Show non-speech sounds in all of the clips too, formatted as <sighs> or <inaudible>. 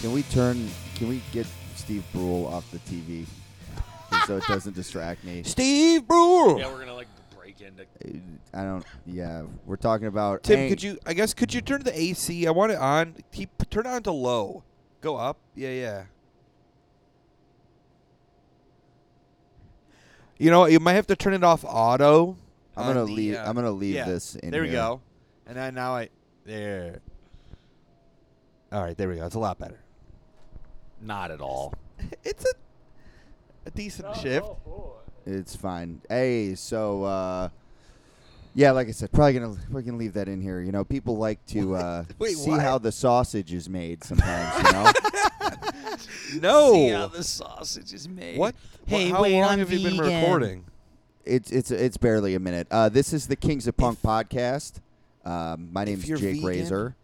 Can we turn? Can we get Steve Brule off the TV so it doesn't distract me? Steve Brule. Yeah, we're gonna like break into. I don't. Yeah, we're talking about. Tim, ang- could you? I guess could you turn the AC? I want it on. Keep turn it on to low. Go up. Yeah, yeah. You know, you might have to turn it off auto. I'm on gonna the, leave. uh, I'm gonna leave yeah. this in. There we here. go. And then now I there. All right, there we go. It's a lot better. Not at all. <laughs> It's a a decent shift. It's fine. Hey, so uh, yeah, like I said, probably gonna we're gonna leave that in here. You know, people like to uh, <laughs> Wait, see what? how the sausage is made sometimes. you know, <laughs> No. See how the sausage is made. Oh. what? Hey, how wait, long I'm have you been vegan. recording? it's it's it's barely a minute. Uh, this is the Kings of Punk podcast. Um, my name's you're Jake vegan, Razor.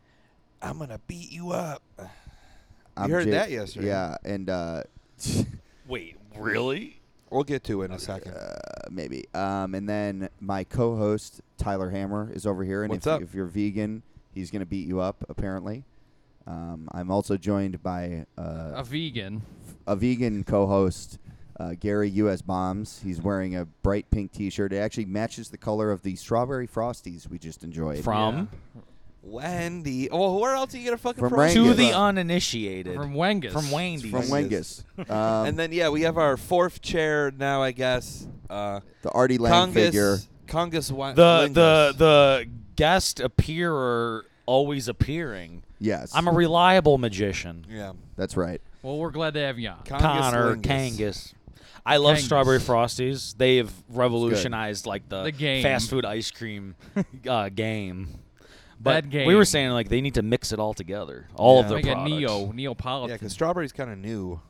I'm gonna beat you up. I'm heard Jake- that yesterday. Yeah, and uh, <laughs> Wait, really? We'll get to it in a second. uh, maybe. Um, and then my co-host Tyler Hammer is over here, and What's if, up? if you're vegan, he's gonna beat you up apparently. Um, I'm also joined by uh, a vegan. a vegan co-host, uh, Gary U.S. Bombs. He's wearing a bright pink T-shirt. It actually matches the color of the strawberry frosties we just enjoyed. From Wendy. Well, where else are you gonna fucking From fry Rangus. it? To the Wengus. uninitiated. from Wengus. From Wendy's. from Wengus. Um, and then yeah, we have our fourth chair now. I guess. Uh, the Artie Lang Congus. figure. Congus. Wen- The the Wengus. the guest appearer always appearing. Yes, I'm a reliable magician. yeah. that's right. Well, we're glad to have you. on. Congus Connor Wengus. Kangas. I love Kangas. strawberry frosties. They have revolutionized like the, The game. fast food ice cream uh, game. But That we were game. saying like they need to mix it all together. All of Yeah. their Like a products. neo Yeah, Neapolitan. because strawberry's kind of new.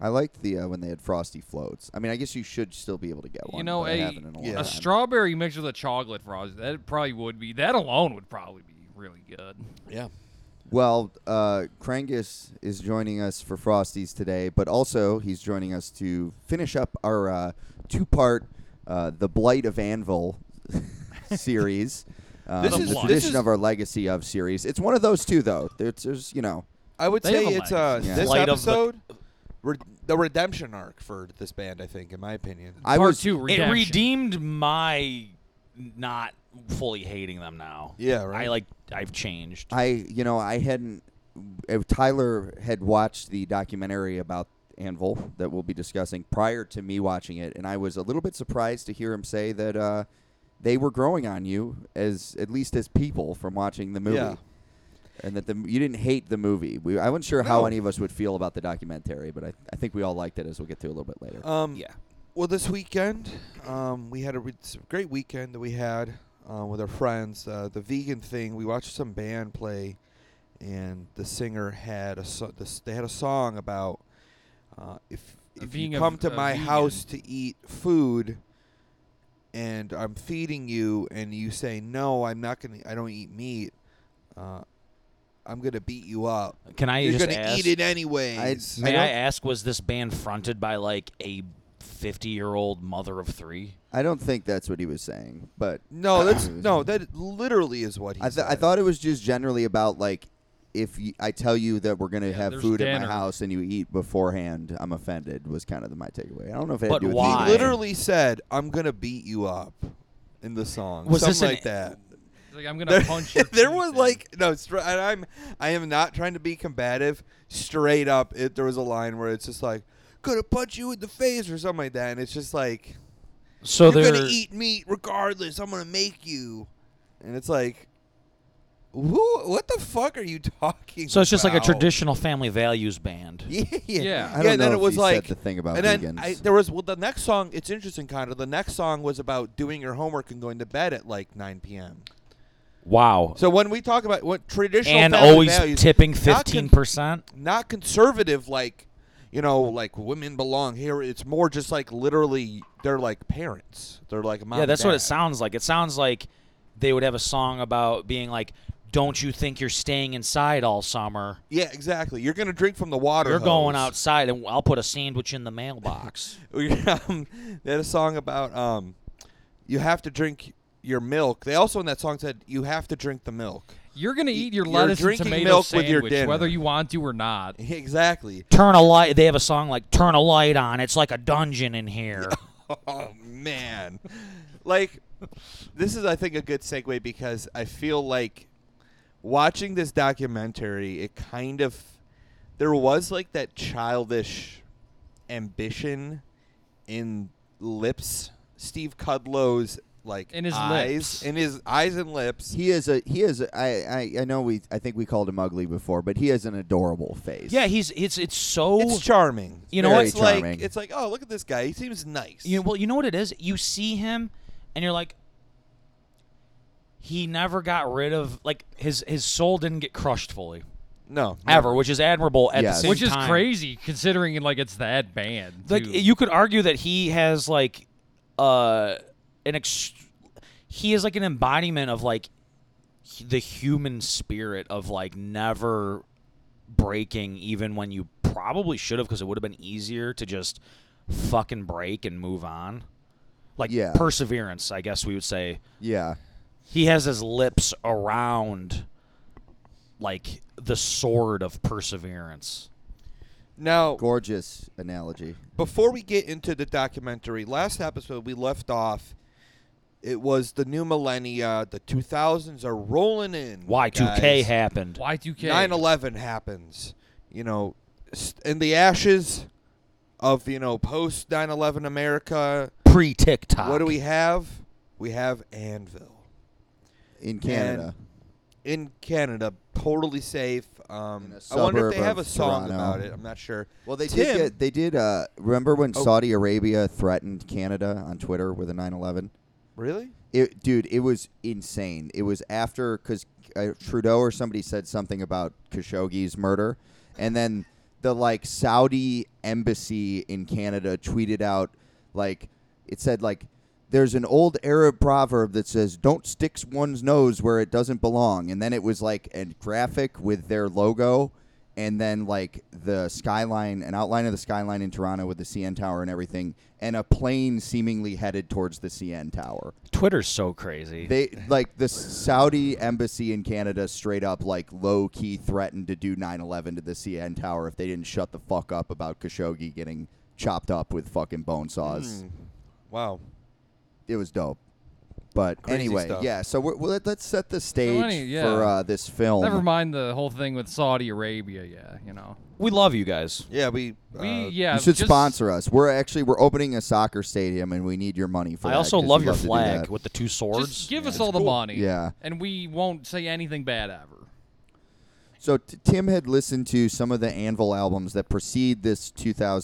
I liked the uh, when they had frosty floats. I mean, I guess you should still be able to get one. you know, but I a, haven't in a, long yeah. a time. strawberry mixed with a chocolate frosty. That probably would be. That alone would probably be really good. Yeah. Well, uh, Krangus is joining us for Frosties today, but also he's joining us to finish up our uh, two-part uh, "The Blight of Anvil" <laughs> series. Um, This is- the this tradition is- of our legacy of series. It's one of those two, though. There's, there's you know, I would They say have a it's uh, legacy. Yeah. this Light of the- episode, re- the redemption arc for this band. I think, in my opinion. I Part was two. It Redemption. redeemed my not fully hating them now. Yeah, right. Um, I like I've changed. I, you know, I hadn't. If Tyler had watched the documentary about Anvil that we'll be discussing prior to me watching it, and I was a little bit surprised to hear him say that uh, they were growing on you as at least as people from watching the movie. Yeah. And that the, you didn't hate the movie. We, I wasn't sure how No. any of us would feel about the documentary, but I, I think we all liked it, as we'll get to a little bit later. Um, Yeah. Well, this weekend, um, we had a re- s- great weekend that we had uh, with our friends. Uh, the vegan thing, we watched some band play, and the singer had a so- this, they had a song about uh, if Uh, if being you a- come to a my vegan. house to eat food, and I'm feeding you, and you say no, I'm not gonna, I don't eat meat. Uh, I'm gonna beat you up. Can I You're just gonna ask? eat it anyways. I May don't- I, ask, was this band fronted by like a fifty-year-old mother of three? I don't think that's what he was saying, but no, <coughs> that's no. That literally is what he I, th- said. I thought it was just generally about like if y- I tell you that we're gonna Yeah, have there's food at my dinner. house and you eat beforehand, I'm offended. Was kind of the, my takeaway. I don't know if it had But to do with why? He eating. literally said, "I'm gonna beat you up," in the song, Was something this an- <laughs> like that. It's like I'm <laughs> gonna There, punch you. there was like no, stra- and I'm I am not trying to be combative. Straight up, it there was a line where it's just like, "Gonna punch you in the face" or something like that, and it's just like, So "You're they're gonna eat meat regardless. I'm gonna make you," and it's like. Who? What the fuck are you <laughs> talking? so it's just like a about? traditional family values <laughs> band. Yeah, Yeah. I don't and then know it if was he said like the thing about and then vegans. I, there was well the next song. It's interesting, kind of. The next song was about doing your homework and going to bed at like 9 p.m. Wow. So when we talk about what traditional and family always values, tipping not con- fifteen percent. not conservative like you know like women belong here. It's more just like literally they're like parents. They're like mom. Yeah, and that's what it dad. sounds like. It sounds like they would have a song about being like, "Don't you think you're staying inside all summer? Yeah, exactly. You're gonna drink from the water. You're going hose. outside, and I'll put a sandwich in the <laughs> mailbox." We, um, they had a song about um, you have to drink your milk. <laughs> They also in that song said you have to drink the milk. You're gonna eat your you're lettuce and drinking tomato milk with sandwich your dinner. whether you want to or not. exactly. <laughs> Turn a light. They have a song like "Turn a light on." It's like a dungeon in here. Oh man, like this is I think a good segue because I feel like watching this documentary, it kind of there was like that childish ambition in lips, Steve Cudlow's like In his eyes, lips. in his eyes and lips. He is a he is a, I, I I know we I think we called him ugly before, but he has an adorable face. yeah, he's it's it's so It's charming. You know what? it's Very like charming. it's like oh look at this guy. He seems nice. You well, you know what it is. You see him, and you're like, he never got rid of like his his soul didn't get crushed fully no ever, which is admirable at Yes. the same Which is time. crazy considering like it's that bad. Like too. you could argue that he has like uh an ex- he is like an embodiment of like h- the human spirit of like never breaking even when you probably should have because it would have been easier to just fucking break and move on. Like Yeah. perseverance, I guess we would say. yeah. He has his lips around like the sword of perseverance. now Gorgeous analogy. before we get into the documentary, last episode we left off. It was the new millennia. The 2000s are rolling in. Y2K guys. happened. Y2K. 9/11 happens. You know, s- in the ashes of you know post 9/11 America. Pre TikTok. What do we have? We have Anvil In Canada. in Canada, totally safe. Um, In a I wonder suburb if they have a of song Toronto. about it. I'm not sure. well, they Tim- did get, they did uh remember when Oh. Saudi Arabia threatened Canada on Twitter with a 9/11? Really? It, dude, it was insane. It was after because uh, Trudeau or somebody said something about Khashoggi's murder, and then the like Saudi embassy in Canada tweeted out like it said like there's an old Arab proverb that says don't stick one's nose where it doesn't belong, and then it was like a graphic with their logo. And then, like the skyline, an outline of the skyline in Toronto with the CN Tower and everything, and a plane seemingly headed towards the CN Tower. Twitter's so crazy. They like the Saudi embassy in Canada straight up like low key threatened to do 9/11 to the CN Tower if they didn't shut the fuck up about Khashoggi getting chopped up with fucking bone saws. Hmm. Wow. It was dope. But Crazy anyway, stuff. yeah. So we're, well, let's set the stage any- yeah. for uh, this film. Never mind the whole thing with Saudi Arabia. Yeah, you know. we love you guys. Yeah, we. We uh, yeah. You should just- sponsor us. We're actually we're opening a soccer stadium and we need your money for I that also 'cause love you your to do flag that. with the two swords. Just give us all the money. Yeah. And we won't say anything bad ever. So t- Tim had listened to some of the Anvil albums that precede this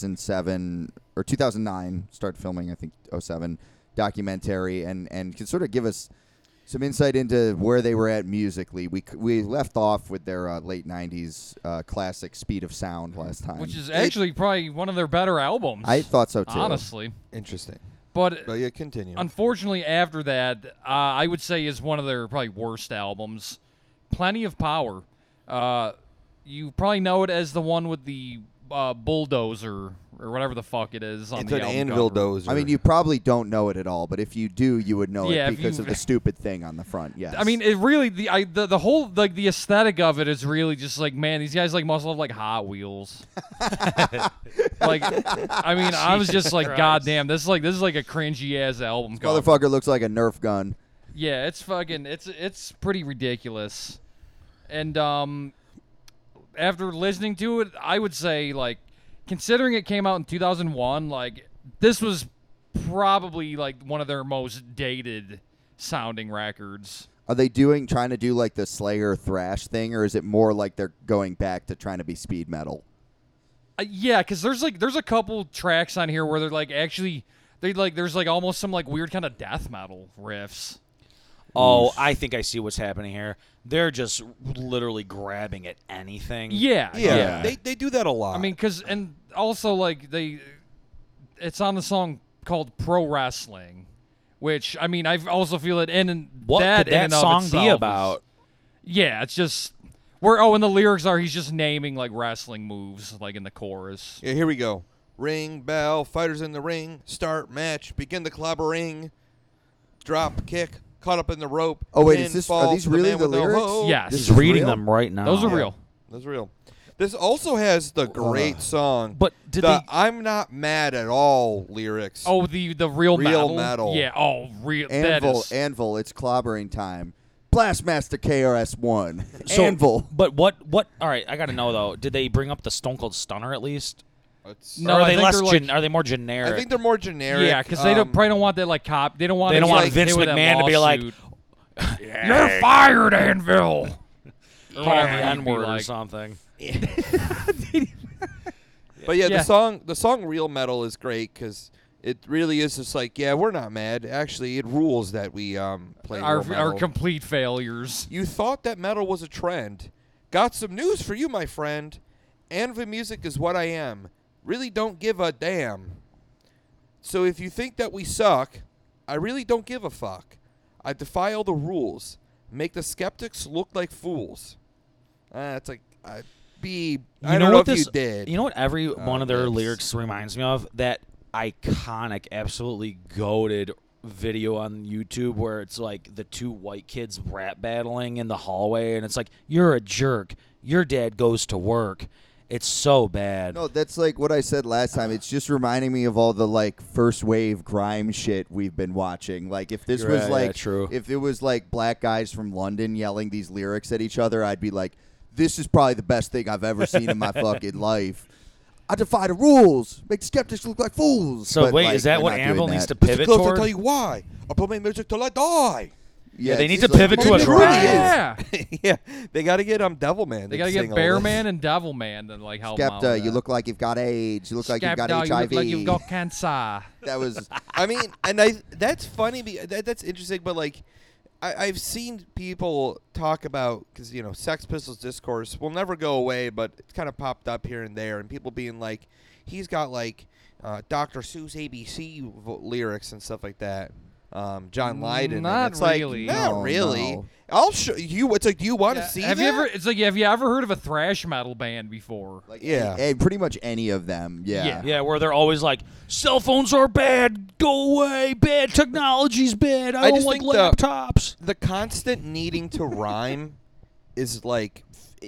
2007 or 2009 start filming I think 07 documentary and and could sort of give us some insight into where they were at musically. We c- we left off with their uh, late 90s uh, classic Speed of Sound last time. Mm-hmm. Which is It- actually probably one of their better albums. I thought so too. honestly. Interesting. But But yeah, continue. unfortunately, after that, uh, I would say is one of their probably worst albums. Plenty of Power. Uh, you probably know it as the one with the uh, bulldozer or whatever the fuck it is on it's the an album anvil cover. dozer. I mean, you probably don't know it at all, but if you do, you would know Yeah, it if because you- <laughs> of the stupid thing on the front. Yes. I mean, it really the I the, the whole like the aesthetic of it is really just like man, these guys like must love like Hot Wheels. like, I mean, I was just like, Christ. God damn, this is like this is like a cringy ass album. cover. motherfucker looks like a Nerf gun. Yeah, it's fucking it's it's pretty ridiculous. And um after listening to it, I would say like considering it came out in 2001, like this was probably like one of their most dated sounding records. Are they doing trying to do like the Slayer thrash thing, or is it more like they're going back to trying to be speed metal? Uh, yeah, cuz there's like there's a couple tracks on here where they're like actually they like there's like almost some like weird kind of death metal riffs. oh, I think I see what's happening here. They're just literally grabbing at anything. Yeah. yeah, yeah. They, they do that a lot. I mean, because and also like they, it's on the song called "Pro Wrestling," which I mean, I also feel it. And, and What that, could that in and of song itself be is- about? yeah, it's just where oh, and the lyrics are he's just naming like wrestling moves like in the chorus. Yeah, here we go. Ring bell, fighters in the ring, start match, begin the clobber ring, drop kick, caught up in the rope. Oh, wait, pin is this- are falls these to the really man the with lyrics? hoe. Yes. This He's is reading real? them right now. Those are Yeah. real. That's real. This also has the great song, But did the they- "I'm not mad at all" lyrics. Oh, the the real, Real metal. metal. Yeah. Oh, real. that Anvil, is. Anvil, it's clobbering time. Blastmaster KRS One, So- Anvil. But what? What? All right, I gotta know though. Did they bring up the Stone Cold Stunner at least? It's- No, or are I they think less? they're gen- like- are they more generic? I think they're more generic. Yeah, because they don't, um, probably don't want that like cop. They don't want. They don't anything want to Vince do with that McMahon to be like, lawsuit. <laughs> You're fired, Anvil. Call whatever the N you'd be word or like. something. But yeah, Yeah. the song the song "Real Metal" is great because it really is just like, yeah, we're not mad. Actually, it rules that we um play Our, real metal. our complete failures. you thought that metal was a trend. Got some news for you, my friend. Anvil music is what I am. Really don't give a damn. So if you think that we suck, I really don't give a fuck. I defy all the rules. Make the skeptics look like fools. Uh, it's like, I, be. I don't know, what if this, you did. Uh, You know what every one of their lips. lyrics reminds me of? That iconic, absolutely goaded video on YouTube where it's like the two white kids rap battling in the hallway, and it's like, "You're a jerk. Your dad goes to work." It's so bad. Oh, No, that's like what I said last time. It's just reminding me of all the like first wave grime shit we've been watching. Like if this You're was right, like yeah, true. if it was like black guys from London yelling these lyrics at each other, I'd be like, This is probably the best thing I've ever seen <laughs> in my fucking life. I defy the rules. Make skeptics look like fools. So But, wait, like, is that they're what not Anvil doing needs to that. Mr. pivot Close, I'll tell toward? you why. I play my music till I die. Yeah, they it's need to just like- pivot to It a truly rap. is. Yeah. <laughs> yeah, they got to get um Devilman. They gotta get Bear Man and Devil Man to like help 'em Skepta, out. with uh, you that. look like you've got AIDS. You look like you've got Skepta, you HIV. look like you've got cancer. that was <laughs> I mean, and I that's funny. Because, that, that's interesting, but like, I, I've seen people talk about because you know Sex Pistols discourse will never go away, but it's kind of popped up here and there, and people being like, he's got like uh, Dr. Seuss ABC vo- lyrics and stuff like that. Um, John Lydon. and Not it's really. Like, not No, really. no. I'll show you. It's like, do you want to Yeah, see have that? you ever? It's like, have you ever heard of a thrash metal band before? like a- Yeah. a- eh, pretty much any of them. Yeah. Yeah, where they're always like, "Cell phones are bad. Go away. Bad technology's bad. I, I don't just like think the- laptops." the constant needing to <laughs> rhyme is like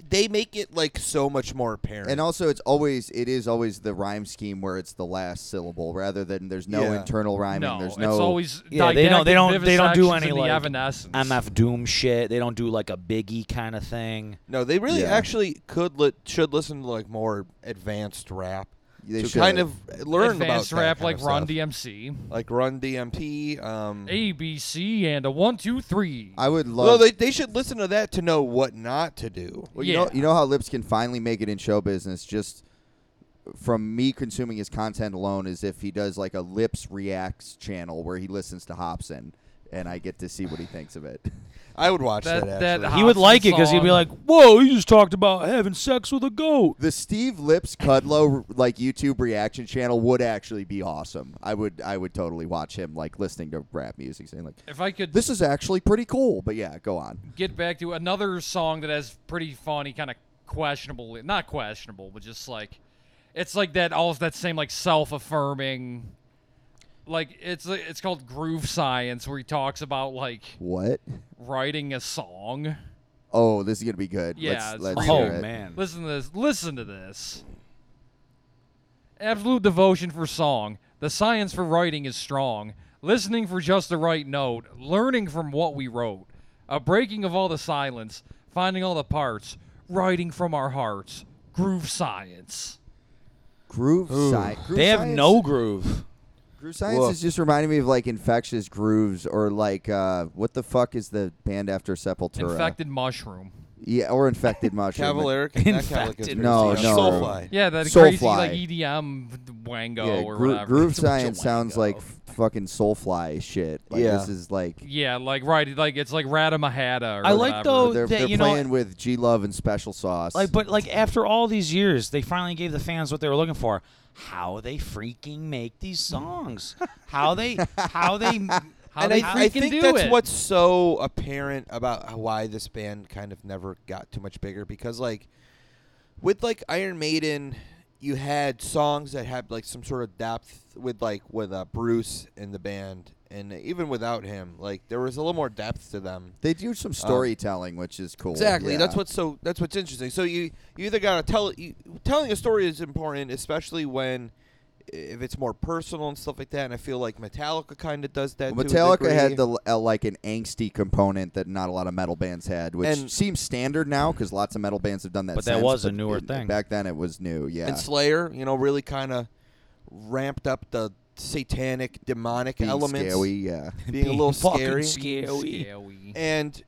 they make it like so much more apparent. And also, it's always it is always the rhyme scheme where it's the last syllable rather than there's no Yeah. internal rhyming. no, there's it's no. always Yeah, they don't. They don't. didactic They don't do vivisections any in the like evanescence. MF Doom shit. They don't do like a Biggie kind of thing. no, they really Yeah. actually could li- should listen to like more advanced rap They to should. kind of learn Advanced about that rap kind like of Run stuff. DMC, like Run DMP. Um, A B C, and a one two three. I would love. well, they they should listen to that to know what not to do. well, you know, yeah. you know how Lips can finally make it in show business just from me consuming his content alone is if he does like a Lips reacts channel where he listens to Hobson and I get to see what he thinks of it. <laughs> I would watch that. That- that actually. hot- He would Hobson like it because he'd be song. like, "Whoa, you just talked about having sex with a goat." The Steve Lips Cudlow like YouTube reaction channel would actually be awesome. I would I would totally watch him like listening to rap music saying like If I could this is actually pretty cool. But yeah, go on. get back to another song that has pretty funny, kind of questionable, not questionable, but just like it's like that all that same like self-affirming. Like it's it's called Groove Science, where he talks about like What? writing a song. Oh, this is gonna be good. Yeah, Let's- it's let's, really Oh hear it. man, Listen to this. Listen to this. Absolute devotion for song. The science for writing is strong. Listening for just the right note. Learning from what we wrote. A breaking of all the silence. Finding all the parts. Writing from our hearts. Groove science. Groove science. they have no groove. groove science Woof. is just reminding me of like infectious grooves or like uh, what the fuck is the band after Sepultura? Infected mushroom. Yeah, or infected mushroom. Cavalier, not Cavalier, Infected. No, Conspiracy, no. Soulfly. Yeah, that crazy Soulfly. like EDM wango Yeah, or groo- whatever. groove a bunch of science wango. sounds like f- fucking soulfly shit. Like, Yeah. this is like <laughs> yeah, like right, like it's like Radamahata. Or I like whatever. though- Oh, they're, that- they're you know- playing with G Love and Special Sauce. Like, but like after all these years, they finally gave the fans what they were looking for. How they freaking make these songs? How they? How they? <laughs> How and they I, freaking I think do that's it. what's so apparent about how- why this band kind of never got too much bigger because like with like Iron Maiden you had songs that had like some sort of depth with like with uh, Bruce and the band and even without him, like there was a little more depth to them. They do Uh. some storytelling, which is cool. Exactly. That's Yeah. what's so. That's what's interesting. So you you either gotta tell you, telling a story is important, especially when if it's more personal and stuff like that. And I feel like Metallica kind of does that. Well, to a Metallica had degree. the uh, like an angsty component that not a lot of metal bands had, which And- seems standard now because lots of metal bands have done that. But that since, was a but newer it- thing. Back then, it was new. Yeah, and Slayer, you know, really kind of ramped up the satanic, demonic Being elements, <laughs> scary, yeah. being a little fucking scary. scary. Scary. And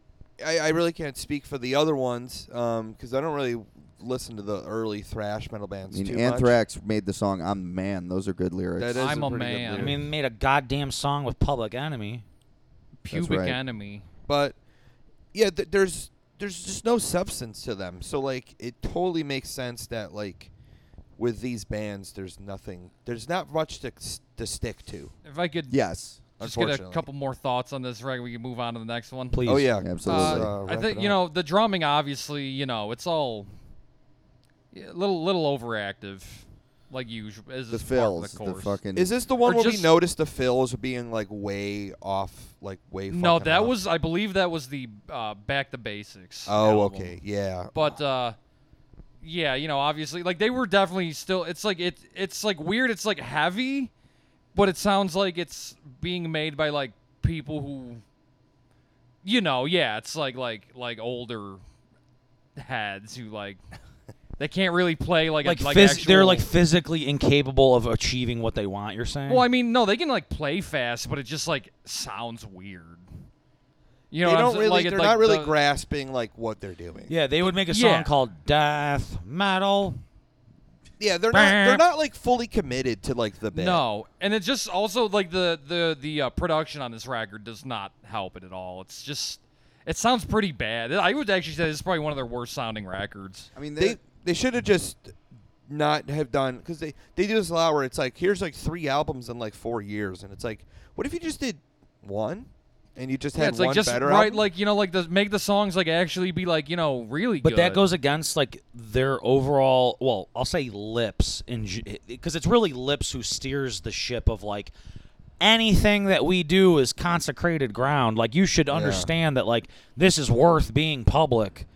I, I really can't speak for the other ones because I don't really listen to the early thrash metal I bands mean, too Anthrax made the song "I'm the Man." Those are good lyrics. much. That is I'm a pretty good man. I lyric. mean, made a goddamn song with Public Enemy. Pubic right. enemy. but yeah, th- there's there's just no substance to them. So like, it totally makes sense that like with these bands, there's nothing, there's not much to s- to stick to. If I could yes, just get a unfortunately. couple more thoughts on this, right? We can move on to the next one. Please. Oh yeah, Absolutely. Uh, I wrap think it you up. know the drumming. Obviously, you know it's all yeah, little little overactive, like usual. As the is part of fills, the, the, course. fucking. Is this the one Or where we just- noticed the fills being like way off, like way? No, fucking that off? was I believe that was the uh, back to basics. Oh, album. okay, yeah. But uh, yeah, you know, obviously, like they were definitely still. It's like it. It's like weird. It's like heavy, but it sounds like it's being made by like people who, you know, yeah, it's like like like older heads <laughs> who like they can't really play like Like, a, like phys- they're actual- like physically incapable of achieving what they want. You're saying? Well, I mean, no, they can like play fast, but it just like sounds weird. You know, they what I'm don't sa- really. like, it- they're like not really the- grasping like what they're doing. yeah, they would make a Yeah. song called Death Metal. Yeah, they're not. They're not like fully committed to like the band. No, and it just also like the the the uh, production on this record does not help it at all. It's just it sounds pretty bad. I would actually say this is probably one of their worst sounding records. I mean, they they should have just not have done because they they do this a lot where it's like here's like three albums in like four years, and it's like what if you just did one and you just Yeah, had it's one like just better right, album? like you know, like the make the songs like actually be like you know really But good. that goes against like their overall. Well, I'll say lips, because it's really lips who steers the ship of like anything that we do is consecrated ground. Like you should understand that like this is worth being public.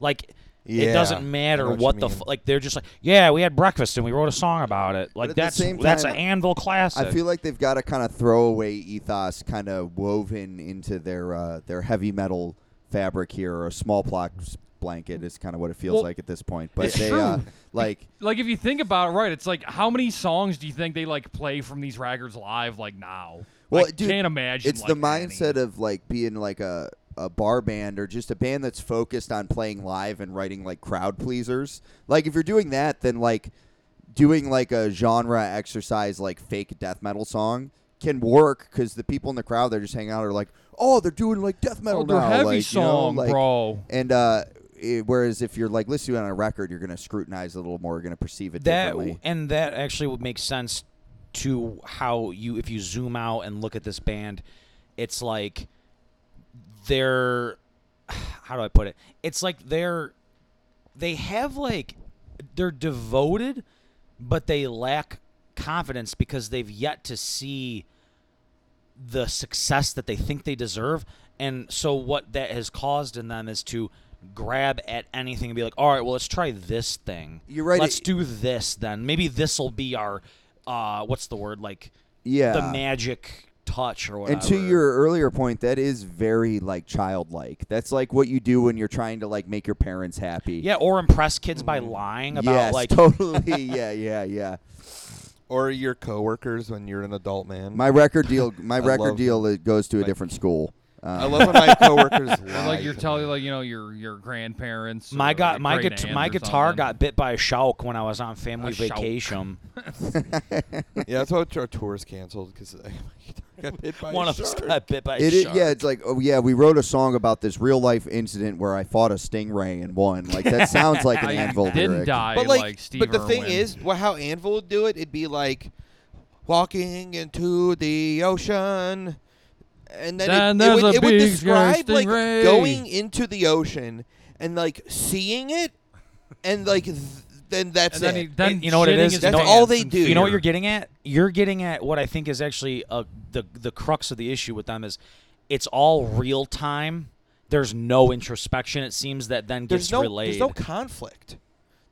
Like Yeah, it I doesn't know matter what what, you the mean. f- like. They're just like yeah, we had breakfast and we wrote a song about it. Like at the that's same that's time, an anvil classic. I feel like they've got a kind of throwaway ethos kind of woven into their uh, their heavy metal fabric here, or a small block blanket is kind of what it feels Well, like at this point. But it's they true. Uh, like like if you think about it, right, it's like how many songs do you think they like play from these records live like now? Well, I dude, can't imagine. it's the like, any. mindset of like being like a a bar band or just a band that's focused on playing live and writing like crowd pleasers. Like if you're doing that, then like doing like a genre exercise like fake death metal song can work because the people in the crowd they're just hanging out are like, oh, they're doing like death metal Oh, they're now, heavy like, you know, song, like- bro. And uh, it- whereas if you're like listening on a record, you're gonna scrutinize it a little more, you're gonna perceive it that differently. and that actually would make sense to how you if you zoom out and look at this band it's like they're <sighs> how do i put it it's like they're they have like they're devoted but they lack confidence because they've yet to see the success that they think they deserve. And so what that has caused in them is to grab at anything and be like, all right, well, let's try this thing. You're right, Let's it- do this then. Maybe this will be our, uh, what's the word? Like Yeah, the magic touch or whatever. And to your earlier point, that is very like childlike. That's like what you do when you're trying to like make your parents happy. Yeah, or impress kids by lying about yes, like <laughs> totally. yeah, yeah, yeah. or your coworkers when you're an adult man. My record deal. <laughs> My record love deal it goes to a like- different school. Um, I love when <laughs> my coworkers Or lie like you're to telling me. like you know your your grandparents. my or got your my great guitar aunt my or guitar something. got bit by a shark when I was on family A shark. vacation. yeah, that's why our tour is canceled <laughs> because got hit by One <laughs> a of us shark. got bit by a It is, shark. yeah, it's like oh yeah, we wrote a song about this real life incident where I fought a stingray and won. Like that sounds like <laughs> an I anvil didn't lyric. die but like, Steve but the thing Irwin. is, well, how Anvil would do it, it'd be like walking into the ocean, and then, Then it, it there's would, a it would big describe like stingray. going into the ocean and like seeing it, and like th- then that's And then, it. he, then you know what it shitting is? his That's pants all they and do. You know what Dude. you're getting at? You're getting at what I think is actually uh, the the crux of the issue with them is it's all real time. There's no introspection. It seems that then gets there's no relayed. there's no conflict.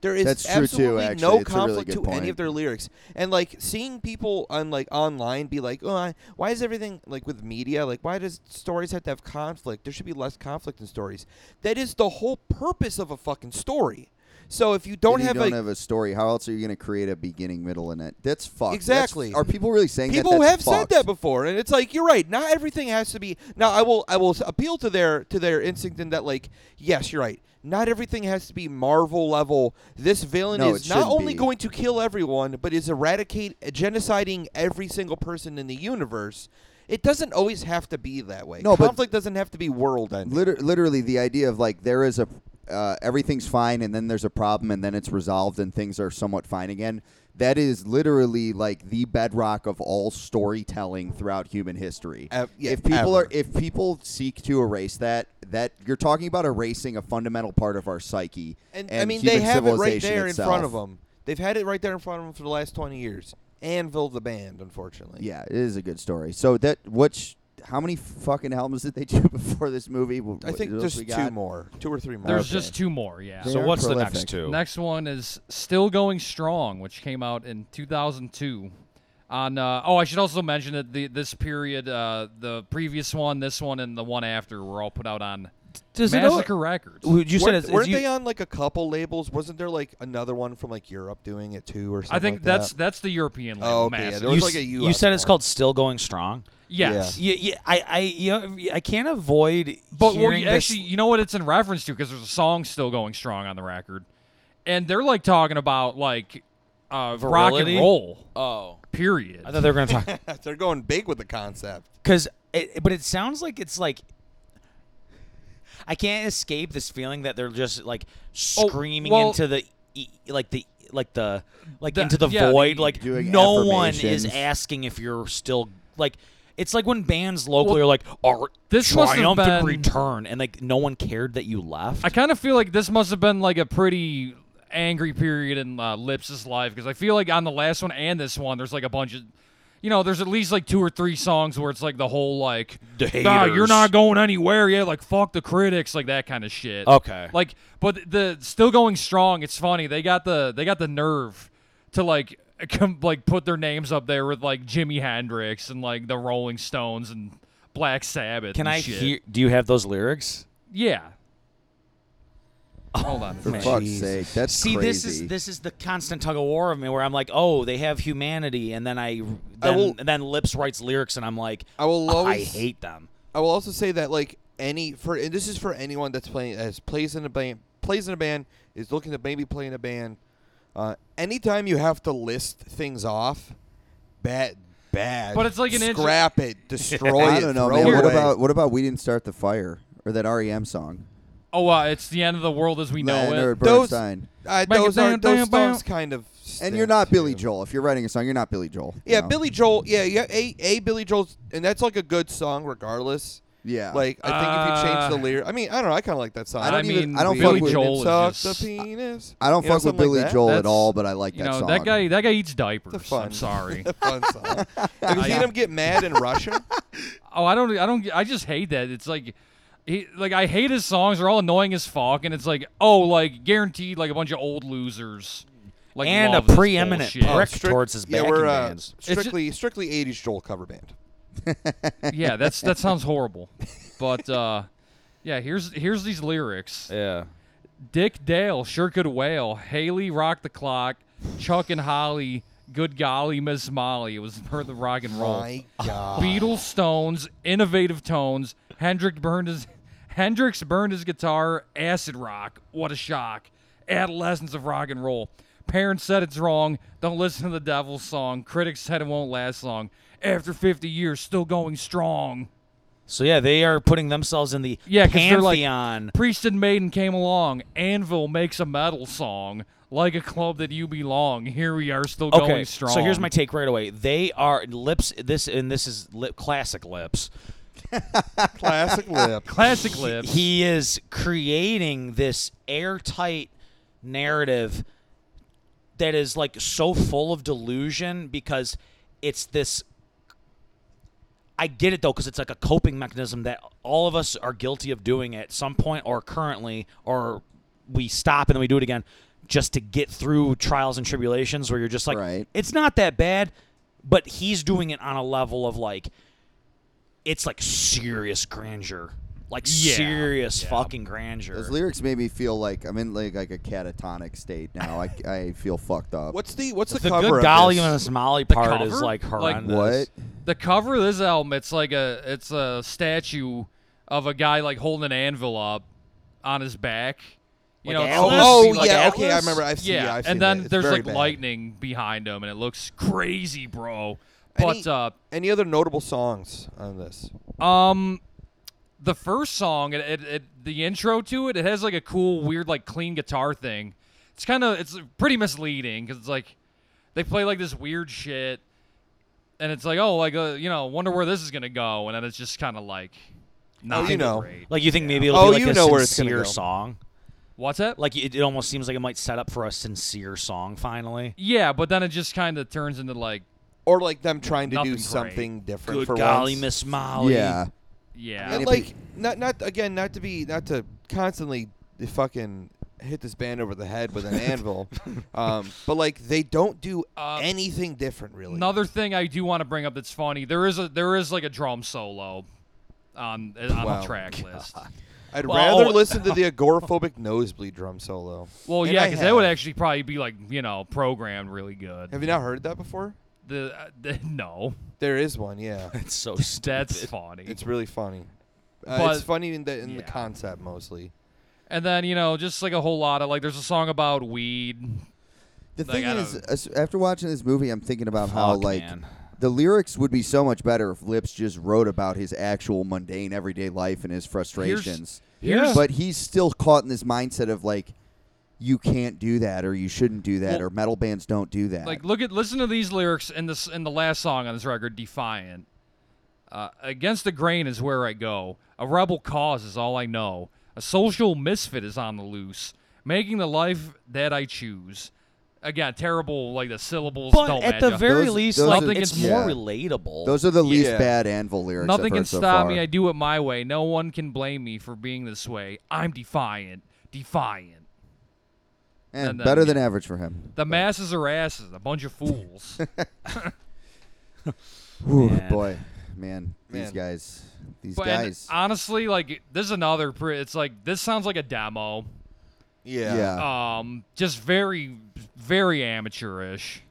There is That's true, too, absolutely actually. no It's a really conflict good to any point. of their lyrics, and like seeing people on like online be like, "Oh, I, why is everything like with media? Like, why does stories have to have conflict? There should be less conflict in stories. That is the whole purpose of a fucking story. So if you don't If you have don't a have a story. How else are you going to create a beginning, middle, and end? That's fucked. That's- Exactly. are people really saying people that? That's have fucked. said that before and it's like you're right not everything has to be now i will i will s- appeal to their to their instinct in that like yes you're right not everything has to be marvel level this villain No, is it not shouldn't only be. going to kill everyone but is eradicate uh, genociding every single person in the universe it doesn't always have to be that way No, but- conflict doesn't have to be world ending Liter- literally, the idea of like there is a uh, everything's fine, and then there's a problem, and then it's resolved, and things are somewhat fine again. That is literally like the bedrock of all storytelling throughout human history. Ev- yeah, if people ever. are if people seek to erase that, that you're talking about erasing a fundamental part of our psyche. and, i mean they human have it right civilization there in front of itself. them they've had it right there in front of them for the last 20 years anvil the band unfortunately Yeah, it is a good story. So that which how many fucking albums did they do <laughs> before this movie? Wh- I think what there's we two got? more, two or three more. There's Okay. just two more, yeah. They so are what's prolific. the next two? Next one is Still Going Strong, which came out in 2002. On uh, oh, I should also mention that the this period, uh, the previous one, this one, and the one after were all put out on Does it Massacre al- Records. Would you said weren't, it's, it's weren't you- they on like a couple labels? Wasn't there like another one from like Europe doing it too, or something? I think like that? that's that's the European label. Oh, okay, yeah, Massive. there was you like a s- you US said it's one. called still going strong. yes. Yeah, yeah. I, I, you know, I can't avoid. But well, hearing you- this- actually, you know what it's in reference to because there's a song still going strong on the record, and they're like talking about like uh, rock and Virility? roll. oh, Period. I thought they were going to talk. <laughs> they're going big with the concept. Cause, it, but it sounds like it's like I can't escape this feeling that they're just like Oh, screaming well- into the e- like the like the like The- into the yeah, void. the- like Doing no one is affirmations. asking if you're still like. It's like when bands locally are like, "Our this must have triumphant been- return," and like no one cared that you left. I kind of feel like this must have been like a pretty angry period in uh, Lips's life because I feel like on the last one and this one, there's like a bunch of, you know, there's at least like two or three songs where it's like the whole like, The "Nah, you're haters." not going anywhere yet, like fuck the critics, like that kind of shit. Okay. Like, but the still going strong. It's funny they got the they got the nerve to like. Come, like put their names up there with like Jimi Hendrix and like the Rolling Stones and Black Sabbath. Can and I shit. hear? Do you have those lyrics? Yeah. Hold on. For Man. fuck's Jesus. sake, that's See, crazy. this is this is the constant tug of war of me, where I'm like, oh, they have humanity, and then I, then, I will- and then Lips writes lyrics, and I'm like, I will Oh, I always- hate them. I will also say that like any for and this is for anyone that's playing as plays in a band plays in a band is looking to maybe play in a band. Uh, anytime you have to list things off, bad, bad. But it's like an inter- <laughs> scrap it, destroy it. I don't know, throw man. It What away. about what about we didn't start the fire or that REM song? Oh, uh, it's the end of the world as we know Leonard it. Those- Bernstein. Uh, Make it those are down, those down, down. songs kind of. And stink, you're not Billy too. Joel. If you're writing a song, you're not Billy Joel. you Yeah, know? Billy Joel. Yeah, yeah. A, a Billy Joel's, and that's like a good song, regardless. Yeah. Like I think if you change the Uh, lyric, I mean, I don't know. I kind of like that song. I I don't even- mean, I don't fuck Billy with- Joel is Suck just, the penis. I don't You know, fuck with something like Billy that. Joel at That's- all, but I like you that know song. that guy. That guy eats It's a diapers. fun. <laughs> I'm sorry. a <laughs> fun song. Have you seen him get mad in Russia? <laughs> oh, I don't. I don't. I just hate that. It's like, he like I hate his songs. They're all annoying as fuck, and it's like, oh, like guaranteed, like a bunch of old losers. Like And a love this preeminent bullshit. prick. towards his yeah, backing we're uh, bands. ju- strictly strictly '80s Joel cover band. yeah, <laughs> that's that sounds horrible, but uh, yeah. Here's here's these lyrics. Yeah. Dick Dale sure could wail. Haley rock the clock. Chuck and Holly, good golly, Miss Molly. It was for the rock and roll. My God. Beatles, Stones, innovative tones. Hendrix burned his Hendrix burned his guitar. Acid rock. What a shock. Adolescence of rock and roll. Parents said it's wrong. Don't listen to the devil's song. Critics said it won't last long. After 50 years, still going strong. So yeah, they are putting themselves in the Yeah, 'cause they're like- pantheon. Priest and Maiden came along. Anvil makes a metal song. Like a club that you belong. Here we are, still okay, going strong. so here's my take right away. They are Lips. This and this is lip, classic Lips. <laughs> Classic lip. classic lips. He is creating this airtight narrative that is like so full of delusion because it's this I get it though because it's like a coping mechanism that all of us are guilty of doing at some point or currently or we stop and then we do it again just to get through trials and tribulations where you're just like Right. it's not that bad but he's doing it on a level of like it's like serious grandeur like Yeah, serious yeah. fucking grandeur Those lyrics made me feel like I'm in like like a catatonic state now. I, I feel fucked up. What's the what's the, the cover good of golly this? and the Somali The part is cover? like Like, horrendous. what? The cover of this album, it's like a it's a statue of a guy like holding an anvil up on his back. You Like know, it's Elvis? supposed to Oh, be oh like yeah, Elvis. okay, I remember. I've seen, yeah, I've seen and then that. It's there's very like bad. lightning behind him, and it looks crazy, bro. Any- But uh, Any other notable songs on this? Um, the first song, it, it, it the intro to it, it has like a cool, weird, like clean guitar thing. It's kind of it's pretty misleading because it's like they play like this weird shit, and it's like oh, like uh, you know, wonder where this is gonna go, and then it's just kind of like, not Oh, you know. great. Like you think maybe it'll Oh, be like you a know where it's gonna sincere go. song? what's that? Like it, it almost seems like it might set up for a sincere song finally. yeah, but then it just kind of turns into like Or like them trying to Nothing do great. something different Good for golly, once? Miss Molly. Yeah. yeah, And Any like not not again not to be not to constantly fucking hit this band over the head <laughs> with an anvil, um, but like they don't do Uh, anything different really. Another thing I do want to bring up that's funny. There is a there is like a drum solo on on Wow. the track list. I'd Well, rather oh, listen to <laughs> the agoraphobic nosebleed drum solo. Well, And yeah, I because that would have. actually probably be like you know programmed really good. Have you not heard that before? the, uh, the <laughs> no, There is one, <laughs> yeah. It's so <laughs> stupid. that's funny. It's really funny. Uh, But- it's funny in the in the yeah. concept mostly. and then you know just like a whole lot of like there's a song about weed. The Like, thing I is, don't- as- after watching this movie, I'm thinking about how Fuck, like man. the lyrics would be so much better if Lips just wrote about his actual mundane everyday life and his frustrations. here's- But he's still caught in this mindset of like, you can't do that, or you shouldn't do that, Well- or metal bands don't do that. Like look at listen to these lyrics in this in the last song on this record, "Defiant." Uh, Against the grain is where I go. A rebel cause is all I know. A social misfit is on the loose, making the life that I choose. Again, terrible. Like the syllables But don't at match the up. very Those- least, those like are- it's Yeah. more relatable. Those are the least Yeah. bad Anvil lyrics. I've Nothing heard can so stop far. me. I do it my way. No one can blame me for being this way. I'm defiant. Defiant. Eh, and then- better than average for him. The masses are asses. A bunch of <laughs> fools. Whew, Man. boy, man, these Man. guys, these but and guys. honestly, like this is another. Pre- it's like this sounds like a demo. Yeah. Yeah. Um, just very, very amateurish.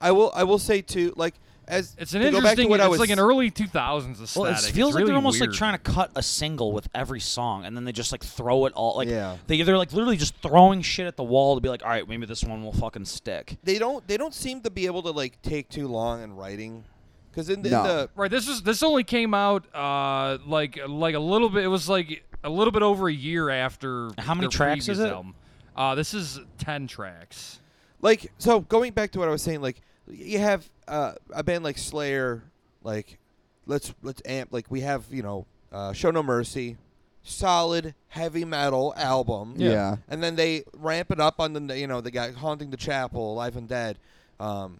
I will I will say too like as It's an to go back to interesting. what It's I was like an early 2000s aesthetic. well, it It's feels like really they're almost weird. like trying to cut a single with every song, and then they just like throw it all. Like Yeah. they, they're like literally just throwing shit at the wall to be like, all right, maybe this one will fucking stick. they don't they don't seem to be able to like take too long in writing because in, the- in No. the Right. This was this only came out uh like like a little bit. It was like a little bit over a year after. How many their tracks is previous it? Album. Uh, this is ten tracks. like so going back to what I was saying like you have uh, a band like Slayer like let's let's amp like we have you know uh, Show No Mercy solid heavy metal album Yeah. Yeah. and then they ramp it up on the you know the guy haunting the chapel Alive and Dead um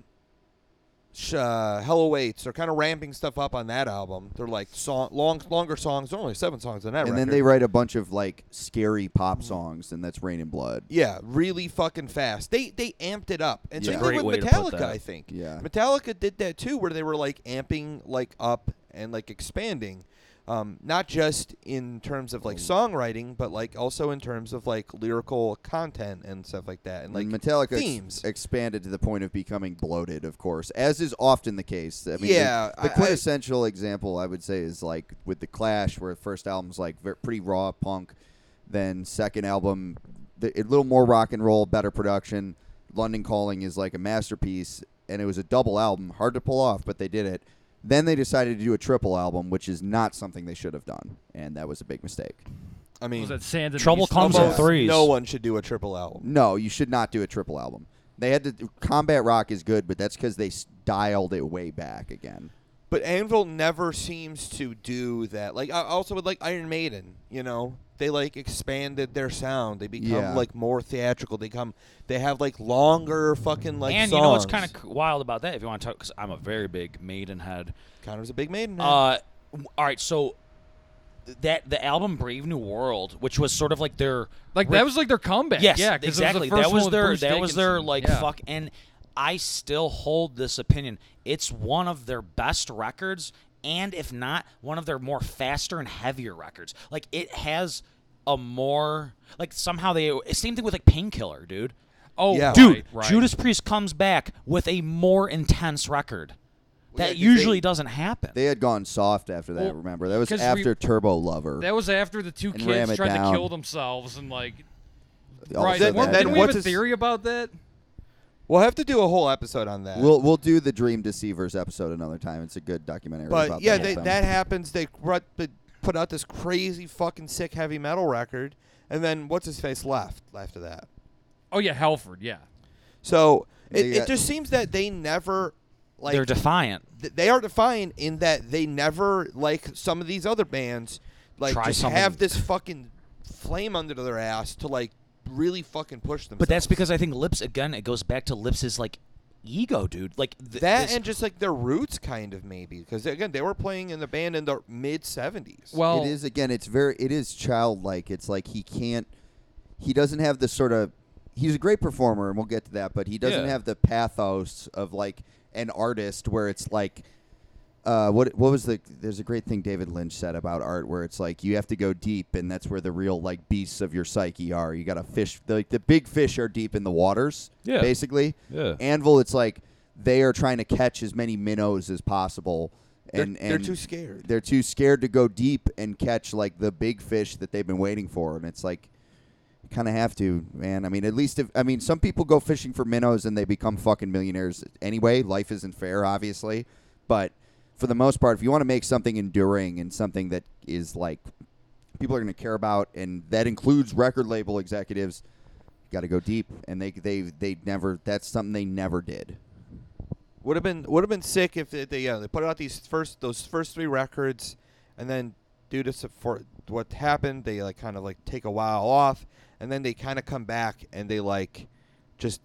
sh- uh, Hell Awaits they're kind of ramping stuff up on that album they're like song long longer songs there are only seven songs on that and then record. they write a bunch of like scary pop songs, and that's Rain and Blood. Yeah, really fucking fast. They they amped it up. And Yeah. same Great thing way with to put Metallica, that. I think. Yeah. Metallica did that too, where they were like amping like up and like expanding. Um, not just in terms of like Mm. songwriting, but like also in terms of like lyrical content and stuff like that, and like Metallica ex- themes. expanded to the point of becoming bloated, of course, as is often the case. I mean, the- Yeah, the, I- I- quintessential example I would say is like with the Clash, where the first album's like ver- pretty raw punk, then second album, the, a little more rock and roll, better production. London Calling is like a masterpiece, and it was a double album, hard to pull off, but they did it. Then they decided to do a triple album, which is not something they should have done, and that was a big mistake. I mean, Was that Sands and Trouble Beast? Comes in almost Three. threes. no one should do a triple album. No, you should not do a triple album. They had to. Combat Rock is good, but that's because they s- dialed it way back again. But Anvil never seems to do that. Like I also would like Iron Maiden, you know. They like expanded their sound. They become Yeah. like more theatrical. They come they have like longer fucking like and you know what's songs. kind of wild about that? If you want to talk, because I'm a very big Maidenhead. Connor's a big Maiden. head. Uh, w- all right, so th- that the album Brave New World, which was sort of like their Like re- that was like their comeback. yes, yeah, 'cause it exactly. Was the first that was one with their Bruce that was their Dickinson. like yeah. fuck. And I still hold this opinion. It's one of their best records, and if not, one of their more faster and heavier records. Like it has a more like somehow they same thing with like Painkiller, dude. Oh, Yeah. Dude, right, right. Judas Priest comes back with a more intense record. yeah, That 'cause they- usually doesn't happen. They had gone soft after that. Well, remember that was 'cause we- after Turbo Lover. That was after the two And Ram It kids tried Down. to kill themselves and like. All Right, said that. weren't- then didn't we have what's a his- theory about that? we'll have to do a whole episode on that. We'll we'll do the Dream Deceivers episode another time. It's a good documentary. but about yeah, the they, whole that thing. happens. They put, they put out this crazy fucking sick heavy metal record, and then what's his face left after that. Oh yeah, Halford. Yeah. So it, They it got- just seems that they never like They're defiant. th- they are defined in that they never like some of these other bands like Try just something. have this fucking flame under their ass to like really fucking push them. But that's because I think Lips again. It goes back to Lips's like ego, dude. Like th- that this- and just like their roots kind of maybe because again they were playing in the band in the mid 70s. Well, it is again. It's very. It is childlike. It's like he can't. He doesn't have the sort of. He's a great performer, and we'll get to that. But he doesn't Yeah. have the pathos of like an artist, where it's like. Uh, what what was the? There's a great thing David Lynch said about art, where it's like you have to go deep, and that's where the real like beasts of your psyche are. You got to fish. The, the big fish are deep in the waters. Yeah. Basically. Yeah. Anvil, it's like they are trying to catch as many minnows as possible. They're- And, they're and too scared. They're too scared to go deep and catch like the big fish that they've been waiting for, and it's like you kind of have to, man. I mean, at least if I mean, some people go fishing for minnows and they become fucking millionaires anyway. Life isn't fair, obviously, but for the most part, if you want to make something enduring and something that is like people are going to care about, and that includes record label executives, you got to go deep, and they they they never. That's something they never did. Would have been would have been sick if they they, uh, they put out these first those first three records, and then due to sup- for what happened, they like kind of like take a while off, and then they kind of come back and they like just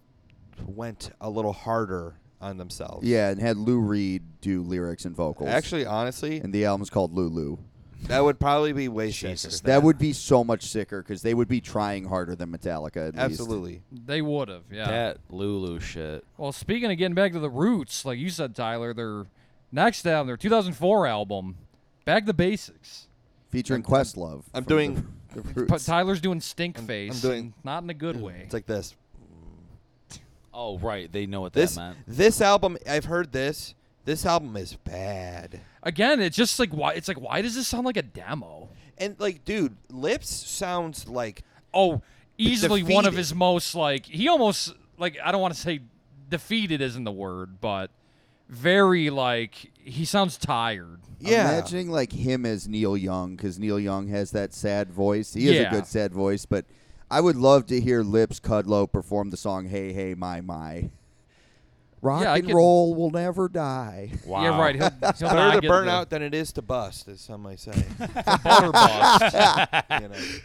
went a little harder on themselves. Yeah, and had Lou Reed do lyrics and vocals. Actually, honestly, and the album's called Lulu. <laughs> that would probably be way sicker. Jesus, That would be so much sicker because they would be trying harder than Metallica. At least. Absolutely. They would have. Yeah. that Lulu shit. Well, speaking of getting back to the roots, like you said, Tyler, their next album, their 2004 album, Back to the Basics. Featuring Questlove. I'm from doing- The, the But Roots. Tyler's doing stink face. I'm doing- and not in a good way. <laughs> It's like this. Oh right, they know what This that meant. this album I've heard this. This album is bad. Again, it's just like why it's like why does this sound like a demo? And like, dude, Lips sounds like Oh, easily one of defeated. his most like he almost like I don't want to say defeated isn't the word, but very like he sounds tired. yeah. Imagining like him as Neil Young because Neil Young has that sad voice. He has Yeah. a good sad voice, but I would love to hear Lips Kudlow perform the song "Hey Hey My My." Rock Yeah, I and could- roll will never die. Wow. Yeah, <laughs> right. He'll, he'll not better to get burn the out than it is to bust, as <laughs> some might say. <laughs> butter bust. you know. Uh,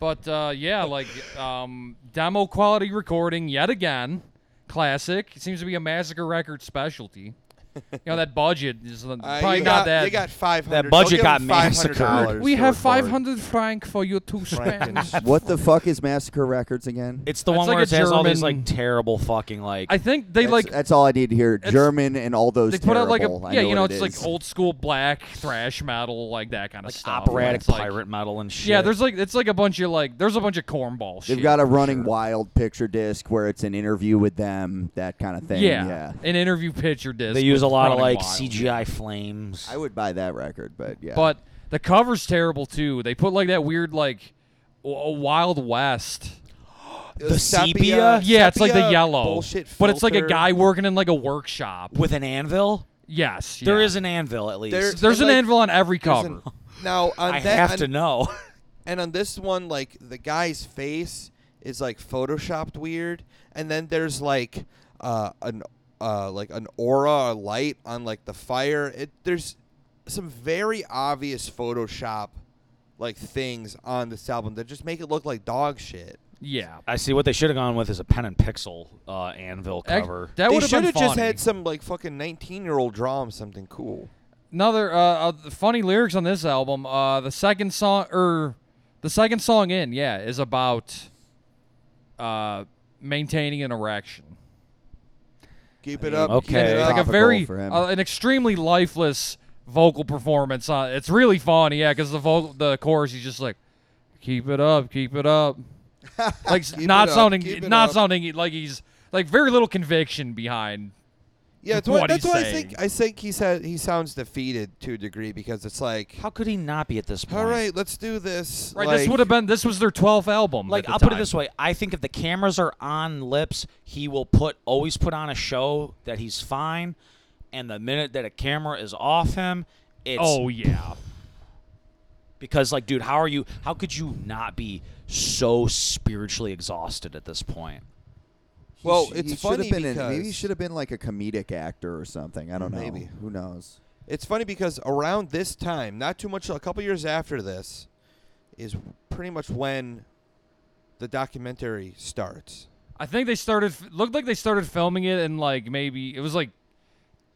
But uh, yeah, like um, demo quality recording yet again, classic. It seems to be a massacre record specialty. You know that budget <laughs> is l- Uh, probably you not got, that. You got five hundred. That budget got massacred. we have 500 franc for you to spend. What the fuck is Massacre Records again? It's the That's one like where a it has all these German- like terrible fucking like. I think they that's, like that's all I need to hear. it's- German and all those. they put out like a terrible. I yeah, know you know, what it's it like is. old school black thrash metal, like that kind of like stuff. where operatic it's like- pirate metal and shit. Yeah, there's like it's like a bunch of like there's a bunch of cornball shit. They've got a running sure. wild picture disc where it's an interview with them, that kind of thing. yeah, Yeah. an interview picture disc. they use a with lot of Running like Wild. CGI flames. I would buy that record, but yeah. But the cover's terrible too. They put like that weird like w- Wild West. the sepia Yeah, it's like the Uh, sepia yellow. bullshit but it's like a filter. guy working in like a workshop. with an anvil. Yes, There yeah. is an anvil at least. There- There's an like, anvil on every There's cover. an- Now on I that, have on- to know. <laughs> and on this one, like the guy's face is like photoshopped weird, and then there's like uh, an uh, like an aura, a light on like the fire. It there's some very obvious Photoshop like things on this album that just make it look like dog shit. Yeah. I see what they should have gone with is a pen and pixel uh, anvil Ac- cover. that they would have should been have just funny. had some like fucking 19 year old draw 'em something cool. Another uh, uh, funny lyrics on this album. Uh, the second song, or the second song in, yeah, is about uh, maintaining an erection. Keep it up. keep okay. it up. Like a Topical very, for him. uh, an extremely lifeless vocal performance. On it's really funny, yeah, because the vocal, the chorus, he's just like, "Keep it up, keep <laughs> it up," like s- Keep not it up, sounding, keep it not up. sounding like he's like very little conviction behind. Yeah, that's what why, that's he's why I saying. think I think he said he sounds defeated to a degree because it's like, How could he not be at this point? all right, let's do this. Right, this like- would have been this was their twelfth album. Like at the I'll put it time. this way: I think if the cameras are on lips, he will put always put on a show that he's fine, and the minute that a camera is off him, it's Oh yeah. because like, dude, how are you? How could you not be so spiritually exhausted at this point? He Well, sh- it's he should funny have been because an- maybe he should have been like a comedic actor or something. I don't know. Maybe. Who knows? It's funny because around this time, not too much, a couple years after this, is pretty much when the documentary starts. I think they started looked like they started filming it in like maybe it was like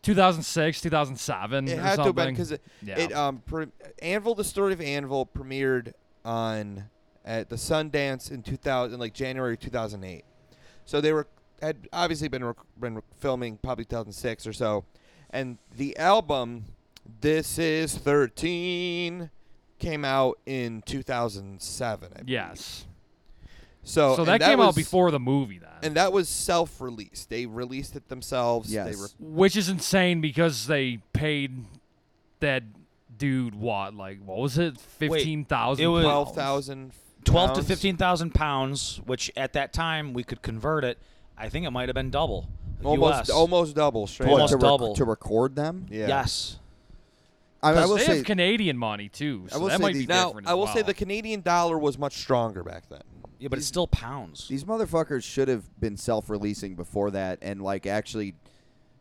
2006, 2007 It or had to something. have been because it, Yeah. it um pre- Anvil, the story of Anvil premiered on at the Sundance in 2000, in, like January 2008. So they were had obviously been rec- been rec- filming probably 2006 or so, and the album This Is 13 came out in 2007. I believe. yes. So, Oh, so and that, came out was- before the movie then. and that was self-released. They released it themselves. They Yes. were which is insane because they paid that dude what like what was it fifteen thousand? it was- twelve thousand. Twelve to fifteen thousand pounds, which at that time we could convert it. I think it might have been double. Almost, US. almost double. Straight Almost to, up. rec- double. to record them. Yeah. Yes. I, I will they say have Canadian money too, so will that say might these- be Now, different. as I will say well. the Canadian dollar was much stronger back then. Yeah, but it's still pounds. These motherfuckers should have been self-releasing before that, and like actually,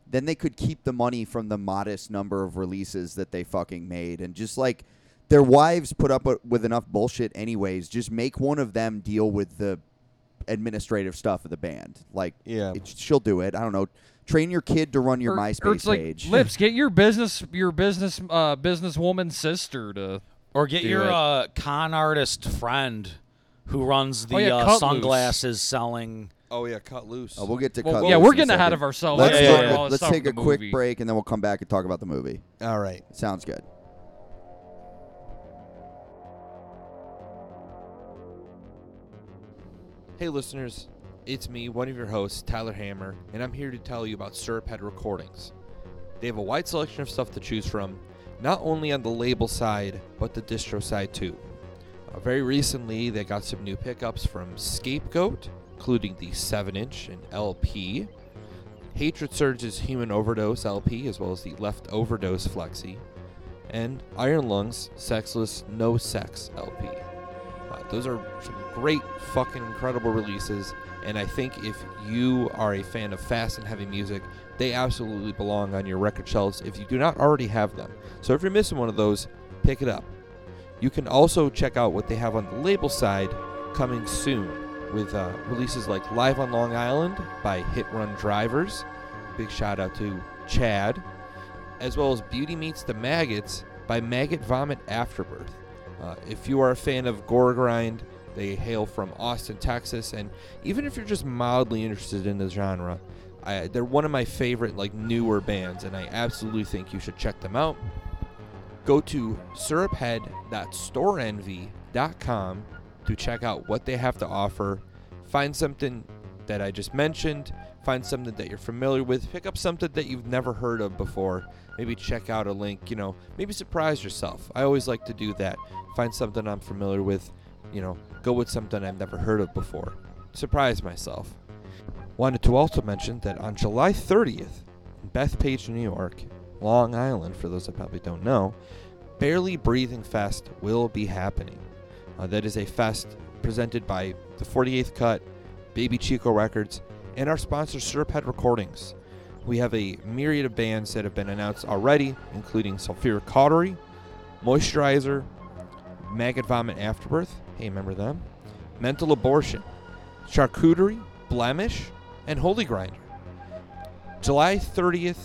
then they could keep the money from the modest number of releases that they fucking made, and just like their wives put up wi- with enough bullshit anyways. Just make one of them deal with the administrative stuff of the band. Like, Yeah. Er, it, she'll do it. I don't know. Train your kid to run your or, MySpace or it's like, page. Lips, get your business, your business, uh, businesswoman's sister to. Or get Do your it. uh, con artist friend who runs the Oh, yeah, uh, Cut Loose. sunglasses selling. Oh yeah, cut loose. Oh, we'll get to Well, cut. yeah, loose we're in a getting ahead second. of ourselves. Let's, Yeah, take, yeah, a- yeah. Let's let's talk take a about the quick movie. break, and then we'll come back and talk about the movie. All right. Sounds good. Hey listeners, it's me, one of your hosts, Tyler Hammer, and I'm here to tell you about Syruphead Recordings. They have a wide selection of stuff to choose from, not only on the label side, but the distro side too. Uh, very recently, they got some new pickups from Scapegoat, including the 7 inch and LP, Hatred Surge's Human Overdose LP, as well as the Left Overdose Flexi, and Iron Lungs Sexless No Sex LP. Uh, those are some great fucking incredible releases, and I think if you are a fan of fast and heavy music, they absolutely belong on your record shelves if you do not already have them. So if you're missing one of those, pick it up. You can also check out what they have on the label side coming soon with uh, releases like Live on Long Island by Hit Run Drivers. Big shout out to Chad. As well as Beauty Meets the Maggots by Maggot Vomit Afterbirth. Uh, if you are a fan of Gore Grind, they hail from Austin, Texas, and even if you're just mildly interested in the genre, I, they're one of my favorite like newer bands, and I absolutely think you should check them out. Go to syruphead.storeenvy.com to check out what they have to offer. Find something that I just mentioned. Find something that you're familiar with. Pick up something that you've never heard of before. Maybe check out a link. You know, maybe surprise yourself. I always like to do that. Find something I'm familiar with. You know, go with something I've never heard of before. Surprise myself. Wanted to also mention that on July 30th, in Bethpage, New York, Long Island, for those that probably don't know, Barely Breathing Fest will be happening. Uh, that is a fest presented by the 48th Cut, Baby Chico Records, and our sponsor, Sirped Recordings. we have a myriad of bands that have been announced already, including Sulfuric Cautery, Moisturizer, Maggot Vomit Afterbirth. Hey, remember them? Mental Abortion, Charcuterie, Blemish, and Holy Grinder. July 30th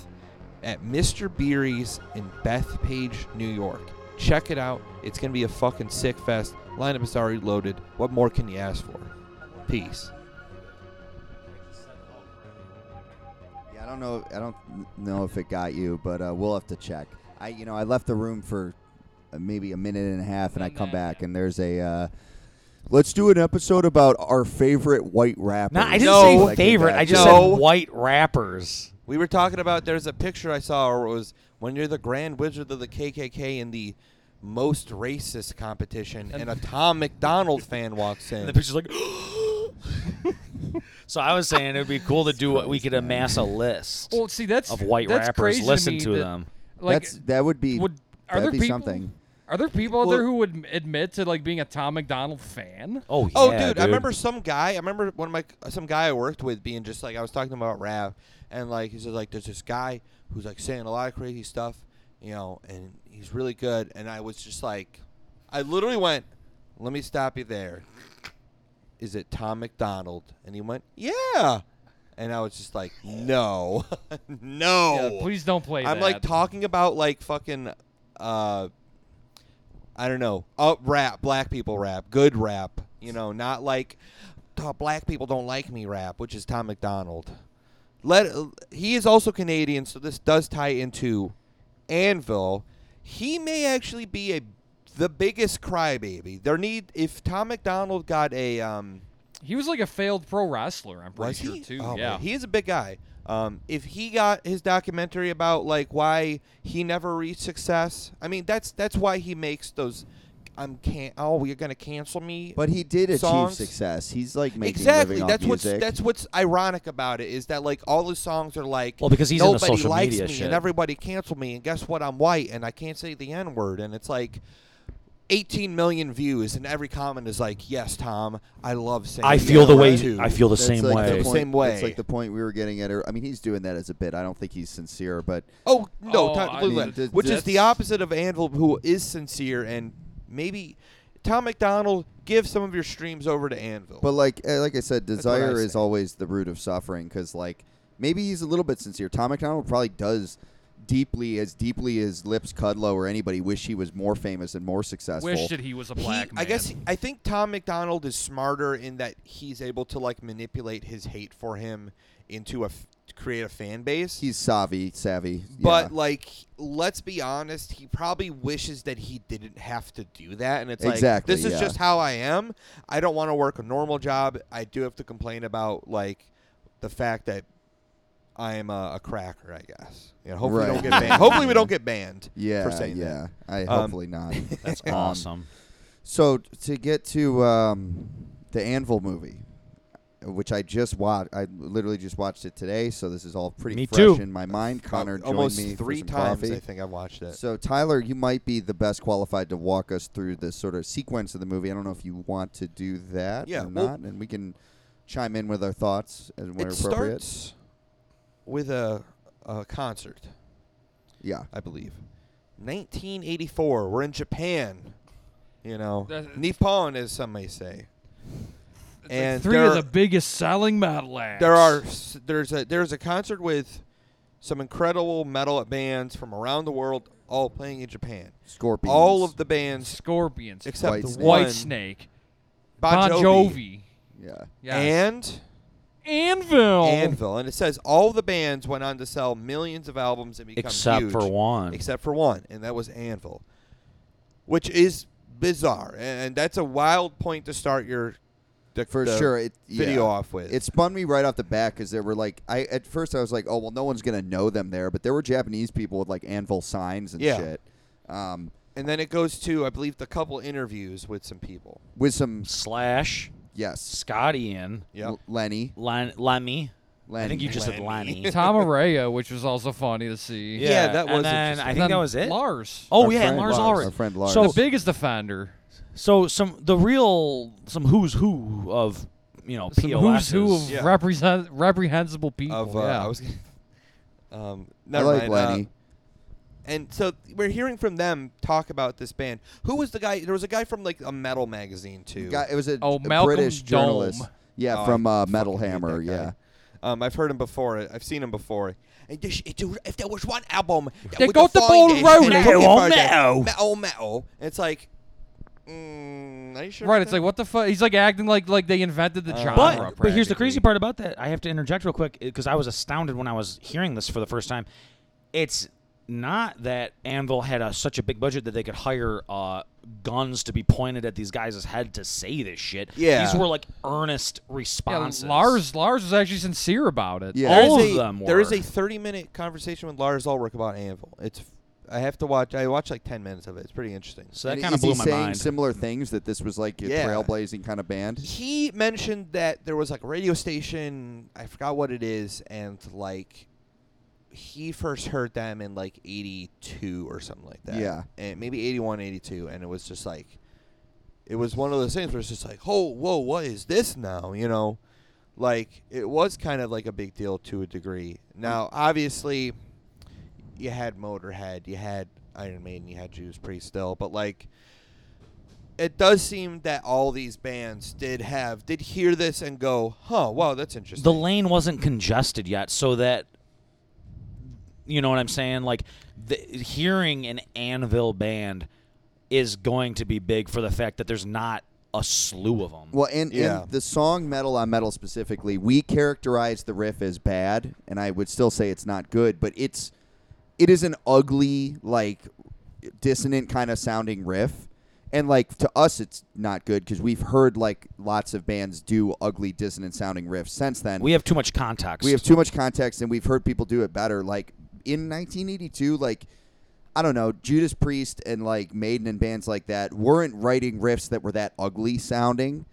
at Mr. Beery's in Bethpage, New York. Check it out. It's going to be a fucking sick fest. Lineup is already loaded. What more can you ask for? Peace. Yeah, I don't know. I don't know if it got you, but uh, we'll have to check. I, you know, I left the room for uh, maybe a minute and a half, and I come back, and there's a. Uh, Let's do an episode about our favorite white rapper. No, I didn't No. say favorite. I just No. said white rappers. We were talking about there's a picture I saw where it was when you're the grand wizard of the KKK in the most racist competition, and, a Tom McDonald fan walks in. <laughs> And the picture's like. <gasps> so I was saying it would be cool to do what we could amass a list Well, see, that's of white that's rappers. Crazy to Listen me to that, them. Like, That's that would be would are that'd there be people? something. Are there people out there Well- who would m- admit to like being a Tom McDonald fan? Oh yeah. Oh, dude, I remember some guy. I remember one of my some guy I worked with being just like I was talking about Rav, and like he's just like, there's this guy who's like saying a lot of crazy stuff, you know, and he's really good. And I was just like, I literally went, let me stop you there. Is it Tom McDonald? And he went, yeah. And I was just like, no, <laughs> no. Yeah, please don't play I'm that. like talking about like fucking, uh, I don't know, uh, rap, black people rap, good rap, you know, not like "Oh, black people don't like me rap, which is Tom McDonald. Let he is also Canadian, so this does tie into Anvil. He may actually be a the biggest crybaby. There need if Tom McDonald got a um, he was like a failed pro wrestler. I'm pretty was sure he? too. Oh, man, yeah, he is a big guy. Um, if he got his documentary about like why he never reached success, I mean that's that's why he makes those. I'm can't. Oh, you're gonna cancel me. But he did achieve Songs. success. He's like making exactly. Living That's off what's music. that's what's ironic about it is that like all his songs are like. Well, because he's into nobody social likes media me shit." and everybody cancel me and guess what? I'm white and I can't say the n word and it's like. 18 million views and every comment is like, "Yes, Tom, I love saying." I feel the N-word way. too." I feel the That's same like way. The point, Same way. It's like the point we were getting at. I mean, he's doing that as a bit. I don't think he's sincere, but Oh no, Oh, Tom, I look, mean, look, th- which is the that's- opposite of Anvil, who is sincere and maybe Tom McDonald give some of your streams over to Anvil. But like eh, like I said, what I desire is say. always the root of suffering because like maybe he's a little bit sincere. Tom McDonald probably does deeply as deeply as Lips Kudlow or anybody wish he was more famous and more successful. wish that he was a He- black man. I guess he- I think Tom McDonald is smarter in that he's able to like manipulate his hate for him into a f- to create a fan base. he's savvy, savvy. but yeah. like, let's be honest, he probably wishes that he didn't have to do that. And it's Exactly, like, this is yeah. just how I am. I don't want to work a normal job. I do have to complain about like the fact that I am a, a cracker. I guess. You know, hopefully we Right. don't get <laughs> banned. hopefully we don't get banned. yeah, for saying that. yeah. I Um, hopefully <laughs> not. That's Um, awesome. So to get to um, the Anvil movie, which I just watched, I literally just watched it today, so this is all pretty Me fresh too. in my mind. Connor About joined almost me for three some times. coffee. I think I've watched it. So Tyler, you might be the best qualified to walk us through the sort of sequence of the movie. I don't know if you want to do that Yeah, or well- not, and we can chime in with our thoughts as when it appropriate. starts with a, a concert. yeah, I believe. 1984. We're in Japan. You know, That- Nippon, as some may say. It's like and three there, of the biggest selling metal acts. there are s- there's a there's a concert with some incredible metal bands from around the world, all playing in Japan. Scorpions. All of the bands scorpions, except White the Snake. one, White Snake, Bon Jovi, yeah. yeah, and Anvil. Anvil, <laughs> and it says all the bands went on to sell millions of albums and become Except for huge. one. except for one, and that was Anvil, which is bizarre, and, and that's a wild point to start your the, For the sure, it yeah. video off with. It spun me right off the bat because there were like I at first I was like, oh well, no one's gonna know them there, but there were Japanese people with like anvil signs and Yeah. shit, um, and then it goes to I believe the couple interviews with some people. with some Slash yes, Scotty and Yeah, L- Lenny, Len- Lemmy. Lenny. I think you just said Lenny. Lenny. <laughs> Tom Araya, which was also funny to see. Yeah, that was And then I interesting. think And that then was it. Lars. Oh Our yeah, and friend Lars Lars, Ulrich. our friend Lars. So the biggest offender. so some the real some who's who of you know Some POSs. who's who of Yeah. represent, reprehensible people. of uh, yeah. I was <laughs> Um, I never like mind, uh, Lenny. and so we're hearing from them talk about this band. Who was the guy? There was a guy from like a metal magazine too. Guy- it was a, Oh, a Malcolm British journalist. Dome. Yeah, Oh, I from uh, Metal fucking hate Hammer. that guy. Yeah. Um, I've heard him before. I've seen him before. And this- it- if there was one album, that They with got the flying ball disc and rolling. looking Metal, for the metal. metal, metal. It's like, mm, are you sure? Right, about it's that? like what the fuck? He's like acting like like they invented the Uh, genre. But but here's the practically. crazy part about that. I have to interject real quick because I was astounded when I was hearing this for the first time. It's not that Anvil had a, such a big budget that they could hire uh, guns to be pointed at these guys' head to say this shit. Yeah. these were like earnest Yeah, responses. Lars Lars was actually sincere about it. Yeah. There all is of a- them There is were. a 30 minute conversation with Lars Ulrich about Anvil. It's I have to watch. I watched like 10 minutes of it. It's pretty interesting. so that And kind of is he blew my saying mind. similar things that this was like a Yeah. trailblazing kind of band. He mentioned that there was like a radio station. I forgot what it is, and like he first heard them in like 82 or something like that. Yeah. and maybe 81, 82, and it was just like. It was one of those things where it's just like, oh, whoa, what is this now? You know, like it was kind of like a big deal to a degree. Now, obviously, you had Motorhead, you had Iron Maiden, you had Judas Priest still, but like it does seem that all these bands did have did hear this and go, "Huh, wow, that's interesting." the lane wasn't congested yet, so that you know what I'm saying. Like the, hearing an Anvil band is going to be big for the fact that there's not a slew of them. Well, and, Yeah. and the song Metal on Metal specifically, we characterize the riff as bad, and I would still say it's not good, but it's it is an ugly, like dissonant kind of sounding riff. And like to us it's not good because we've heard like lots of bands do ugly dissonant sounding riffs since then. we have too much context. We have too much context, and we've heard people do it better. Like in 1982, like I don't know, Judas Priest and like Maiden and bands like that weren't writing riffs that were that ugly sounding.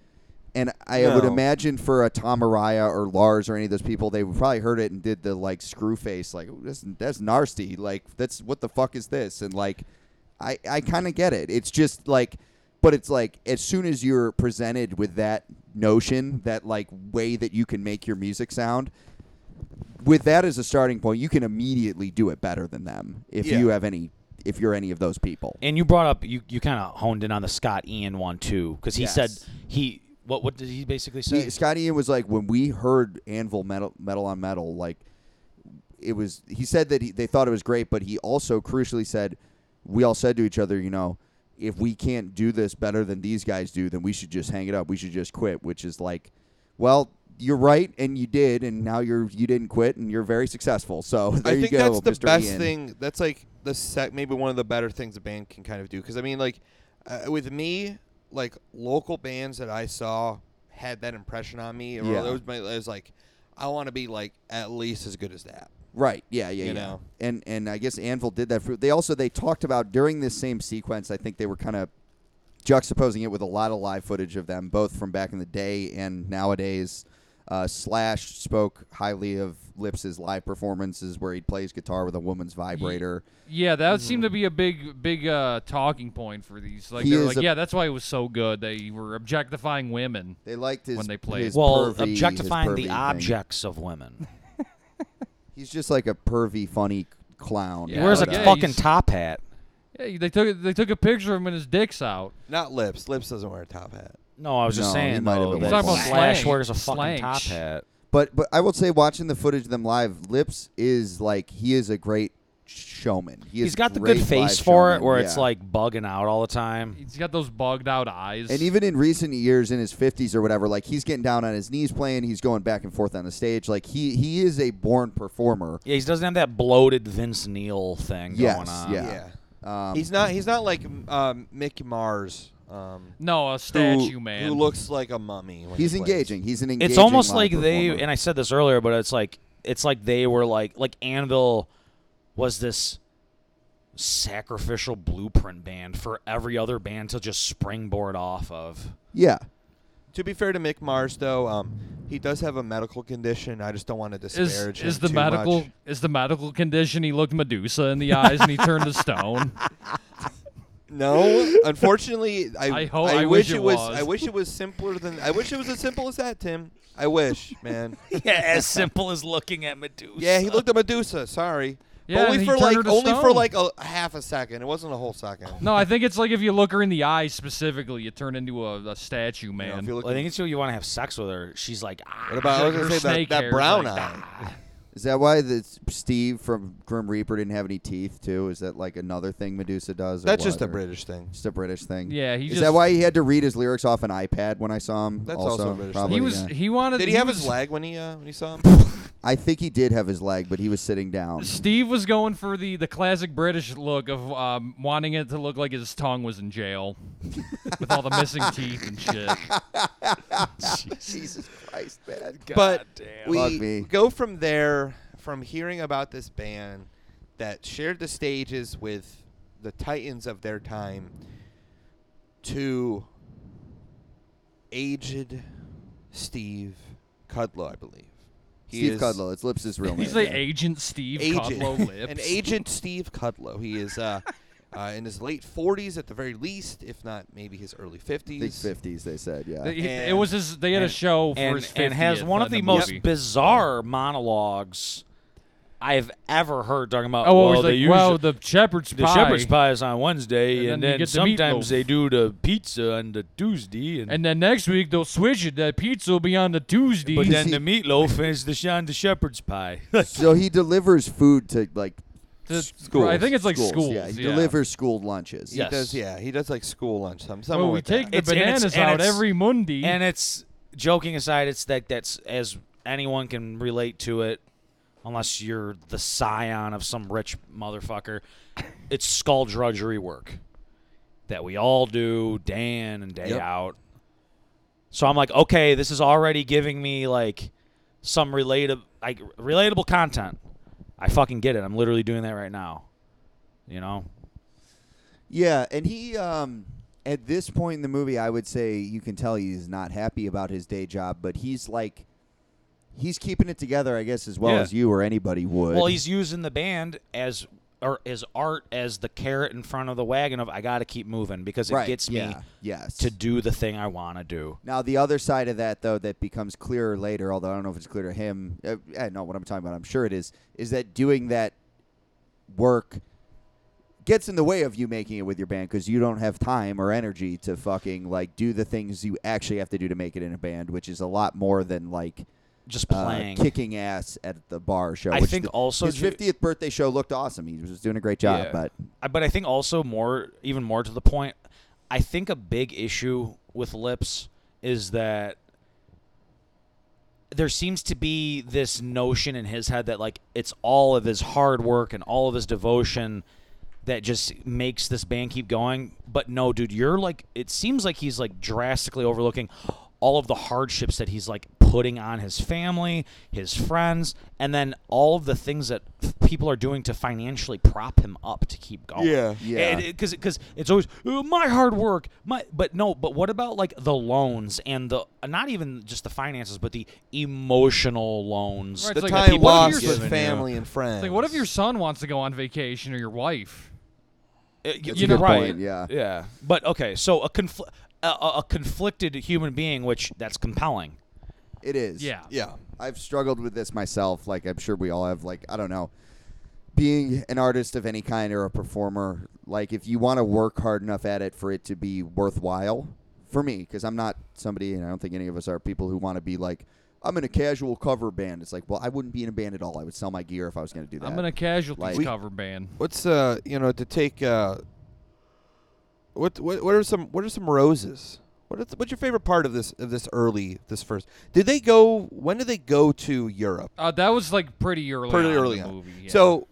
And I would No. imagine for a Tom Araya or Lars or any of those people, they probably heard it and did the like screw face, like "Ooh, that's that's nasty, like that's what the fuck is this? And like, I I kind of get it. It's just like, but it's like as soon as you're presented with that notion, that like way that you can make your music sound, with that as a starting point, you can immediately do it better than them if Yeah. you have any if you're any of those people. and you brought up you you kind of honed in on the Scott Ian one too because he said Yes. he what what did he basically say? He, Scott Ian was like when we heard Anvil metal metal on metal, like it was. He said that he, they thought it was great, but he also crucially said we all said to each other, you know, if we can't do this better than these guys do, then we should just hang it up. We should just quit. Which is like, well, you're right, and you did, and now you're you didn't quit, and you're very successful. So <laughs> there I you think go, that's Mr. the best Ian. thing. That's like the sec, maybe one of the better things a band can kind of do. Because I mean, like uh, with me, like local bands that I saw had that impression on me. Or Yeah. it was, my, it was like, I want to be like at least as good as that. Right. Yeah. Yeah. You yeah. know? And and I guess Anvil did that for. They also they talked about during this same sequence. I think they were kind of juxtaposing it with a lot of live footage of them, both from back in the day and nowadays. Uh, Slash spoke highly of Lips's live performances where he plays guitar with a woman's vibrator. Yeah, that seemed Mm-hmm. to be a big, big uh, talking point for these. Like He they're is like, a- yeah, that's why it was so good. They were objectifying women. They liked his When they played. his well, pervy- his objectifying pervy the thing. objects of women. He's just like a pervy, funny clown. uh, He He Yeah, wears a like, yeah, fucking he's- top hat. Yeah, they took they took a picture of him and his dick's out. Not lips. Lips doesn't wear a top hat. No, I was just No, he saying might have though, been that Talking about Slash slang. wears a fucking Slang. top hat. But but I will say, watching the footage of them live, Lips is like he is a great showman. He He's is got the great good face live for it, showman, where it's yeah. like bugging out all the time. He's got those bugged out eyes. And even in recent years, in his fifties or whatever, like he's getting down on his knees playing. He's going back and forth on the stage. Like he he is a born performer. Yeah, he doesn't have that bloated Vince Neil thing Yes, going on. yeah. Um, he's not. He's not like um, Mickey Mars. Um, no, a statue man. who looks like a mummy. when he he's plays. engaging. He's an engaging. It's almost live like they performer. and I said this earlier, but it's like it's like they were like like Anvil was this sacrificial blueprint band for every other band to just springboard off of. yeah. To be fair to Mick Mars, though, um, he does have a medical condition. I just don't want to is disparage him is the too medical much. <laughs> is the medical condition? He looked Medusa in the eyes and he turned to stone. <laughs> No, unfortunately, I I hope- I wish, wish it it was, was. I wish it was simpler than I wish it was as simple as that, Tim. I <laughs> wish, man. <laughs> yeah, as simple as looking at Medusa. Yeah, he looked at Medusa. Sorry, Yeah, but only and he for turned like her to only for stone. like a half a second. It wasn't a whole second. No, I think it's like if you look her in the eye specifically, you turn into a, a statue, You know, man. if you look Well, I think it's who you want to have sex with her. She's like, ah. what about I was Her gonna say that, snake hair that is brown like "Ah." eye? Is that why the Steve from Grim Reaper didn't have any teeth too? Is that like another thing Medusa does? or That's just what, a or- British thing. Just a British thing. Yeah, he Is just- that why he had to read his lyrics off an iPad when I saw him? That's also, also a British thing. probably, he was yeah. he wanted. Did he have was, his leg when he uh, when he saw him? I think he did have his leg, but he was sitting <laughs> down. <laughs> Steve was going for the the classic British look of um, wanting it to look like his tongue was <laughs> in jail, with all the missing teeth and shit. Oh, Jesus Christ, man! but damn. Fuck we me. go from there from hearing about this band that shared the stages with the titans of their time to aged Steve Cudlow, I believe. He Steve is Cudlow. It's Lips' real name. He's like yeah. Agent Steve Aged, <laughs> Codlow Lips. an agent Steve Cudlow. He is uh, <laughs> uh, in his late 40s at the very least, if not maybe his early 50s. I think fifties. They said, yeah. They- he- it and- was his. They had a and- show for and, his 50th and has one of in the, the most movie. bizarre monologues I've ever heard talking about. Oh, well, well, he's they like, usually, well, the shepherd's the pie. shepherd's pie is on Wednesday, And and, then then, you get the sometimes meatloaf. they do the pizza on the Tuesday, and, And then next week they'll switch it. That pizza will be on the Tuesday. but Is then <laughs> he- the meatloaf is the on the shepherd's pie. <laughs> so he delivers food to like The- schools. I think it's like schools. schools, Yeah, he yeah. delivers school lunches. He Yeah. does, yeah. He does like school lunch. Some, someone well, we with that. take the It's- and it's- bananas and out it's- every Monday. and it's joking aside, it's that that's as anyone can relate to it, unless you're the scion of some rich motherfucker. It's skull drudgery work that we all do day in and day Yep. out. So I'm like, okay, this is already giving me like some relatable, like relatable content. I fucking get it. I'm literally doing that right now. You know, Yeah, and he um at this point in the movie I would say you can tell he's not happy about his day job, but he's like he's keeping it together I guess as well Yeah. as you or anybody would. Well, he's using the band as or his art as the carrot in front of the wagon of I got to keep moving because it right. gets me yeah, yes. to do the thing I want to do. now the other side of that though that becomes clearer later, although I don't know if it's clear to him. Uh, I know what I'm talking about. I'm sure it is. Is that doing that work gets in the way of you making it with your band because you don't have time or energy to fucking like do the things you actually have to do to make it in a band, which is a lot more than like Just uh, playing. kicking ass at the bar show. I which think the- also his ju- fiftieth birthday show looked awesome. He was doing a great job, Yeah. but I- but I think also more even more to the point, I think a big issue with lips is that there seems to be this notion in his head that like it's all of his hard work and all of his devotion that just makes this band keep going. But no, dude, you're like it seems like he's like drastically overlooking all of the hardships that he's like putting on his family, his friends, and then all of the things that f- people are doing to financially prop him up to keep going. Yeah. Yeah. Because because it's always "Oh, my hard work, my but no, but what about like the loans and the not even just the finances, but the emotional loans. Right, the It's like a time people- what if lost you're- with family and friends. It's like, what if your son wants to go on vacation or your wife? Uh, y- That's you a know, good right? point, yeah. yeah. But okay, so a confl- a, a a conflicted human being, which that's compelling. it is. Yeah. Yeah. I've struggled with this myself. Like I'm sure we all have. Like I don't know, being an artist of any kind or a performer. Like if you want to work hard enough at it for it to be worthwhile for me, because I'm not somebody, and I don't think any of us are people who want to be like. I'm in a casual cover band. It's like, well, I wouldn't be in a band at all. I would sell my gear if I was going to do that. I'm in a casualties Like- We- cover band. What's uh you know to take uh what what what are some what are some roses? What is, what's your favorite part of this of this early this first? Did they go when did they go to Europe? Uh, that was like pretty early. Pretty on in the early on. Movie, yeah. So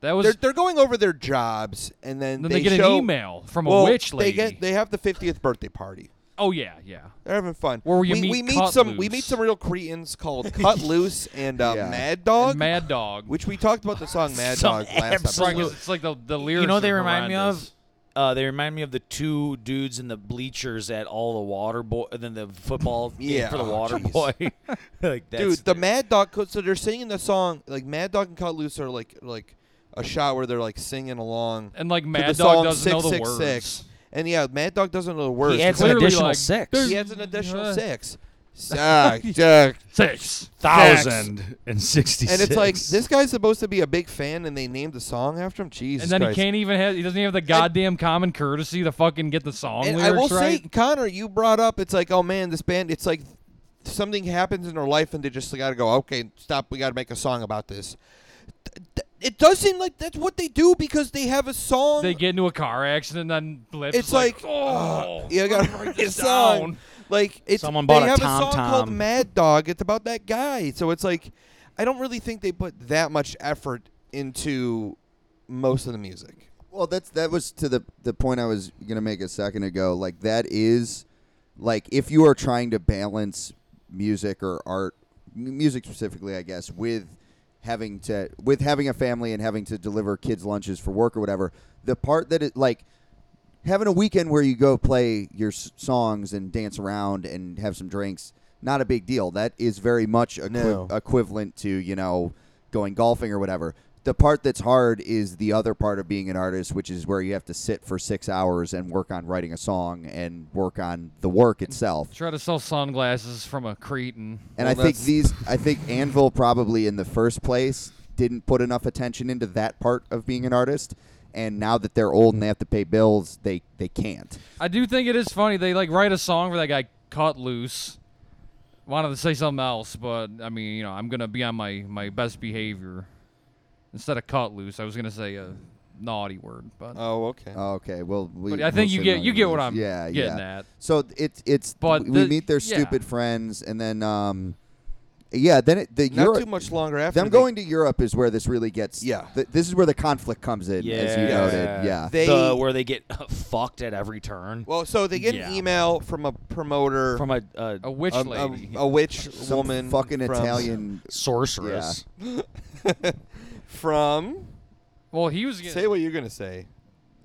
that was. they're they're going over their jobs and then then they, get show- an email from well, a witch lady. They get they have the 50th birthday party. oh yeah, yeah. They're having fun. Where you we, meet we meet Cut some we Loose. meet some real Cretans <laughs> called Cut Loose and uh, Yeah. Mad And Dog, Mad Dog. which we talked about the <laughs> song Mad Some Dog last Right, 'cause episode. absolute- it's like the the lyrics. you know, what they are remind me of. horrendous. Uh, they remind me of the two dudes in the bleachers at all the water boy, and then the football game Yeah, for the oh, water jeez. boy. <laughs> like that's <laughs> Dude, the Mad Dog. co- So they're singing the song like Mad Dog and Cut Loose are like like a shot where they're like singing along And like to Mad the Dog song doesn't know the 666. words. And yeah, Mad Dog doesn't know the words. He adds an clearly, additional like, six. there's- he adds an additional <laughs> Uh. six. Ah, duck. Six. Thousand and sixty-six. and it's like this guy's supposed to be a big fan, and they named the song after him. Jesus And then Christ. he can't even have. He doesn't even have the goddamn common courtesy to fucking get the song And I lyrics will right. say, Connor, you brought up it's like, oh man, this band. It's like something happens in their life, and they just got to go. Okay, stop. We got to make a song about this. Th- th- It does seem like that's what they do because they have a song. they get into a car accident and then blips. it's like, oh, oh, you got to write this <laughs> song. down. Like it's Someone bought they a have Tom a song called Tom. Mad Dog. It's about that guy. So it's like, I don't really think they put that much effort into most of the music. Well, that's that was to the the point I was gonna make a second ago. Like that is, like if you are trying to balance music or art, m- music specifically, I guess, with having to with having a family and having to deliver kids lunches for work or whatever. The part that it like having a weekend where you go play your s- songs and dance around and have some drinks, not a big deal. That is very much equi- No. equivalent to, you know, going golfing or whatever. The part that's hard is the other part of being an artist, which is where you have to sit for six hours and work on writing a song and work on the Mm. work itself. Try to sell sunglasses from a cretin. And Well, I think that's- these, I think Anvil probably in the first place didn't put enough attention into that part of being an artist. And now that they're old Mm. and they have to pay bills, they, they can't. I do think it is funny. They like write a song where that guy cut loose. Wanted to say something else, but I mean, you know, I'm gonna be on my my best behavior. Instead of cut loose, I was gonna say a naughty word, but Oh, okay. Okay, well, we, But I we'll think you say get- no you to get what this. I'm yeah, getting yeah. at. So it's it's But we- we the- meet their yeah. stupid friends, and then um, yeah, then it, the Not Europe, too much longer after Them they- going to Europe is where this really gets. Yeah. th- this is where the conflict comes in, as you Yeah. noted. Yeah, They- The- where they get <laughs> fucked at every turn Well, so they get Yeah. an email from a promoter, from a, a, a witch a, a, lady. a witch Some woman, fucking from, Italian. sorceress. <laughs> From well, he was. Getting, say what you're gonna say.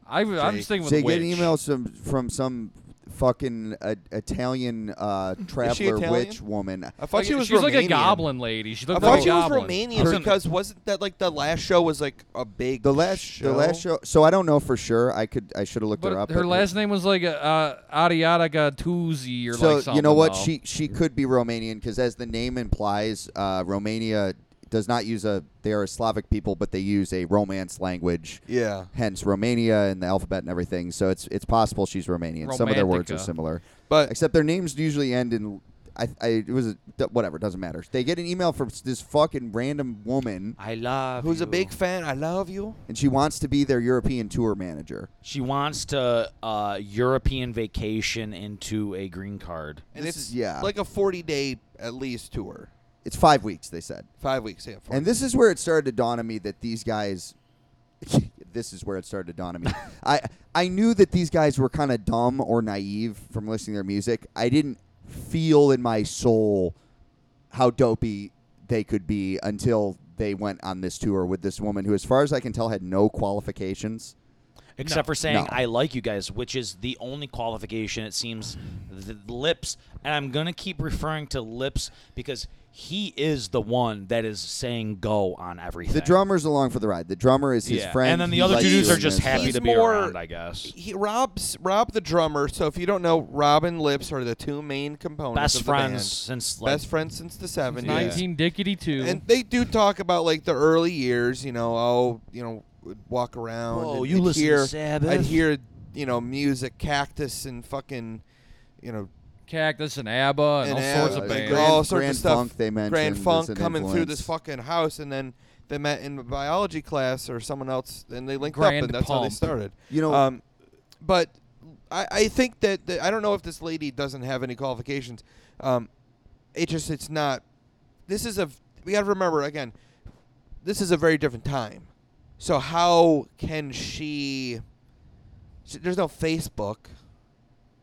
I, was- I'm Jake. just thinking with They witch. get emails from from some fucking uh, Italian uh, traveler Italian? witch woman. I thought Like, she was she's like a Romanian. goblin lady. She I looked thought like a she was goblin. Romanian Person- because wasn't that like the last show was like a big The last show? the last show. So I don't know for sure. I could I should have looked But her up. her but- last name was like uh, Ariada Gattusi or so like something. you know what though. she she could be Romanian because as the name implies, uh, Romania does not use a they are a Slavic people, but they use a Romance language. Yeah. Hence Romania and the alphabet and everything. So it's it's possible she's Romanian. Some of their words are Romantica. similar, But except their names usually end in. I, I it was a, d- whatever doesn't matter. They get an email from s- this fucking random woman, I love. who's a you. big fan? I love you. and she wants to be their European tour manager. She wants to uh, European vacation into a green card. And This it's is- yeah. like a 40 day at least tour, It's five weeks, they said. five weeks. Yeah, 40. And this is where it started to dawn on me that these guys. <laughs> this is where it started to <laughs> dawn on me. I I knew that these guys were kind of dumb or naive from listening to their music. I didn't feel in my soul how dopey they could be until they went on this tour with this woman who, as far as I can tell, had no qualifications. Except for saying No. "I like you guys," which is the only qualification it seems. The lips, and I'm gonna keep referring to lips because he is the one that is saying "go" on everything. The drummer's along for the ride. The drummer is his Yeah. friend. and then the He other likes two dudes are doing just this. happy He's to be more- around, I guess. he Rob's Rob the drummer. So if you don't know, Rob and Lips are the two main components. Best of the band. friends since like best friends since the 70s. 19 Dickety two. And they do talk about like the early years, you know, oh, you know, would walk around. Whoa, and, you and listen to hear, Sabbath? I'd hear, you know, music, cactus, and fucking, you know, Cactus and ABBA and, and all sorts Ab- of and bands. Grand- all sorts Grand of stuff. Funk they mentioned Grand as Funk an coming through influence. this fucking house, and then they met in biology class or someone else, and they linked up, Grand and that's how they Pump. started. You know- um, but I, I think that, that I don't know if this lady doesn't have any qualifications. Um, it just it's not. This is a we got to remember again. This is a very different time. So how can she? she- There's no Facebook.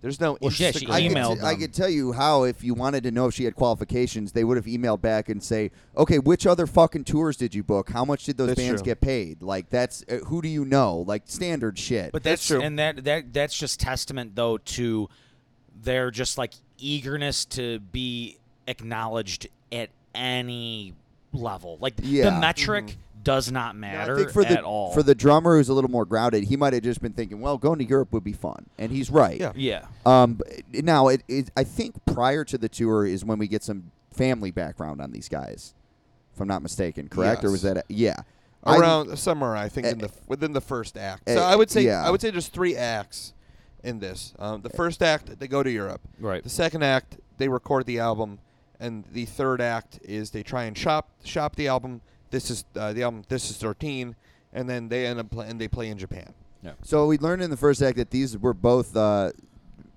There's no Well, yeah, Instagram. she I could, emailed I them. could tell you how if you wanted to know if she had qualifications, they would have emailed back and say, "Okay, which other fucking tours did you book? How much did those That's bands true. get paid? Like that's uh, who do you know? Like standard shit." But That's that's, true. and that that that's just testament though to their just like eagerness to be acknowledged at any level. Like Yeah. the metric does not No, I matter think for the, at all. For the drummer who's a little more grounded, he might have just been thinking, well, going to Europe would be fun. And he's right. Yeah. yeah, Um, b- now, it, it, I think prior to the tour is when we get some family background on these guys, if I'm not mistaken, correct? Or was Yes. that, a, yeah. I- around somewhere I think Eh, in the within the first act. eh, So I would say yeah. I would say there's three acts in this. Um, the first act they go to Europe. Right. The second act they record the album, and the third act is they try and shop shop the album. This is uh, the album. This is 13, and then they end up playing. and they play in Japan. so we learned in the first act that these were both uh,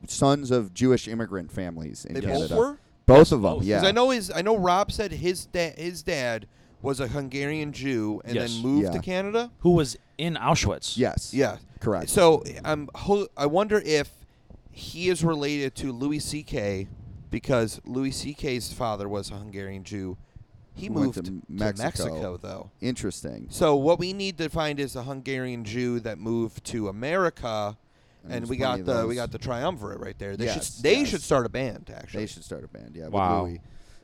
sons of Jewish immigrant families in They Canada. both were. Both of them, Both. yeah. Because Oh, I know his I know Rob said his dad his dad was a Hungarian Jew and Yes. then moved Yeah. to Canada. who was in Auschwitz? Yes. Yeah, Correct. So I'm ho- I wonder if he is related to Louis C.K. because Louis C.K.'s father was a Hungarian Jew. He Who went moved to to Mexico. Mexico. though. Interesting. So what we need to find is a Hungarian Jew that moved to America, And and, there's we plenty got of the those. we got the triumvirate right there. They Yes, should they yes. should start a band actually. They should start a band, yeah. with Wow. Louis.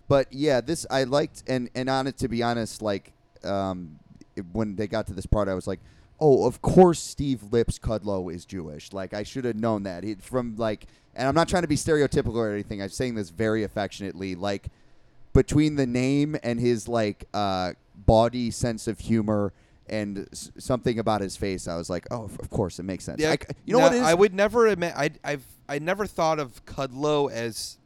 But yeah, this I liked, and and on it to be honest, like um, it- when they got to this part, I was like, oh, of course Steve Lips Kudlow is Jewish. Like I should have known that it, from like, and I'm not trying to be stereotypical or anything. I'm saying this very affectionately, like between the name and his like uh, body sense of humor. And s- something about his face, I was like, "Oh, of course, it makes sense." I c- you know no, what it is? I would never admit. I I've I never thought of Cudlow as.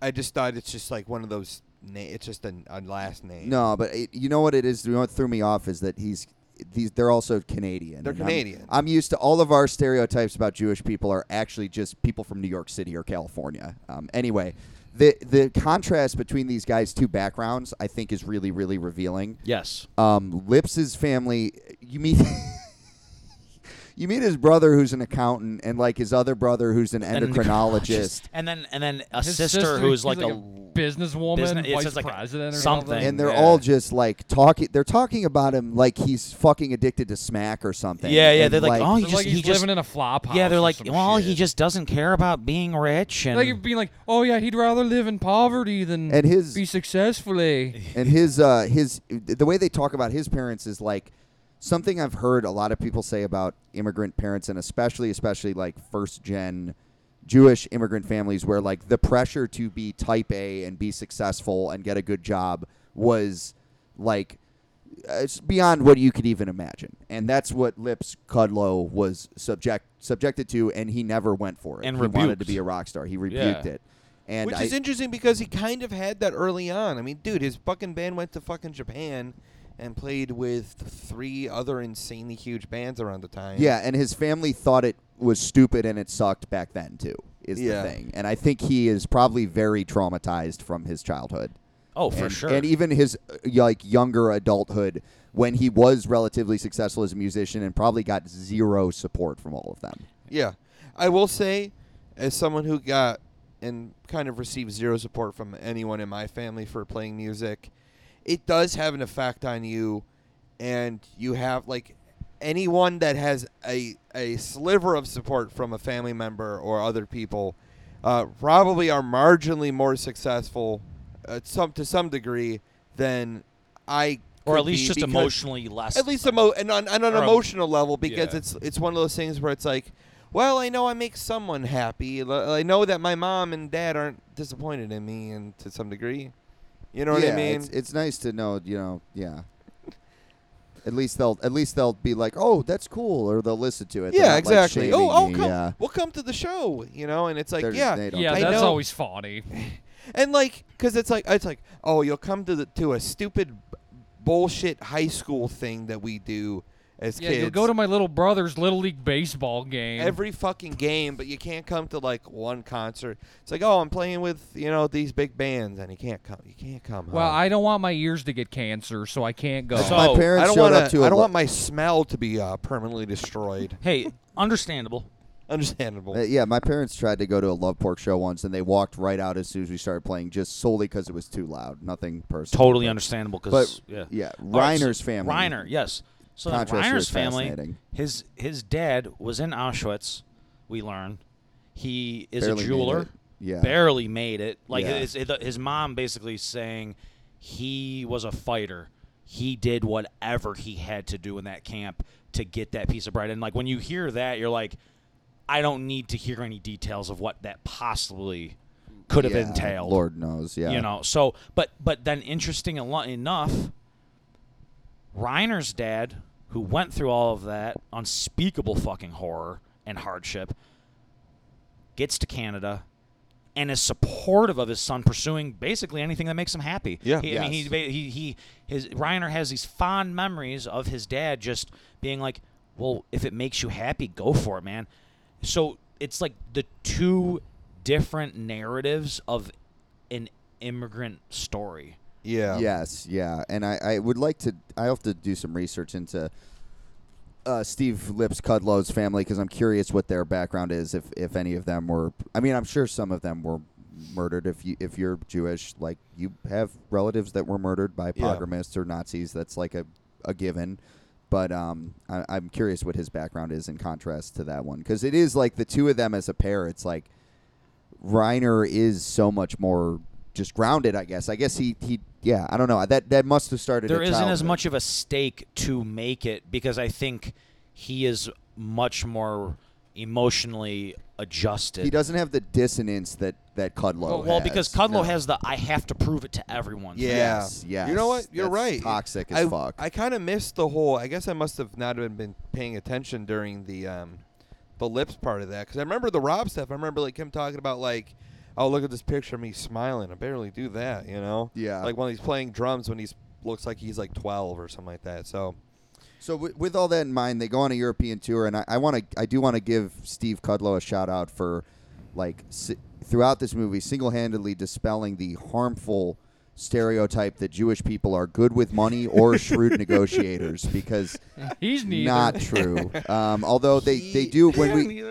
I just thought it's just like one of those. Na- it's just a, a last name. No, but it, you know what it is. You know what threw me off is that he's these. They're also Canadian. They're and I'm- Canadian. I'm, used to all of our stereotypes about Jewish people are actually just people from New York City or California. Um, anyway, the the contrast between these guys' two backgrounds, I think, is really really revealing. Yes. Um, Lips's family, you meet. <laughs> You meet his brother, who's an accountant, and like his other brother, who's an And- <laughs> endocrinologist. And then and then a His sister, who's she's like, a, businesswoman, business- it vice says, like, president, or something. and they're all just like talking. They're talking about him like he's fucking addicted to smack or something. yeah yeah And, they're like, oh he They're just like he he's just living in a flop house. yeah they're or like some well he shit. just doesn't care about being rich and like you're being like, oh yeah, he'd rather live in poverty than And his- be successfully. <laughs> and his uh his the way they talk about his parents is like something I've heard a lot of people say about immigrant parents and especially especially like first gen Jewish immigrant families where like the pressure to be type A and be successful and get a good job was like uh, it's beyond what you could even imagine and that's what Lips Kudlow was subject subjected to and he never went for it And he wanted to rebuked. be a rock star he rebuked Yeah. it and Which I, is interesting because he kind of had that early on. I mean, dude, his fucking band went to fucking Japan and played with three other insanely huge bands around the time. Yeah, and his family thought it was stupid and it sucked back then too. Is Yeah. the thing, and I think he is probably very traumatized from his childhood. oh for and, sure and even his uh, like younger adulthood when he was relatively successful as a musician and probably got zero support from all of them. Yeah. I will say, as someone who got and kind of received zero support from anyone in my family for playing music, it does have an effect on you. And you have, like, anyone that has a, a sliver of support from a family member or other people uh, probably are marginally more successful uh, some, to some degree than I. or at could least be just because- emotionally less at least emo- and on, on an Or um, a- emotional level because yeah. it's it's one of those things where it's like well i know i make someone happy L- i know that my mom and dad aren't disappointed in me and to some degree you know what yeah, i mean It's, it's nice to know, you know, yeah. At least they'll at least they'll be like, oh, that's cool, or they'll listen to it. They're yeah not, like, exactly shaming oh oh you, come yeah. we'll come to the show you know and it's like They're- yeah they don't Yeah, care. I that's know. <sighs> always funny. and like because it's like it's like oh you'll come to the to a stupid b- bullshit high school thing that we do as Yeah, kids you go to my little brother's little league baseball game. every fucking game, but you can't come to like one concert. It's like, oh, I'm playing with you know these big bands, and you can't come. You can't come. well, huh? I don't want my ears to get cancer, so I can't go. That's So- my Oh, parents I don't showed want up to. to. a I don't lo- want my smell to be uh, permanently destroyed. <laughs> hey understandable Understandable. Uh, yeah, my parents tried to go to a Love Pork show once, and they walked right out as soon as we started playing, just solely because it was too loud. Nothing personal. totally understandable But because yeah. yeah, All right, so Reiner's family. Reiner, yes. So then Contrast here is Reiner's family, fascinating. his his dad was in Auschwitz. We learn he is Barely a made jeweler. it. Yeah. barely made it. Like Yeah. his his mom basically saying he was a fighter he did whatever he had to do in that camp to get that piece of bread. And like when you hear that, you're like, I don't need to hear any details of what that possibly could have Yeah, entailed. Lord knows. Yeah. You know, so but but then interesting alo- enough, Reiner's dad, who went through all of that unspeakable fucking horror and hardship, gets to Canada and is supportive of his son pursuing basically anything that makes him happy. Yeah. He, I mean, he, Yes. ba- he he his Reiner has these fond memories of his dad just being like, "Well, if it makes you happy, go for it, man." So it's like the two different narratives of an immigrant story. Yeah. Yes, yeah, and I, I would like to. I have to do some research into uh, Steve Lips Cudlow's family because I'm curious what their background is. If if any of them were, I mean, I'm sure some of them were murdered. If you if you're Jewish, like you have relatives that were murdered by Yeah. pogromists or Nazis. That's like a a given. But um, I, I'm curious what his background is in contrast to that one because it is like the two of them as a pair. It's like Reiner is so much more just grounded, I guess. I guess he, he yeah, I don't know. That that must have started. There at isn't as childhood. much of a stake to make it because I think he is much more emotionally adjusted. He doesn't have the dissonance that that Cudlow. Well, well, has. because Cudlow No. has the I have to prove it to everyone. thing. Yeah. Yes, yes. You know what? You're That's right. toxic as I, fuck. I kind of missed the whole. I guess I must have not have been paying attention during the um, the lips part of that because I remember the Rob stuff. I remember like him talking about like, oh look at this picture of me smiling. I barely do that, you know. Yeah. Like when he's playing drums when he's looks like he's like 12 or something like that. So So w- with all that in mind, they go on a European tour, and I, I want to, I do want to give Steve Cudlow a shout out for, like, si- throughout this movie, single handedly dispelling the harmful stereotype that Jewish people are good with <laughs> money or shrewd negotiators, because He's neither. not true. Um, although they, they do when we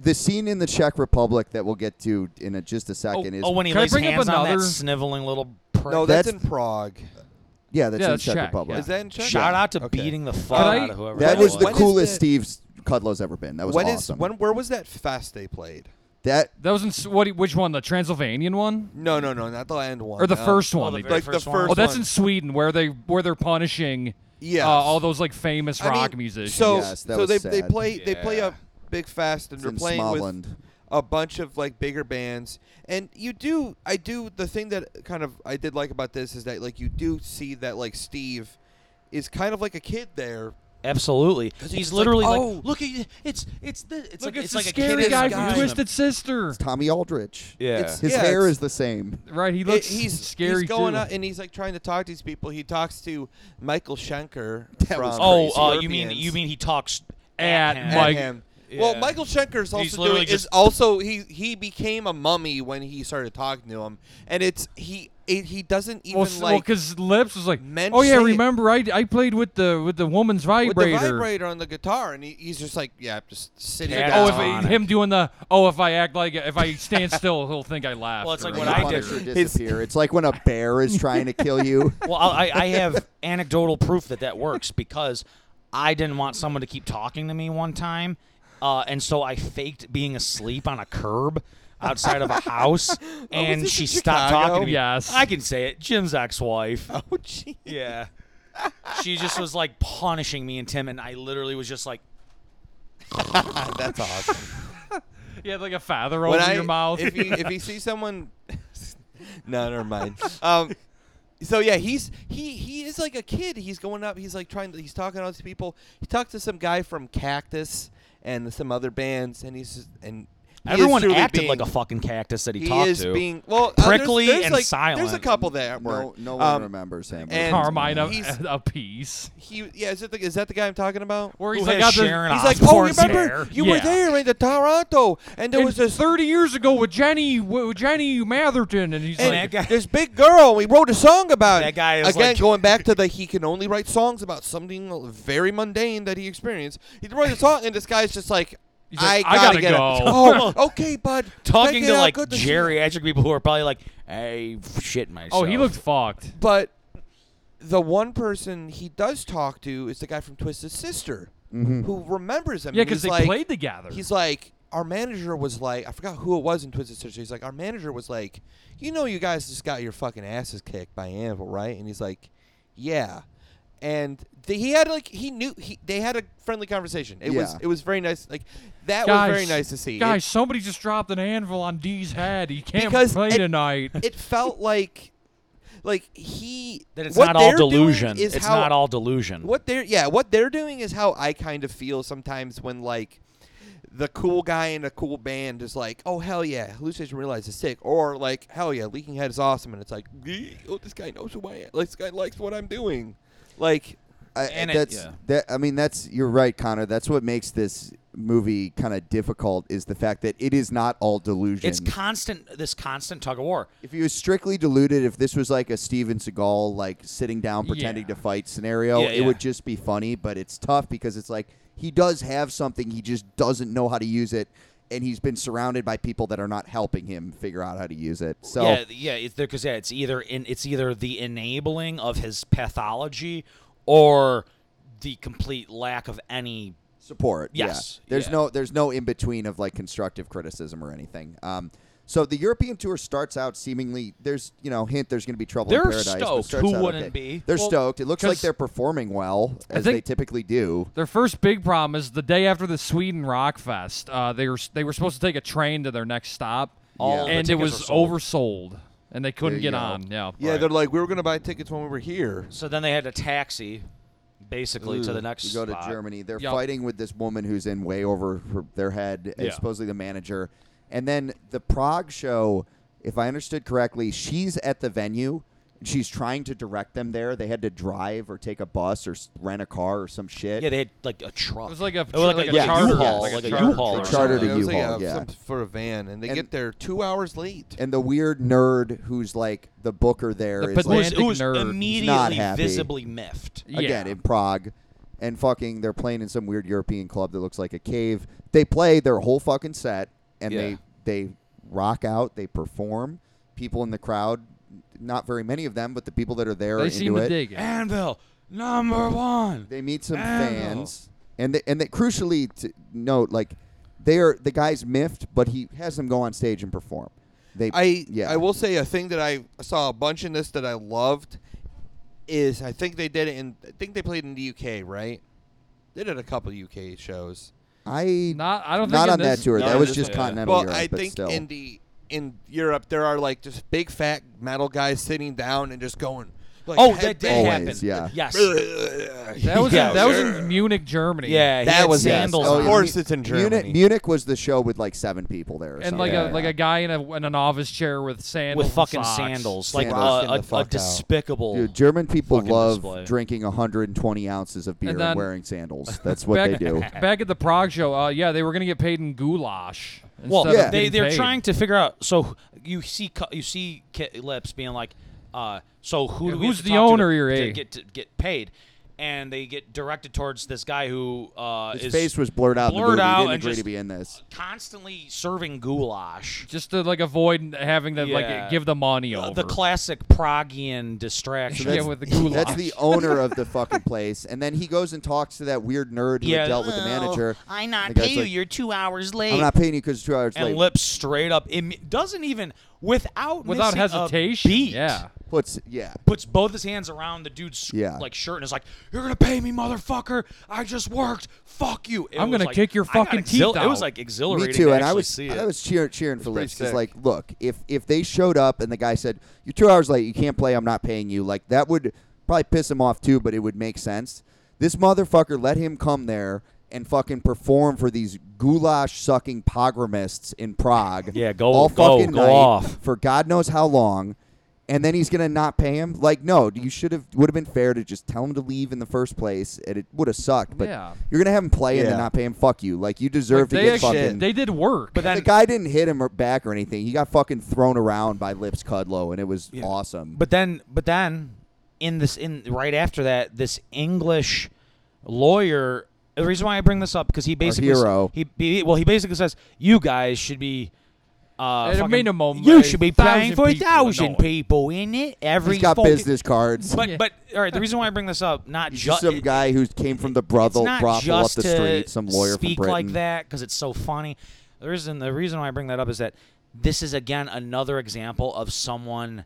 the scene in the Czech Republic that we'll get to in a, just a Oh, second is oh, when he Can I lays bring up hands on that another- sniveling little prick. no, that's, That's- in Prague. yeah, that's Yeah, in that's Czech Czech, Republic. yeah. Is that in Czech? Shout Yeah. out to Okay. beating the fuck I- out of whoever. That When was is- the when is coolest the- Steve Cudlow's ever been. That was When is awesome. when? Where was that fest they played? that That was in s- what? Which one? The Transylvanian one No, no, no, not the land one. or the um, first Oh, one? the they very did? Like the first one. first Oh, that's one. in Sweden where they where they're punishing Yes. uh, all those like famous I mean, rock musicians. So, Yes, that so was they they sad. play they play Yeah. a big fest and It's they're in playing Smaland. with a bunch of like bigger bands. And you do I do the thing that kind of I did like about this is that like you do see that like Steve is kind of like a kid there. Absolutely. He's literally like, like, "Oh." look at you. It's it's the it's Look, like it's it's, the like a scary kid guy in from disguise. Twisted Sister. Tommy Aldrich. Yeah. It's- His yeah, hair it's- is the same. Right, he It- looks he's scary He's going too. out and he's like trying to talk to these people. He talks to Michael Schenker That from was Oh, crazy. uh, you mean you mean he talks at, At him. at Mike- him. Yeah. Well, Michael Schenker's also literally doing, is just- also he he became a mummy when he started talking to him, and it's he it, he doesn't even Well, s- well, like because Lips was like, men oh yeah, say it." remember I, I played with the with the woman's with vibrator. the vibrator on the guitar, and he, he's just like, yeah, I'm just sitting. Cat Oh, down. if it, Tonic. him doing the oh, if I act like if I stand still, he'll think I laughed. Well, it's like or what The I whatever. did. Punisher disappear. It's like when a bear is trying to kill you. <laughs> Well, I, I have anecdotal proof that that works because I didn't want someone to keep talking to me one time, uh, and so I faked being asleep on a curb outside of a <laughs> house, and Oh, this she in stopped Chicago? talking to me. Yes. I can say it. Jim's ex-wife. <laughs> oh, gee. Yeah, she just was like punishing me and Tim, and I literally was just like, that's awesome. <laughs> You had like a feather when over I your mouth. if <laughs> you if you see someone, <laughs> no, never mind. Um, so yeah, he's he he is like a kid. He's going up. He's like trying to. He's talking to all these people. He talks to some guy from Cactus and some other bands, and he's just, and he is everyone truly acted being- like a fucking cactus that he, He talked is to. being well uh, there's- Prickly and there's, like, There's a silent. couple that No, were no one um, remembers him. and- Carmine a, He's- a piece. He yeah is it the, is that the guy I'm talking about? Where Who he's has like, out there- Sharon He's like, oh, Osbourne's remember hair? you were Yeah. there in the Toronto, and there and was this 30 years ago with Jenny with Jenny Matherton, and he's And like, that guy- this big girl. We wrote a song about That it. guy is again like- going back to the he can only write songs about something very mundane that he experienced. He wrote a song, and this guy's just like, He's like, I "I gotta gotta get go." it. Oh, okay, bud. <laughs> talking Check to it out. like Good see you." geriatric people who are probably like, I shit myself. oh, he looked fucked. But the one person he does talk to is the guy from Twisted Sister, who remembers him. Yeah, and because he's they like, played together. He's like, our manager was like, I forgot who it was in Twisted Sister. He's like, our manager was like, you know, you guys just got your fucking asses kicked by Anvil, right? And he's like, yeah. and th- he had like he knew he they had a friendly conversation. It was Yeah. it was very nice. Like that guys, was very nice to see. It- Guys, somebody just dropped an anvil on D's head. He can't Because play it- tonight. it felt like like he That it's what not all they're doing delusion. is It's how- not all delusion. what they're yeah what they're doing is how i kind of feel sometimes when like the cool guy in a cool band is like oh hell yeah hallucination realized is sick or like hell yeah leaking head is awesome and it's like "Gee, oh this guy knows who i am like this guy likes what i'm doing like I, And it- that's yeah. that. I mean, that's you're right, Connor. That's what makes this movie kind of difficult is the fact that it is not all delusion. It's constant. This constant tug of war. if he was strictly deluded, if this was like a Steven Seagal like sitting down pretending Yeah. to fight scenario, Yeah, it yeah. would just be funny. But it's tough because it's like he does have something, he just doesn't know how to use it, and he's been surrounded by people that are not helping him figure out how to use it. So Yeah, th- yeah, it's there because yeah, it's either in it's either the enabling of his pathology or the complete lack of any. support. Yes. Yeah. There's Yeah. no there's no in between of like constructive criticism or anything. Um, so the European tour starts out seemingly there's you know hint there's going to be trouble They're in paradise. but it stoked. starts Who out wouldn't okay. be? They're Well, stoked. It looks 'cause like they're performing well as they think- typically do. Their first big problem is the day after the Sweden Rock Fest. Uh, they were they were supposed to take a train to their next stop, All the and it tickets was were oversold, and they There couldn't you get go. on. Yeah, Yeah, right. they're like, we were gonna buy tickets when we were here. So then they had to taxi, basically, to Ooh, the next. We Mm. go to spot. Germany. They're Yup. fighting with this woman who's in way over her, their head, and Yeah. supposedly the manager. And then the Prague show, if I understood correctly, she's at the venue. and She's trying to direct them there. They had to drive or take a bus or s- rent a car or some shit. Yeah, they had like a truck. It was like a- Or like, like a, a Yeah, U-Haul, U-Haul, like a like a U-Haul, truck. or They something. chartered a It was like, U-Haul, uh, yeah. some for a van, and they And- get there two hours late. and the weird nerd who's like the booker there The is, pedan- Who like, was, who was Nerd. He's not immediately happy. visibly miffed. Yeah. again in Prague, and fucking they're playing in some weird European club that looks like a cave. They play their whole fucking set, and Yeah. they they rock out. They perform. People in the crowd, not very many of them, but the people that are there are they seem into to it. dig it. Anvil, number one. They meet some Ow. fans, and they, and they, crucially to note like they are the guy's miffed, but he has them go on stage and perform. They I yeah I will say a thing that I saw a bunch in this that I loved is I think they did it in I think they played in the UK, right? They did a couple UK shows. I Not I don't not think on in that this- tour. not That on was this just one, yeah. continental Well, Europe, I but think still. in the in Europe there are like just big fat metal guys sitting down and just going like oh, that did Always, happen. yeah. Yes. happen. <laughs> That was Yeah. that was in Munich, Germany. Yeah, he That had was- yes. sandals. Oh, on. yeah. Of course it's in Munich, Germany. Munich was the show with like seven people there, or and like something. a like a guy in a in an office chair with sandals, with and fucking socks. sandals, like a- Sandals. a, Fucking the fuck a out. despicable. Dude, German people Fucking love display. drinking 120 ounces of beer and, then- wearing <laughs> sandals. That's what they do. Back at the Prague show, uh, yeah, they were gonna get paid in goulash. well, instead of yeah. they getting they're paid. trying to figure out. So you see cu- you see Kit Lips being like, uh, so who Yeah, do we have who's to the talk to owner to- you're to a? get to get paid? And they get directed towards this guy who uh, <laughs> His is face was blurred out. blurred in the movie. He out didn't and agree just- to be in this. constantly serving goulash. just to like avoid having to Yeah. like give the money over. The classic Pragian distraction. <laughs> Yeah, with the goulash. That's the owner of <laughs> the fucking place, and then he goes and talks to that weird nerd who Yeah. had dealt with the manager. Oh, I not The guy's pay you. like, You're two hours late. I'm not paying you because two hours and late. lips straight up. It doesn't even without without missing a hesitation. beat, Yeah. Puts yeah. puts both his hands around the dude's Yeah. like shirt and is like, "You're gonna pay me, motherfucker! I just worked. Fuck you! It I'm was gonna like- kick your I got fucking exhil- teeth It was out. like Me exhilarating. too, to and I actually was see it. I was cheering cheering for pretty Lips. It's sick. like, look, if if they showed up and the guy said you're two hours late, you can't play, I'm not paying you. Like that would probably piss him off too, but it would make sense. This motherfucker let him come there and fucking perform for these goulash sucking pogromists in Prague. Yeah, go- all go- fucking go night off. for God knows how long. And then he's gonna not pay him. Like, no, you should have. Would have been fair to just tell him to leave in the first place, and it would have sucked. But Yeah. you're gonna have him play and then Yeah. not pay him. Fuck you. Like, you deserve to they get actually- fucking they did work. But the guy didn't hit him or back or anything. He got fucking thrown around by Lips Cudlow, and it was awesome. But then, but then, in this, in right after that, this English lawyer. The reason why I bring this up because he basically s- hero. he be- well he basically says you guys should be. Uh, At a fucking- minimum, you like, should be 1,000 paying for a people, thousand no. people in it every he's got fucking- business cards. But but all right, the reason why I bring this up not he's ju- just some it- guy who came from the it's brothel, not brothel up just the to street. Some lawyer speak from Britain. like that because it's so funny. The reason the reason why I bring that up is that this is again another example of someone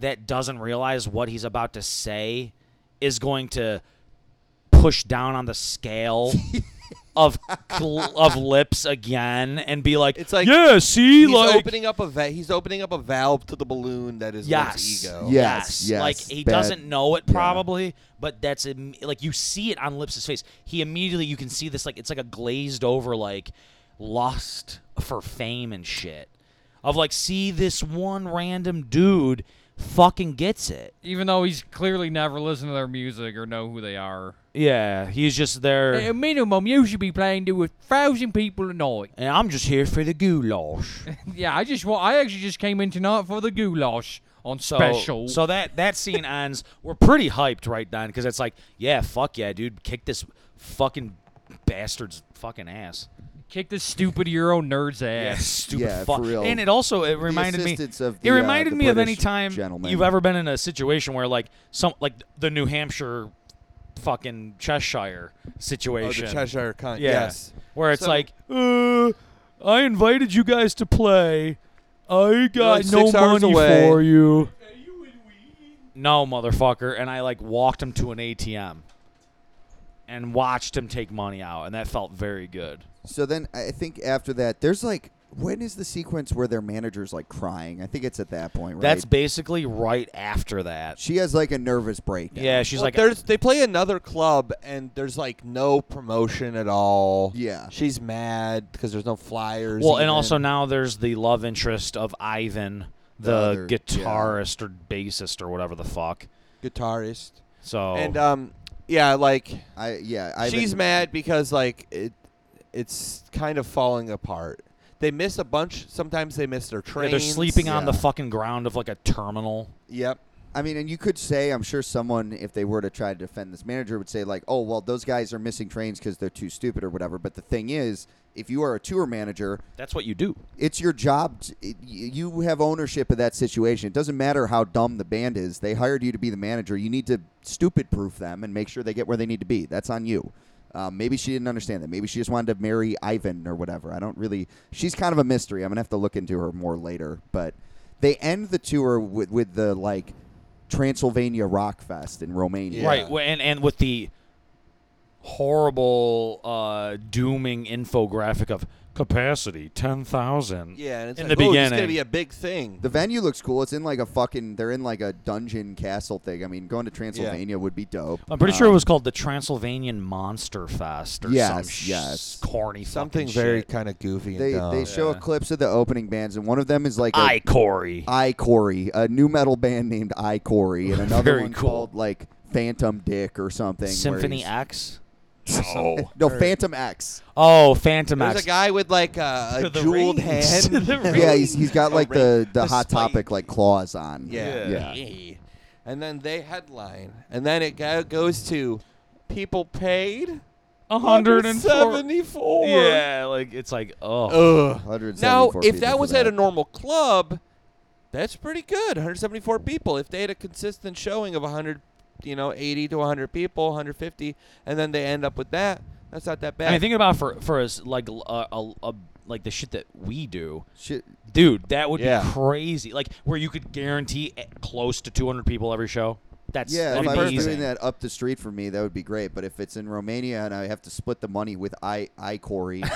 that doesn't realize what he's about to say is going to push down on the <laughs> scale of gl- of lips again and be like, It's like- yeah, see, He's like opening up a va- he's opening up a valve to the balloon that is yes, one's ego. Yes, yes, like he bad- doesn't know it yeah. probably, but that's im- like you see it on Lips' face. He immediately you can see this like it's like a glazed over like lust for fame and shit of like see this one random dude fucking gets it. Even though he's clearly never listened to their music or know who they are. Yeah, he's just there. At a minimum, you should be playing to a thousand people a night. and I'm just here for the <laughs> goulash. Yeah, I just want. I actually just came in tonight for the goulash on So, special. So that that scene ends. We're pretty hyped right then because it's like, yeah, fuck yeah, dude, kick this fucking bastard's fucking ass. kick this stupid Euro nerd's Yeah, ass. stupid Yeah, fuck. for real. And it also it reminded me. assistance of it the, uh, reminded the me of any British time gentleman. you've ever been in a situation where like some like the New Hampshire, fucking Cheshire Oh, situation. the Cheshire Con. Yeah. Yes. Where it's So- like, uh, I invited you guys to play. I got like no six hours money away." for you. No, motherfucker. And I like walked him to an ATM and watched him take money out, and that felt very good. So then I think after that, there's like, when is the sequence where their manager's like crying? I think it's at that point, right? That's basically right after that. she has like a nervous breakdown. Yeah, she's Well, like, there's they play another club and there's like no promotion at all. Yeah. She's mad because there's no flyers. well, and also even. now there's the love interest of Ivan, the, The other- yeah. guitarist or bassist or whatever the fuck. guitarist. So And um, yeah, like I yeah. I she's mad because like it, it's kind of falling apart. They miss a bunch. Sometimes they miss their Yeah, trains. they're sleeping on the yeah. fucking ground of like a terminal. Yep. I mean, and you could say, I'm sure someone, if they were to try to defend this manager, would say, like, oh, well, those guys are missing trains because they're too stupid or whatever. But the thing is, if you are a tour manager, That's what you do. it's your job. t- y- you have ownership of that situation. It doesn't matter how dumb the band is. They hired you to be the manager. You need to stupid proof them and make sure they get where they need to be. That's on you. Um, maybe she didn't understand that. Maybe she just wanted to marry Ivan or whatever. I don't really. She's kind of a mystery. I'm gonna have to look into her more later. But they end the tour with with the like Transylvania Rock Fest in Romania. Right. wh- And and with the horrible uh, dooming infographic of capacity 10,000. Yeah. And it's In like, the "Oh, It's gonna beginning. be a big thing. The venue looks cool. It's in like a fucking. They're in like a dungeon castle thing. I mean, going to Transylvania would be dope. I'm pretty sure it was called the Transylvanian Monster Fest or some Yes, sh- yes. corny Something fucking very shit. kind of goofy. They and dumb. they show Yeah. clips of the opening bands, and one of them is like a- I Corey. I Corey, a new metal band named I Corey, <laughs> and another Very one cool. called like Phantom Dick or something. where Symphony he's- X. No. No, Phantom X. Oh, Phantom There's X. a guy with like a, To <laughs> a the jeweled rings. <laughs> hand. To the <laughs> Yeah, he's, he's got A like ring. the, the, Oh, The hot spike. topic like claws on. Yeah. Yeah. And then they headline, and then it go- goes to people paid 104. 174. Yeah, like it's like, oh. Ugh. 174 Now, if people that for was at a normal club, that's pretty good. 174 people. If they had a consistent showing of 100, you know, 80 to 100 people, 150, and then they end up with that, that's not that bad. I mean, think about for for us like l- uh, a, a, like the shit that we do, Shit. dude. That would Yeah. be crazy. Like where you could guarantee eh, close to 200 people every show. That's Yeah, if amazing. I was doing that up the street from me, that would be great. But if it's in Romania and I have to split the money with I I <laughs> Corey, and-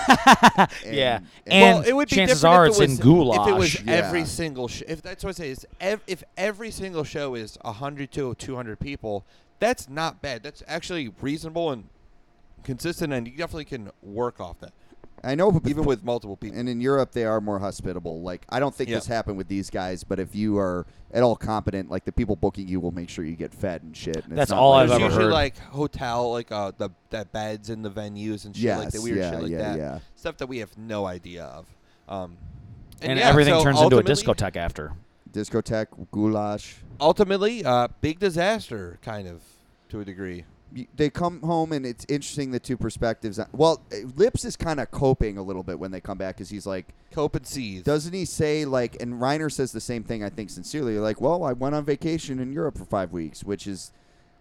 yeah, and- and well, it would be chances different are if it's it was, in goulash. If it was Yeah. every single show, if that's what I say is, ev- if every single show is 100 to 200 people, that's not bad. That's actually reasonable and consistent, and you definitely can work off that, I know even with multiple people. and in Europe they are more hospitable. Like I don't think Yeah. this happened with these guys, but if you are at all competent, like the people booking you will make sure you get fed and shit. and it's That's not all like- I've There's ever usually heard. like hotel, like uh, the that beds in the venues and shit, like the Yes, weird yeah, shit like yeah, that, yeah. stuff that we have no idea of. Um, and, yeah, everything so turns into a ultimately- discotheque after. discotheque goulash. Ultimately, uh, big disaster, kind of to a degree. you- they come home and it's interesting the two perspectives. Uh, Well, eh, Lips is kind of coping a little bit when they come back because he's like, Cope and seethe. doesn't he say like, and Reiner says the same thing. I think sincerely, like, well, I went on vacation in Europe for five weeks, which is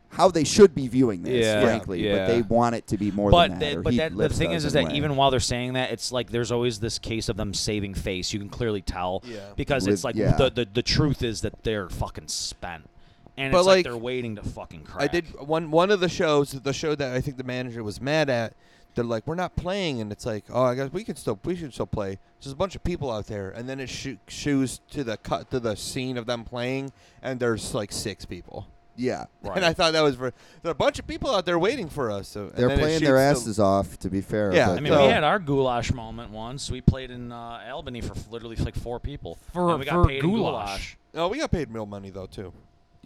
how they should be viewing this, Yeah, frankly. yeah. But they want it to be more but than the- that. or but he- that, the Lips thing is, does is that anyway. even while they're saying that, it's like there's always this case of them saving face. You can clearly tell Yeah. because With- it's like yeah. the, the the truth is that they're fucking spent. and But, it's like, like, they're waiting to fucking crack. I did one one of the shows, the show that I think the manager was mad at. They're like, we're not playing, and it's like, oh, I guess we can still, we should still play. There's a bunch of people out there, and then it shoo- shoes to the cut to the scene of them playing, and there's like six people. <laughs> Yeah. And I thought that was for there are a bunch of people out there waiting for us. So, and They're then it playing shoots their to- asses off, to be fair. Yeah, but, I mean, uh, we had our goulash moment once. We played in uh, Albany for f- literally like four people. For- and we got for paid in goulash. goulash. No, oh, we got paid real money though too.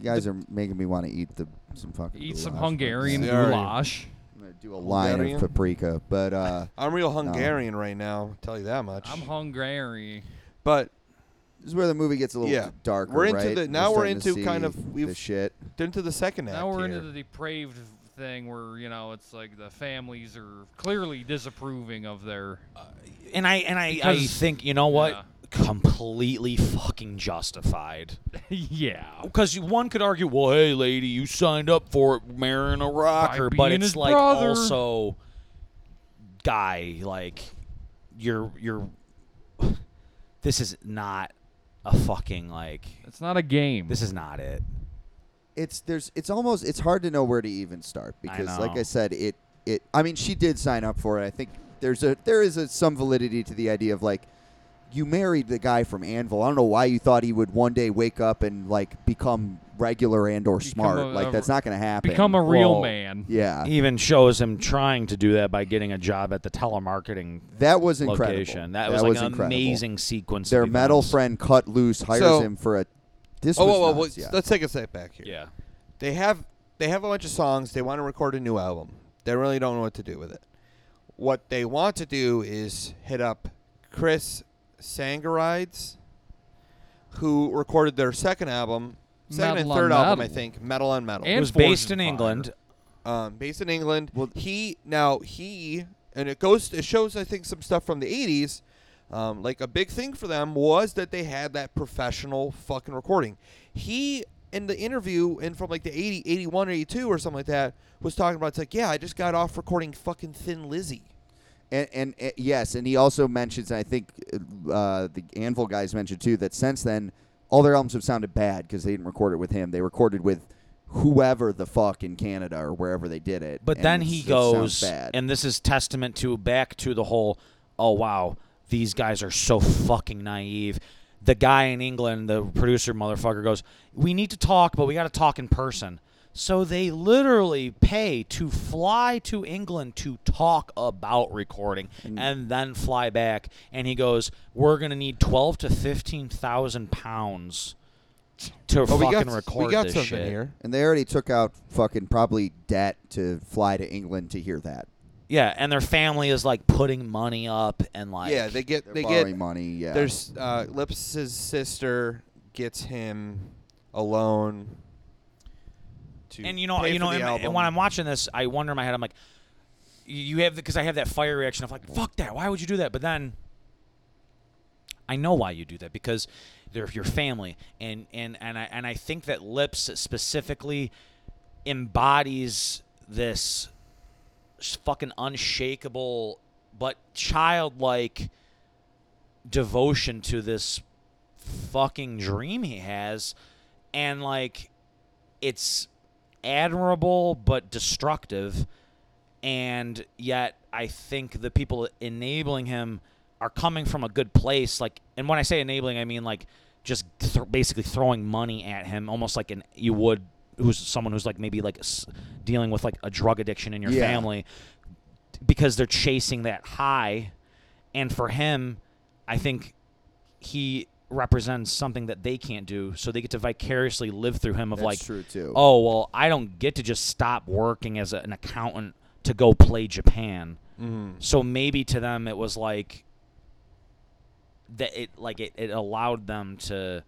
you guys are making me want to eat the some fucking Eat some goulash. Hungarian I'm Sorry. goulash. gonna do a line Hungarian? of paprika, but uh, I'm real Hungarian right now. I'll tell you that much. I'm hungry. but this is where the movie gets a little Yeah. darker. We're into right? the- now we're starting to into kind see of- we've- the shit. into the second act. Now we're here. into the depraved thing where you know it's like the families are clearly disapproving of their. And I and I, I Because- think you know what? yeah. Completely fucking justified. <laughs> yeah. Because one could argue, well, hey, lady, you signed up for it marrying a rocker, but being it's his like brother. also, guy, like you're you're. <sighs> This is not a fucking like. It's not a game. This is not it. It's there's it's almost it's hard to know where to even start because, like know. I said, it it. I mean, she did sign up for it. I think there's a there is a, some validity to the idea of like. You married the guy from Anvil. I don't know why you thought he would one day wake up and like become regular and or Become smart. a- like a- that's not going to happen. Become a real Well, man. yeah. He even shows him trying to do that by getting a job at the telemarketing That was incredible. location. That, was, like an incredible. amazing sequence. Their of metal events. friend cut loose hires So- him for a. This oh, was whoa, whoa, nuts, whoa, yeah. let's take a step back here. Yeah. They have they have a bunch of songs. They want to record a new album. They really don't know what to do with it. What they want to do is hit up Chris Sangarides, who recorded their second album, second Metal and on third album, I Metal. think, Metal on Metal. And It was Forge based in and Fire. England. um, based in England. he now he and it goes it shows I think some stuff from the '80s. Um, like a big thing for them was that they had that professional fucking recording. He in the interview and from like the 80, 81 or 82 or something like that was talking about it's like yeah I just got off recording fucking Thin Lizzy. And, and, and- yes, and he also mentions, and I think uh, the Anvil guys mentioned too, that since then all their albums have sounded bad because they didn't record it with him. They recorded with whoever the fuck in Canada or wherever they did it. But and then it's- he it sounds goes, bad. and this is testament to back to the whole, oh wow, these guys are so fucking naive. The guy in England, the producer motherfucker, goes, we need to talk, but we got to talk in person. So they literally pay to fly to England to talk about recording, and then fly back. And he goes, "We're gonna need twelve to fifteen thousand pounds to Oh, fucking we got record we got this something shit." here. and they already took out fucking probably debt to fly to England to hear that. Yeah, and their family is like putting money up and like yeah, they get They're they borrowing get money. Yeah, There's uh, Lips's sister gets him a loan. To and you know pay you for know the and, and album. when I'm watching this, I wonder in my head I'm like you have because I have that fire reaction of like fuck that why would you do that but then I know why you do that because they're your family and and and I and I think that lips specifically embodies this s- fucking unshakable but childlike devotion to this fucking dream he has and like it's admirable but destructive and yet i think the people enabling him are coming from a good place like and when i say enabling i mean like just th- basically throwing money at him almost like an you would who's someone who's like maybe like s- dealing with like a drug addiction in your Yeah. family because they're chasing that high and for him i think he represents something that they can't do so they get to vicariously live through him of That's like true too. oh well i don't get to just stop working as a, an accountant to go play japan Hmm. Mm-hmm. so maybe to them it was like that it like it, it allowed them to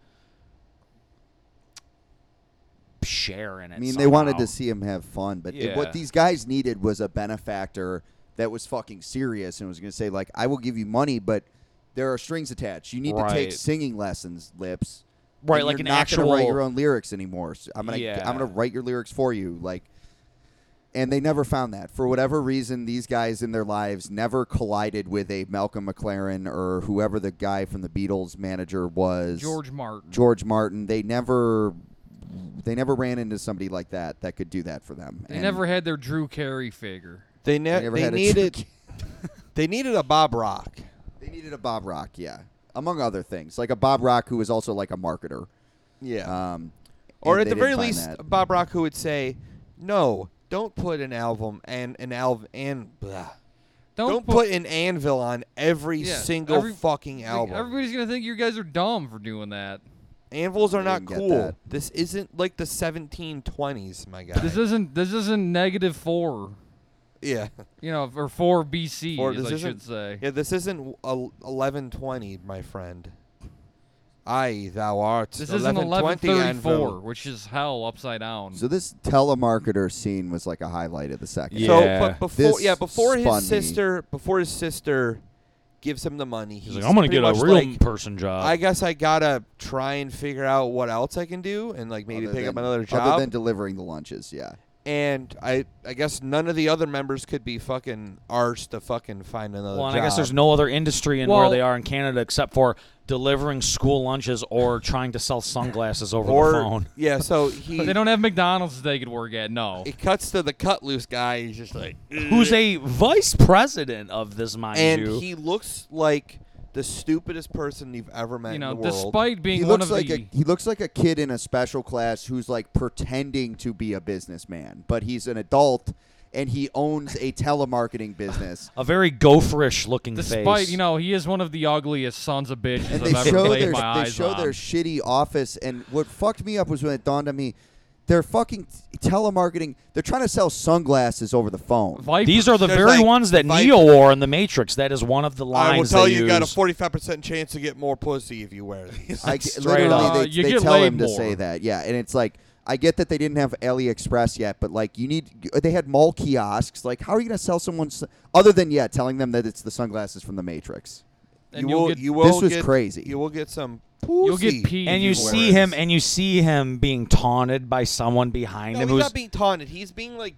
share in it I mean, they wanted somehow. to see him have fun, but it- Yeah. what these guys needed was a benefactor that was fucking serious and was going to say, like, I will give you money, but there are strings attached. You need to take Right. singing lessons, lips. Right, and like you're an not gonna write actual- your own lyrics anymore. So I'm gonna, Yeah. I'm gonna write your lyrics for you, like. And they never found that for whatever reason. These guys in their lives never collided with a Malcolm McLaren or whoever the guy from the Beatles manager was. George Martin. George Martin. They never they never ran into somebody like that that could do that for them. They And never had their Drew Carey figure. They, they ne- never they had a needed trick- <laughs> they needed a Bob Rock. <laughs> They needed a Bob Rock, yeah, among other things, like a Bob Rock who was also like a marketer. Yeah. Um, or and at they the didn't very find least, that. Bob Rock who would say, "No, don't put an album and an album and blah. Don't, Don't, put, an anvil on every Yeah, single every- fucking Like, album. Everybody's gonna think you guys are dumb for doing that. Anvils are I not didn't get cool. that. This isn't like the 1720s, my guy. This isn't this isn't negative four, <laughs> yeah, you know, or four BC, Or as this I should isn't- say. yeah. This isn't el- 1120, my friend. I thou art This isn't 1120 1134, anvil. which is hell upside down. So this telemarketer scene was like a highlight of the second. Yeah. So, but before This yeah, before his spun me. sister, before his sister gives him the money, He's he's, like, I'm gonna pretty get a much real like, person job. I guess I gotta try and figure out what else I can do, and like maybe Other pick up than- another job. other than delivering the lunches. Yeah, and I, I guess none of the other members could be fucking arsed to fucking find another well, job. and I guess there's no other industry in where Well- they are in Canada except for delivering school lunches or trying to sell sunglasses over or the <laughs> phone. <laughs> yeah. So he they don't have McDonald's they could work at. No, It cuts to the cut loose guy. He's just like, Who's a vice president of this, mind and you? he looks like the stupidest person you've ever met you know, in the world. despite being he one looks of like the a he looks like a kid in a special class who's like pretending to be a businessman, but he's an adult and he owns a telemarketing business. a very gopherish looking Despite face. you know, he is one of the ugliest sons of bitches and they I've show ever laid their my they eyes show on. their shitty office. And what fucked me up was when it dawned on me, they're fucking telemarketing. They're trying to sell sunglasses over the phone. Viper. These are the There's very like ones that five- Neo wore in The Matrix. That is one of the lines I will tell they you, you got a use. forty-five percent chance to get more pussy if you <laughs> wear these. I, Straight literally, up. Uh, they, you they get tell laid him to more. say that. Yeah, and it's like I get that they didn't have AliExpress yet, but like you need, they had mall kiosks. Like, how are you going to sell someone s- other than yeah, telling them that it's the sunglasses from the Matrix? and you you'll will, get you will This was get, crazy. You will get some. you'll pussy. get peed. and if you wear see it. him, and you see him being taunted by someone behind No, him he's who's not being taunted. He's being like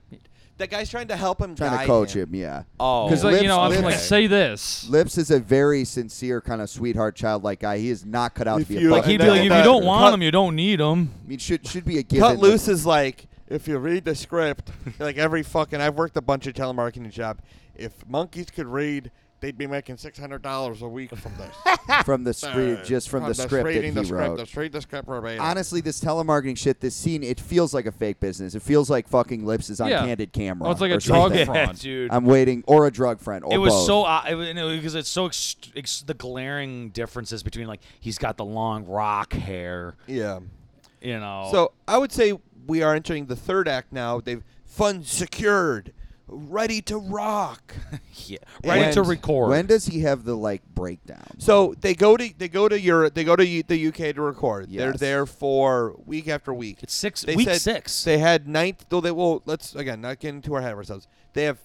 that guy's trying to help him. Trying guide to coach him, yeah. oh, Because like, you Lips- know, I'm lips- like, say this. Lips is a very sincere kind of sweetheart, childlike guy. He is not cut out If to be you- a like fucking he'd be like, if telemarketer. you don't want Cut- him, you don't need him. I mean, should should be a given. Cut that- loose is like if you read the script, like every fucking. I've worked a bunch of telemarketing job. If monkeys could read, they'd be making six hundred dollars a week from this. from <laughs> the screen, just from, the this script that he Uh, reading the script, wrote. Just read the script verbatim. Honestly, this telemarketing shit, this scene, it feels like a fake business. It feels like fucking lips is on Yeah. candid camera. Oh, it's like a or drug something. front. Ron. dude. I'm waiting, or a drug friend, or it was both. so uh, it, was- and it was- because it's so ex- ex- the glaring differences between like he's got the long rock hair, yeah. you know. So I would say we are entering the third act now. They've funds secured, ready to <laughs> rock. yeah, ready to And record. When does he have the like breakdown? So they go to they go to Europe, they go to U- the UK to record. They're Yes. there for week after week. it's six They week said six. They had ninth. Though they well, let's again not get into our head of ourselves. They have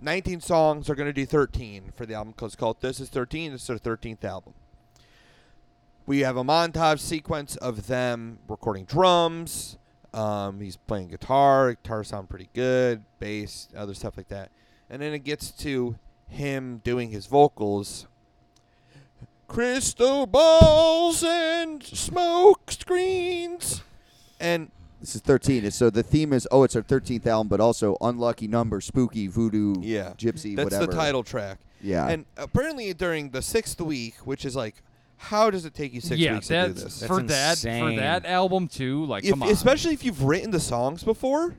19 songs. They're going to do 13 for the album because it's called "This Is 13." This is their 13th album. We have a montage sequence of them recording drums. Um, he's playing guitar. Guitar sound pretty good. Bass, other stuff like that. And then it gets to him doing his vocals. Crystal balls and smoke screens. And This is 13. It's- So the theme is oh, it's our 13th album, but also unlucky number, spooky voodoo, Yeah. gypsy, That's whatever. the title track. Yeah. And apparently during the sixth week, which is like, how does it take you six yeah, weeks to do that's, this? That's for that for insane. that album too. Like, If- come on, Especially if you've written the songs before.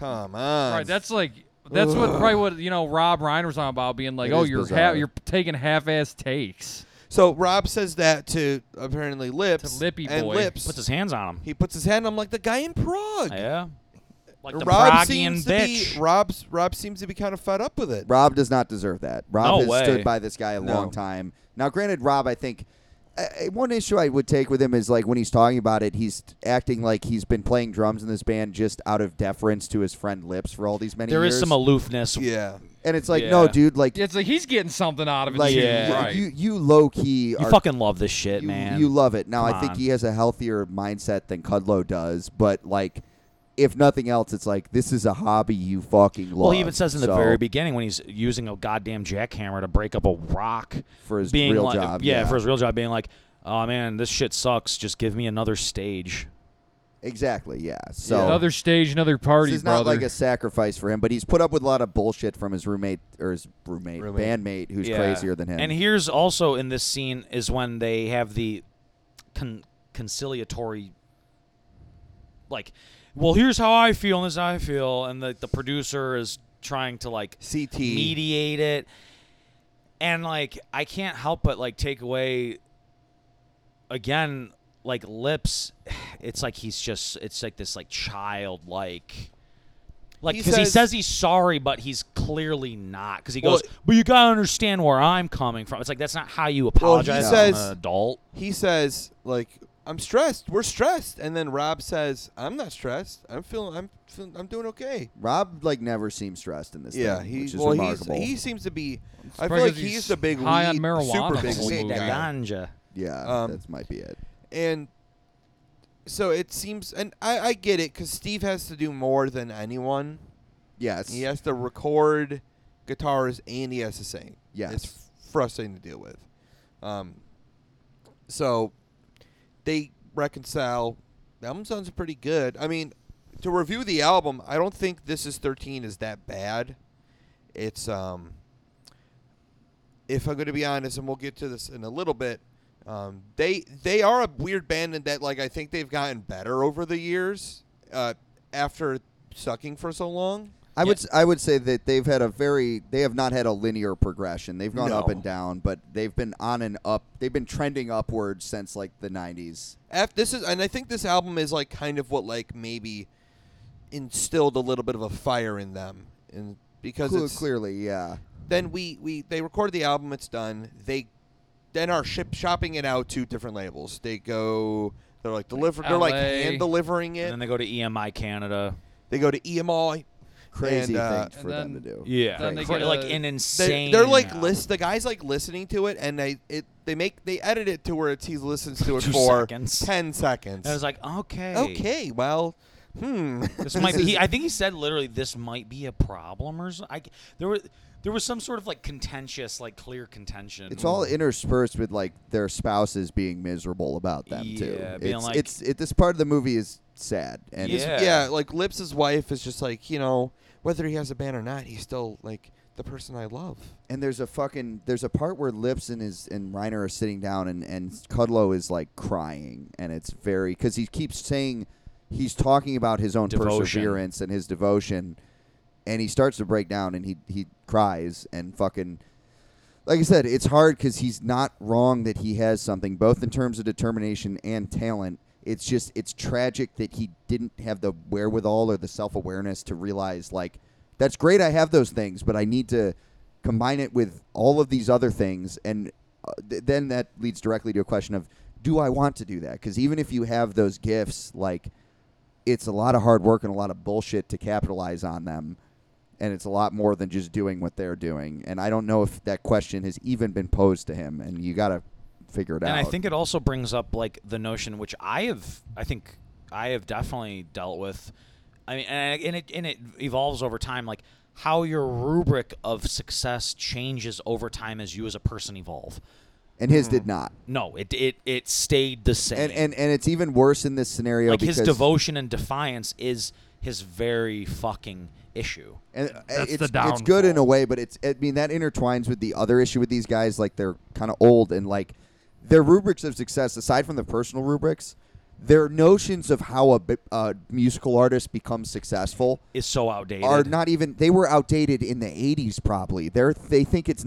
Come on. right? That's like that's what probably what you know Rob Reiner was on about being like, It oh, is you're ha- bizarre. you're taking half-ass takes. so Rob says that to apparently Lips. To Lippy and Boy. Lips. puts his hands on him. he puts his hand on like the guy in Prague. yeah, like the Rob Pragian seems to bitch. be Rob's Rob seems to be kind of fed up with it. Rob does not deserve that. Rob No has way. stood by this guy a long time. Now, granted, Rob, I think uh, one issue I would take with him is like when he's talking about it, he's acting like he's been playing drums in this band just out of deference to his friend Lips for all these many there years. is some aloofness. Yeah. and it's like, no, Yeah. dude, like, It's like he's getting something out of it. like too, yeah. you, right. you, you low key You are fucking love this shit, you, man. you love it. Now, Come I think on. he has a healthier mindset than Cudlow does, but like, if nothing else, it's like this is a hobby you fucking love. Well, he even says in the So, very beginning when he's using a goddamn jackhammer to break up a rock For his being real like, job, Yeah, yeah. for his real job, being like, "Oh man, this shit sucks. Just give me another stage." Exactly. Yeah. So another stage, another party, this is brother. not like a sacrifice for him, but he's put up with a lot of bullshit from his roommate or his roommate, bandmate, who's Yeah. crazier than him. And here's also in this scene is when they have the con- conciliatory, like, well, here's how I feel, and this is how I feel, and the, the producer is trying to like CT. mediate it, and like I can't help but like take away, again, like lips, it's like he's just it's like this like childlike. Like, He because he says- says he's sorry, but he's clearly not. Because he Well, goes, but you gotta understand where I'm coming from. It's like that's not how you apologize says- to an adult. he says like I'm stressed. We're stressed. And then Rob says, "I'm not stressed. I'm feeling. I'm. Feeling, I'm doing okay." Rob like never seems stressed in this. Yeah, thing, he, which is well, he's, remarkable. he seems to be. I feel probably like 'cause he's he's the big high on weed- marijuana super big the whole weed movie. guy. ganja. yeah, um, that might be it. and so it seems, and I, I get it because Steve has to do more than anyone. Yes. He has to record guitars and he has to sing. Yes. it's frustrating to deal with. Um, so they reconcile. The album sounds pretty good. I mean, to review the album, I don't think this is thirteen is that bad. It's um, if I'm going to be honest, and we'll get to this in a little bit. Um, they they are a weird band in that like I think they've gotten better over the years uh, after sucking for so long. I would s- I would say that they've had a very they have not had a linear progression. They've gone up No. and down, but they've been on and up. They've been trending upwards since like the 90s. Af- this is, and I think this album is like kind of what like maybe instilled a little bit of a fire in them, and because Cle- it's clearly, yeah. then we we they recorded the album, it's done. They then are ship shopping it out to different labels. They go, they're like deliver, they're like LA. hand delivering And it. then they go to EMI Canada. they go to EMI. Crazy and, uh, thing And for them to then- do. Yeah, Then they Cra- get like a- an They, insane. they're like list the guys like listening to it, and they it they make they edit it to where it's, he listens <laughs> to it Two for seconds. ten seconds. And I was like, okay, okay, well, hmm. <laughs> <laughs> This might. is- He, I think he said literally, "This might be a problem," or something. I, there were there was some sort of like contentious, like clear contention. It's all interspersed with like their spouses being miserable about them too. Yeah, being it's, like- it's it, this part of the movie is sad and it's- Yeah. yeah, like Lips's wife is just like you know whether he has a band or not, he's still like the person I love. and there's a fucking there's a part where Lips and his and Reiner are sitting down and and Cudlow is like crying and it's very because he keeps saying he's talking about his own Devotion. perseverance and his devotion and he starts to break down and he he cries and fucking like I said it's hard because he's not wrong that he has something both in terms of determination and talent. It's just it's tragic that he didn't have the wherewithal or the self awareness to realize like that's great I have those things but I need to combine it with all of these other things and uh, th- then that leads directly to a question of do i want to do that because even if you have those gifts like it's a lot of hard work and a lot of bullshit to capitalize on them and it's a lot more than just doing what they're doing and i don't know if that question has even been posed to him and you gotta figure it and out I think it also brings up like the notion which I have, I think I have definitely dealt with. I mean, and, and it and it evolves over time, like how your rubric of success changes over time as you as a person evolve. and his Mm-hmm. did not No, it it it stayed the same. and, and and it's even worse in this scenario like because his devotion and defiance is his very fucking issue. And uh, That's it's, the it's good in a downfall. way, but it's I mean that intertwines with the other issue with these guys, like they're kind of old and like their rubrics of success, aside from the personal rubrics, their notions of how a bi- uh, musical artist becomes successful Is so outdated. are not even they were outdated in the 80s probably they're they think it's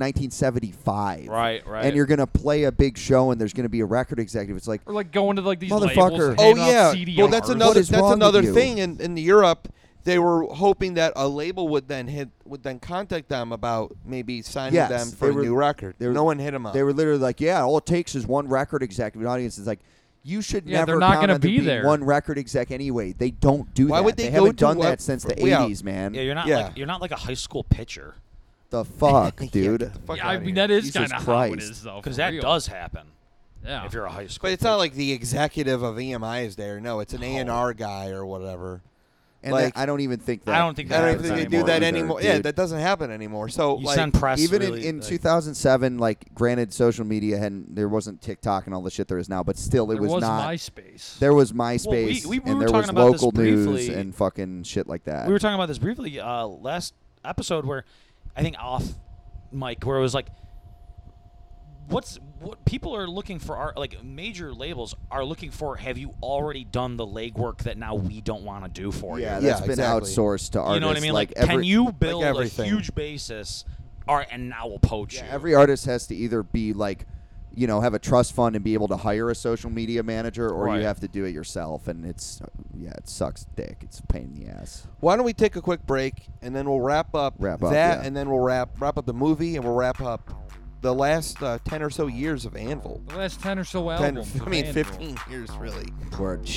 1975 Right, right. and you're gonna play a big show and there's gonna be a record executive it's like or like going to like these Motherfucker. labels. Oh, handing out CD well that's offers. What another is wrong that's with another you? thing in, in Europe. They were hoping that a label would then hit would then contact them about maybe signing Yes, them they for were- a new record. they were- no one hit them up. <laughs> They were literally like, "Yeah, all it takes is one record exec." and The audience is like, "You should Yeah, never they're not count gonna on there be being there. one record exec anyway. They don't do Why that. would they, they go haven't to done a- that since the yeah. '80s, man. yeah, you're not Yeah. like you're not like a high school pitcher the fuck, <laughs> Yeah, dude. get the fuck Yeah, I outta mean here. that is Jesus kind of how it Christ. is though. because for that real. does happen Yeah. if you're a high school. E But it's not like the executive of EMI is there. No, it's an A and R guy or whatever. And Like- that- I don't even think that. I don't think I that don't even happens think they anymore do that either, anymore. Yeah, dude. that doesn't happen anymore. So You like, send press even really, in, in like- 2007, like granted, social media hadn't there wasn't TikTok and all the shit there is now, but still, it there was, was, not. MySpace. There was MySpace we were and there talking was about this local news briefly. and fucking shit like that. we were talking about this briefly uh, last episode where I think off mic where it was like what's what people are looking for are like major labels are looking for have you already done the legwork that now we don't want to do for yeah, you that's Yeah, been exactly. outsourced to artists. you know what I mean like, every, can you build a everything. huge basis all right and now we'll poach Yeah, you every artist has to either be like, you know, have a trust fund and be able to hire a social media manager, or Right. you have to do it yourself. And it's, yeah, it sucks dick. It's a pain in the ass. why don't we take a quick break and then we'll wrap up Wrap up, that, yeah. and then we'll wrap wrap up the movie, and we'll wrap up the last uh, ten or so years of Anvil. The last ten or so 10, albums. <laughs> I mean, Anvil. fifteen years really. Word.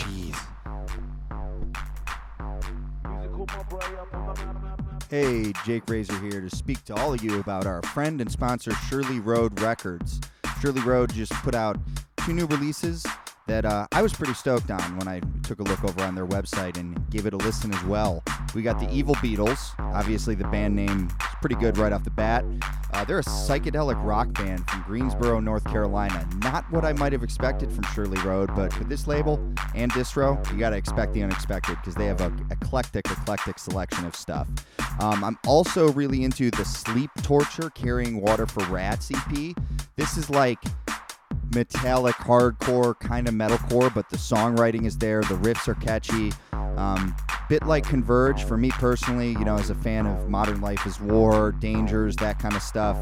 Hey, Jake Razor here to speak to all of you about our friend and sponsor Shirley Road Records. Shirley Road just put out two new releases that uh, I was pretty stoked on when I took a look over on their website and gave it a listen as well. We got the Evil Beatles, obviously the band name is pretty good right off the bat. Uh, they're a psychedelic rock band from Greensboro, North Carolina. Not what I might have expected from Shirley Road, but with this label and distro, you got to expect the unexpected because they have a eclectic, eclectic selection of stuff. Um, I'm also really into the Sleep Torture Carrying Water for Rats EP. This is like metallic hardcore kind of metalcore but the songwriting is there the riffs are catchy um, bit like converge for me personally you know as a fan of modern life is war dangers that kind of stuff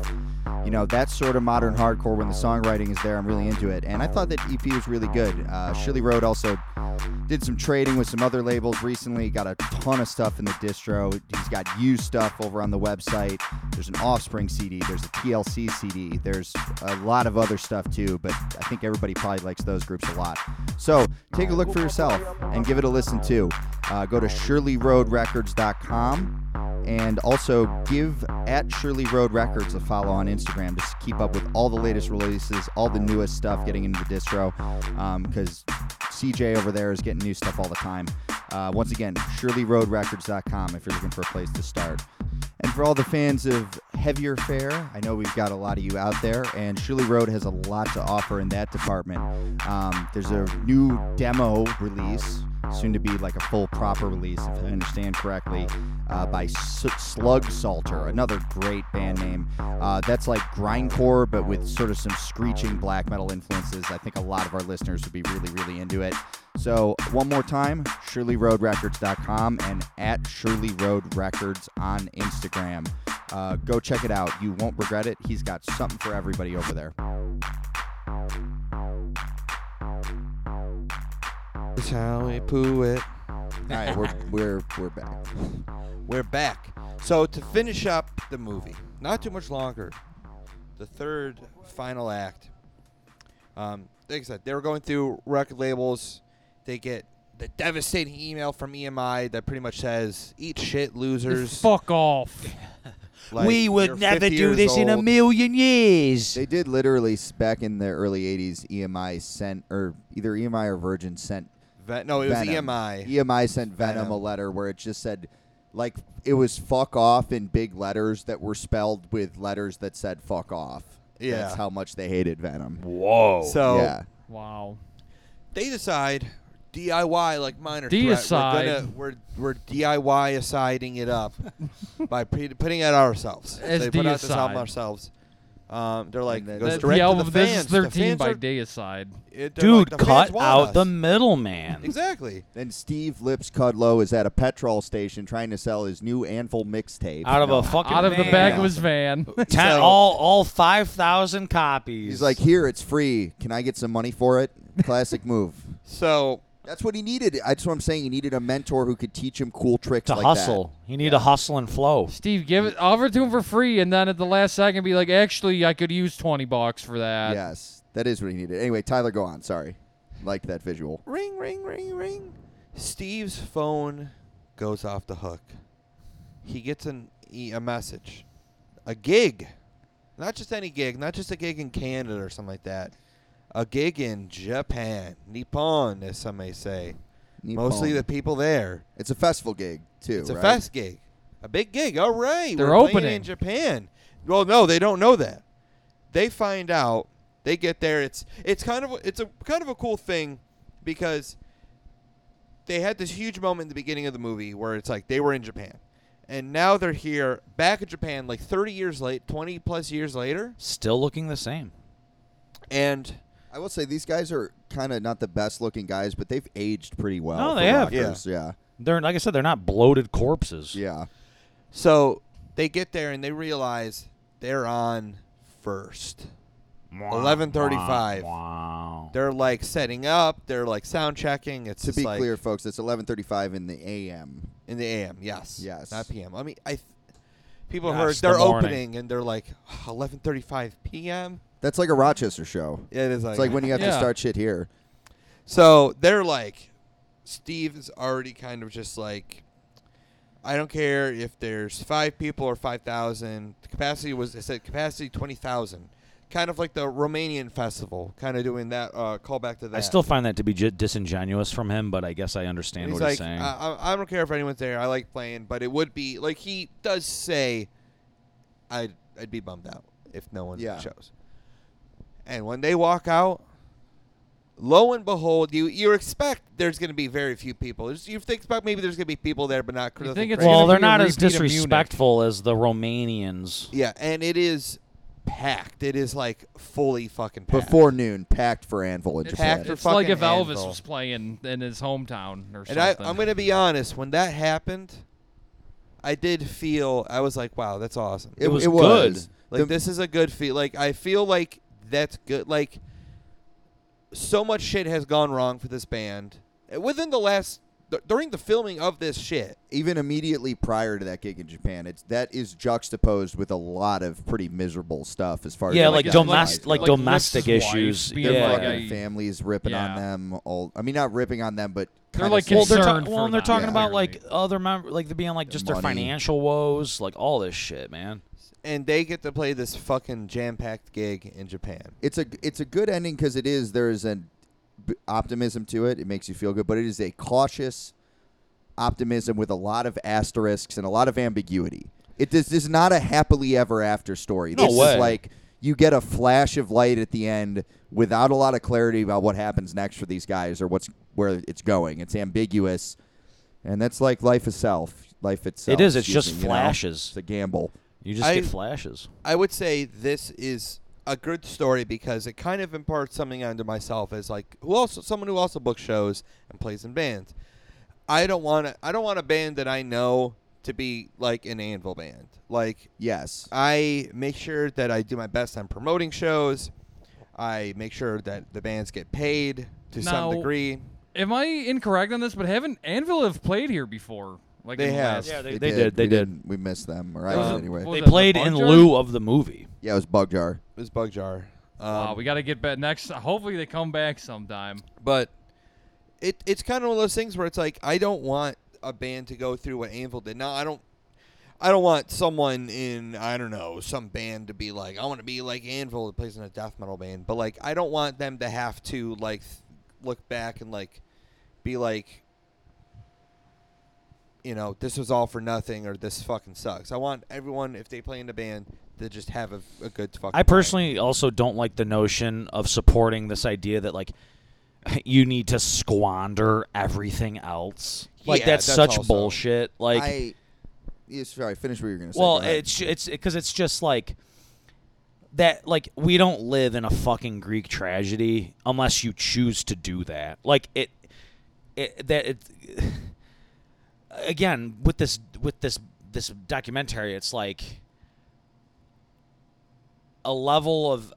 you know that's sort of modern hardcore when the songwriting is there i'm really into it and i thought that ep was really good uh, shirley road also did some trading with some other labels recently got a ton of stuff in the distro he's got used stuff over on the website there's an offspring cd there's a tlc cd there's a lot of other stuff too but i think everybody probably likes those groups a lot so take a look for yourself and give it a listen too uh, go to shirleyroadrecords.com and also give at Shirley Road Records a follow on Instagram just to keep up with all the latest releases, all the newest stuff getting into the distro, um, because CJ over there is getting new stuff all the time. Uh, once again, ShirleyRoadRecords.com if you're looking for a place to start. And for all the fans of heavier fare, I know we've got a lot of you out there, and Shirley Road has a lot to offer in that department. Um, there's a new demo release, soon to be like a full proper release, if I understand correctly, uh, by S- Slug Salter, another great band name. Uh, that's like grindcore, but with sort of some screeching black metal influences. I think a lot of our listeners would be really, really into it. So, one more time, ShirleyRoadRecords.com and at Shirley Road Records on Instagram. Uh, go check it out. You won't regret it. He's got something for everybody over there. That's how we poo it. All right, we're, we're, we're back. We're back. So to finish up the movie, not too much longer. The third final act. Um, like I said, they were going through record labels. They get the devastating email from EMI that pretty much says, "Eat shit, losers." Fuck off. Like, you're 50 years old." million years. They did literally s- back in the early '80s. EMI sent, or either EMI or Virgin sent. Ve- no, Oh, it was E Venom. E EMI. EMI sent Venom, Venom. a letter where it just said, like, it was "fuck off" in big letters that were spelled with letters that said "fuck off." Yeah. that's how much they hated Venom. Whoa. So yeah, Wow. they decide DIY like minor Deicide. threat. We're gonna we're we're DIY asiding it up by pre- putting it ourselves. As they put out this deicide. album ourselves. Um, they're like And then- goes That- The, direct the to album the this fans. is 13 the fans by are, Deicide. it- they're like, Dude, "The cut fans want out us." the middleman. exactly. Then Steve Lips Cudlow is at a petrol station trying to sell his new Anvil mixtape. Out of No. a fucking Out of the van. back of his van. <laughs> Ten, So- all all five thousand copies. He's like, "Here, it's free. Can I get some money for it?" Classic move. So That's what he needed. That's what I'm saying. He needed a mentor who could teach him cool tricks to like that. hustle. You need to hustle and flow. Steve, give it offer it to him for free, and then at the last second, be like, actually, I could use twenty bucks for that. yes, that is what he needed. Anyway, Tyler, go on. Sorry, liked that visual. ring, ring, ring, ring. Steve's phone goes off the hook. He gets an e- a message, a gig, not just any gig, not just a gig in Canada or something like that. A gig in Japan, Nippon, as some may say. Mostly the Nippon. people there. It's a festival gig too. It's a right? fest gig, a big gig. All right, They're we're playing opening. in Japan. Well, no, they don't know that. They find out. They get there. It's it's kind of it's a kind of a cool thing because they had this huge moment in the beginning of the movie where it's like they were in Japan, and now they're here back in Japan, like thirty years late, twenty plus years later, Still looking the same. and I will say these guys are kind of not the best looking guys, but they've aged pretty well. No, for they have. rockers. Yeah. They're like I said, they're not bloated corpses. Yeah. so they get there and they realize they're on first. Eleven thirty-five. Wow. They're like setting up. They're like sound checking. It's To just be like- clear, folks, it's 11:35 in the a.m. in the AM. Yes. Yes. Not PM. I mean, I th- people Gosh, heard the they're morning. opening and they're like 11:35 PM. That's like a Rochester show. Yeah, it is like, It's like when you have to Yeah. start shit here. So they're like, Steve is already kind of just like, I don't care if there's five people or five thousand. The capacity was it said capacity twenty thousand. Kind of like the Romanian festival, kind of doing that uh, callback to that. I still find that to be j- disingenuous from him, but I guess I understand And what he's he's saying. like, uh, I, I, I don't care if anyone's there. I like playing, but it would be like he does say, I'd I'd be bummed out if no one Yeah. shows. And when they walk out, lo and behold, you you expect there's going to be very few people. There's- You think about maybe there's going to be people there, but not. You nothing think it's crazy. well, gonna they're be a not as repeat of Munich. disrespectful as the Romanians. yeah, and it is packed. It is like fully fucking packed. Before noon, packed for Anvil in It's, Japan. packed for it's like fucking if Elvis Anvil. was playing in his hometown or And something. I, I'm going to be honest. When that happened, I did feel I was like, wow, that's awesome. It, was it good. was. Like The- this is a good feel. Like I feel like that's good. Like so much shit has gone wrong for this band Uh, within the last th- during the filming of this shit. even immediately prior to that gig in Japan, it's that is juxtaposed with a lot of pretty miserable stuff as far as Yeah, like guys domestic, like, like, like domestic Lip's wife issues. being their yeah. fucking like a- families ripping on yeah. them. All I mean, not ripping on them, but They're kinda like saying- well, they're ta- concerned well, for and they're them, talking yeah. about like clearly. other member, like the being like just their money. financial woes, like all this shit, man. And they get to play this fucking jam-packed gig in Japan. it's a it's a good ending because it is there is an b- optimism to it. It makes you feel good, but it is a cautious optimism with a lot of asterisks and a lot of ambiguity. It this, this is not a happily ever after story. No this way. is like you get a flash of light at the end without a lot of clarity about what happens next for these guys or what's where it's going. It's ambiguous, and that's like life itself. Life itself. is. It's excuse just me, you know? flashes. It's a gamble. You just I- get flashes. I would say this is a good story because it kind of imparts something onto myself as like who also someone who also books shows and plays in bands. I don't want to. I don't want a band that I know to be like an Anvil band. Like Yes. I make sure that I do my best on promoting shows. I make sure that the bands get paid to some Now- degree. Am I incorrect on this? But haven't Anvil have played here before? Like They in the have. last- Yeah, they, Um, We didn't- We missed them, or I Uh, did anyway. what They was that, played the in Bug Jar? lieu of the movie. yeah, it was Bug Jar. It was Bug Jar. Um, Wow, we got to get back next. Hopefully they come back sometime. but it it's kind of one of those things where it's like I don't want a band to go through what Anvil did. Now I don't I don't want someone in I don't know some band to be like I want to be like Anvil that plays in a death metal band, but like I don't want them to have to like th- look back and like be like you know this was all for nothing or this fucking sucks. I want everyone if they play in a band to just have a, a good fucking. I time. personally also don't like the notion of supporting this idea that like <laughs> you need to squander everything else. Like Yeah, that's, that's such also- bullshit. Like I. Yeah, sorry, finish what you were gonna say. well, Go ahead. it's it's because it's just like that. Like we don't live in a fucking Greek tragedy unless you choose to do that. Like it, it that it. <sighs> Again, with this with this this documentary, it's like a level of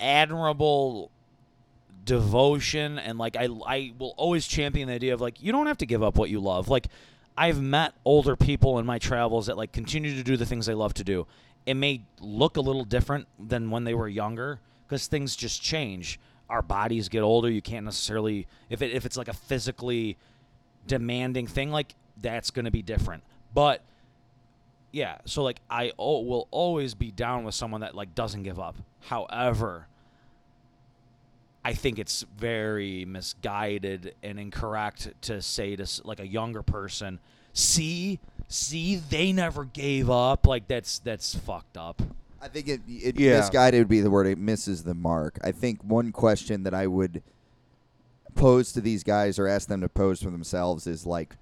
admirable devotion and like I I will always champion the idea of like you don't have to give up what you love. Like I've met older people in my travels that like continue to do the things they love to do. It may look a little different than when they were younger cuz things just change. Our bodies get older. You can't necessarily if it if it's like a physically demanding thing like that's going to be different. But yeah, so like I o- will always be down with someone that like doesn't give up. However, I think it's very misguided and incorrect to say to s- like a younger person, "See, see, they never gave up." Like that's that's fucked up. I think it, it Yeah. misguided would be the word. It misses the mark. I think one question that I would pose to these guys or ask them to pose for themselves is like,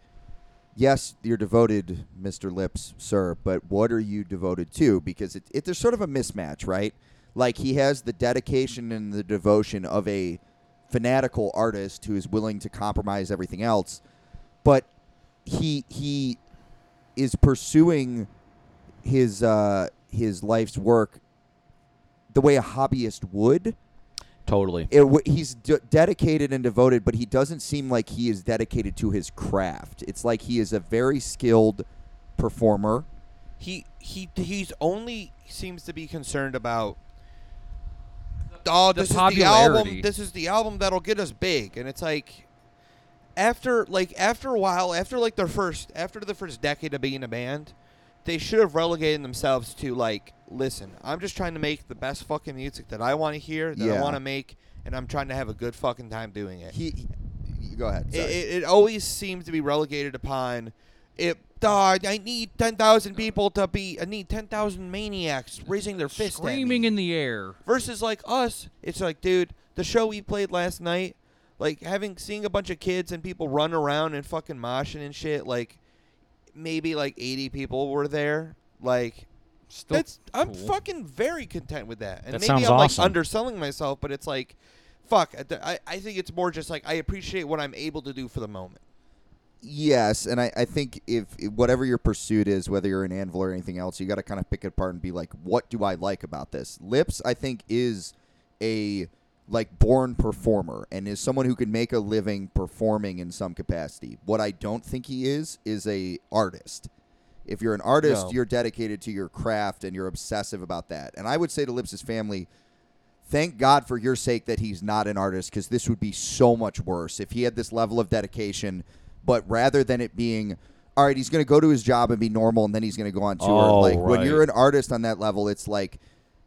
yes, you're devoted, Mr. Lips, sir, but what are you devoted to? Because it, it, there's sort of a mismatch, right? Like he has the dedication and the devotion of a fanatical artist who is willing to compromise everything else, but he he is pursuing his uh, his life's work the way a hobbyist would. Totally. It, w- he's d- dedicated and devoted, but he doesn't seem like he is dedicated to his craft. It's like he is a very skilled performer. He he he's only seems to be concerned about. Oh, the this is the album. popularity. This is the album that'll get us big, and it's like, after like after a while, after like their first after the first decade of being a band, they should have relegated themselves to like, listen, I'm just trying to make the best fucking music that I want to hear, that Yeah. I want to make, and I'm trying to have a good fucking time doing it He, he- go ahead. it, sorry. it, it always seems to be relegated upon it. Dog, I need ten thousand people to be. I need ten thousand maniacs raising their fist, at Screaming me. in the air. versus like us. It's like, dude, the show we played last night, like having seeing a bunch of kids and people run around and fucking moshing and shit. Like maybe like eighty people were there. Like Still that's I'm cool. fucking very content with that. And That maybe sounds I'm awesome. like underselling myself, but it's like, fuck. at the- I I think it's more just like I appreciate what I'm able to do for the moment. Yes, and I, I think if whatever your pursuit is, whether you're an anvil or anything else, you got to kind of pick it apart and be like, what do I like about this? Lips, I think, is a like born performer and is someone who can make a living performing in some capacity. What I don't think he is is a artist. If you're an artist, No. you're dedicated to your craft and you're obsessive about that. And I would say to Lips' family, thank God for your sake that he's not an artist because this would be so much worse if he had this level of dedication. But rather than it being, all right, he's going to go to his job and be normal and then he's going to go on tour. Oh, like when right. you're an artist on that level, it's like,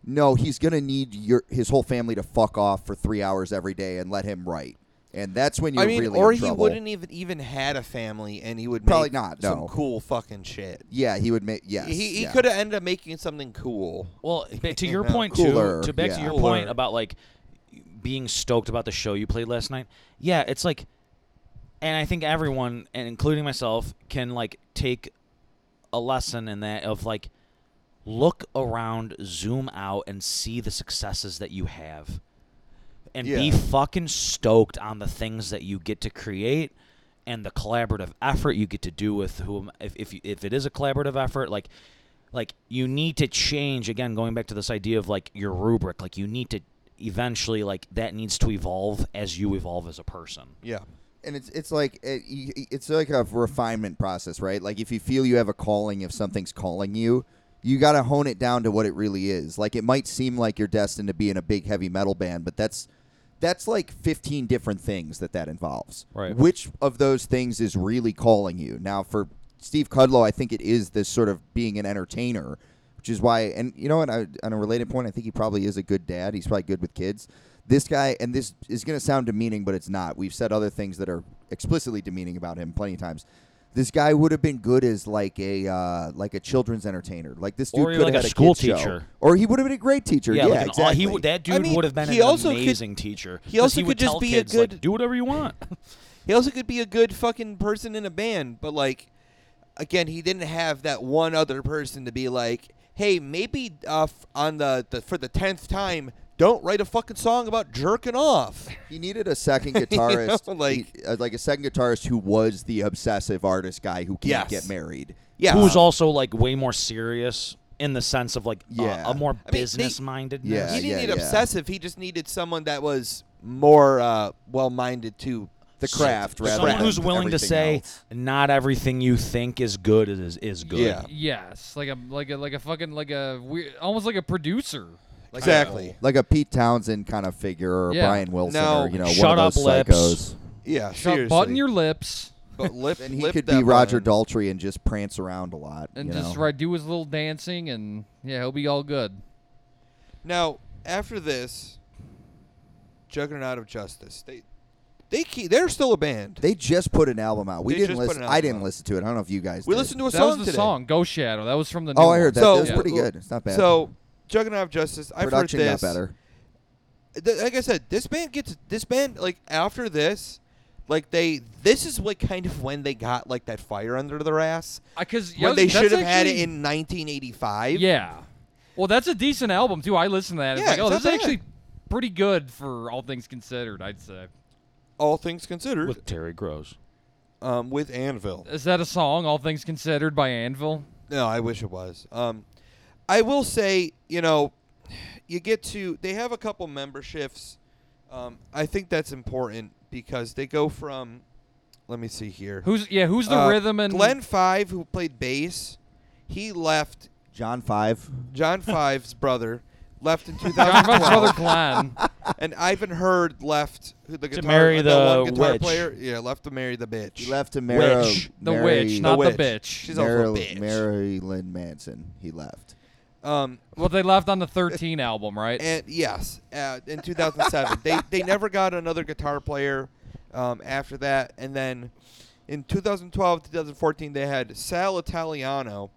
no, he's going to need your his whole family to fuck off for three hours every day and let him write. And that's when you're I mean, really or in he trouble. wouldn't e even even had a family, and he would Probably make not, some no. cool fucking shit. yeah, he would make. Yes, he he yeah. could have ended up making something cool. <laughs> Well, ba- to your No. point Cooler, too. To back to yeah. your Cooler. point about like being stoked about the show you played last night. Yeah, it's like, and I think everyone, and including myself, can like take a lesson in that of like look around, zoom out, and see the successes that you have, and be Yeah. fucking stoked on the things that you get to create and the collaborative effort you get to do with whom if if, you, if it is a collaborative effort like like you need to change again going back to this idea of like your rubric like you need to eventually like that needs to evolve as you evolve as a person Yeah, and it's it's like it, y- y- it's like a refinement process, right? Like if you feel you have a calling, if something's calling you, you got to hone it down to what it really is. Like it might seem like you're destined to be in a big heavy metal band, but that's that's like 15 different things that that involves. Right. Which of those things is really calling you? Now for Steve Cudlow, I think it is this sort of being an entertainer, which is why and you know what, I, on a related point, I think he probably is a good dad. He's probably good with kids this guy, and this is going to sound demeaning, but it's not. We've said other things that are explicitly demeaning about him plenty of times. This guy would have been good as like a uh, like a children's entertainer. Like this dude Or could like have a had school kid show. teacher. or he would have been a great teacher. Yeah, like an au- exactly. he would that dude I mean, would have been he an also could- amazing teacher 'cause also would could just tell be a kids, like, good- do whatever you <laughs> want he also could be a good fucking person in a band, but like, again, he didn't have that one other person to be like, hey, maybe uh, f- on the, the for the tenth time, don't write a fucking song about jerking off. He needed <laughs> a second guitarist, know, like- he- uh, like a second guitarist who was the obsessive artist guy who can't Yes. get married. Yeah, who's also like way more serious in the sense of like a- Yeah. a, more they- business mindedness Yeah, he didn't need yeah. obsessive. He just needed someone that was more uh, well minded to The craft, rather someone than who's willing to everything say else. not everything you think is good is is good Yeah. Yes, like a like a like a fucking like a weird, almost like a producer. Like a- exactly. like a Pete Townsend kind of figure or Yeah. Brian Wilson No. or you know Shut one up, of those Lips. psychos. Yeah, Shut, button your lips <laughs> But lip, And he lip could that be Roger button. Daltrey and just prance around a lot and you just know? right do his little dancing and yeah, he'll be all good. Now, after this, Juggernaut of Justice. They they keep, they're still a band. They just put an album out. We They didn't just put listen. an I album didn't out. listen to it. I don't know if you guys. we did. listened to a That song was the today. song, Ghost Shadow. That was from the. Oh, new I heard that. one. So- that was Yeah. pretty good. It's not bad. So Juggernaut of Justice. I've production heard got this. better. th- like I said, this band gets this band like after this, like they this is what kind of when they got like that fire under their ass Because when they should have had it in 1985. Yeah. Well, that's a decent album too. I listened to that. It's Yeah, like, oh, it's this is not bad. actually pretty good for all things considered. I'd say. All things considered, with Terry Gross. um, with Anvil. Is that a song? All things considered by Anvil. No, I wish it was. Um, I will say, you know, you get to they have a couple memberships. Um, I think that's important because they go from. Let me see here. Who's yeah? Who's the Uh, rhythm and Glenn Five, who played bass, he left John Five. <laughs> John Five's brother left in John Buck's brother 2012, Glenn? <laughs> and Ivan Hurd left who the guitar marry the, the one guitar witch. player. Yeah, left to marry the bitch. He left to Mara, Witch. The Mary- witch, not witch. the bitch. She's also a Marilyn- bitch. Marilyn Manson. He left. Um, Well, they left on the 13 album, right? and yes, uh, in 2007, they <laughs> they never got another guitar player um, after that, and then in 2012, 2014, they had Sal Italiano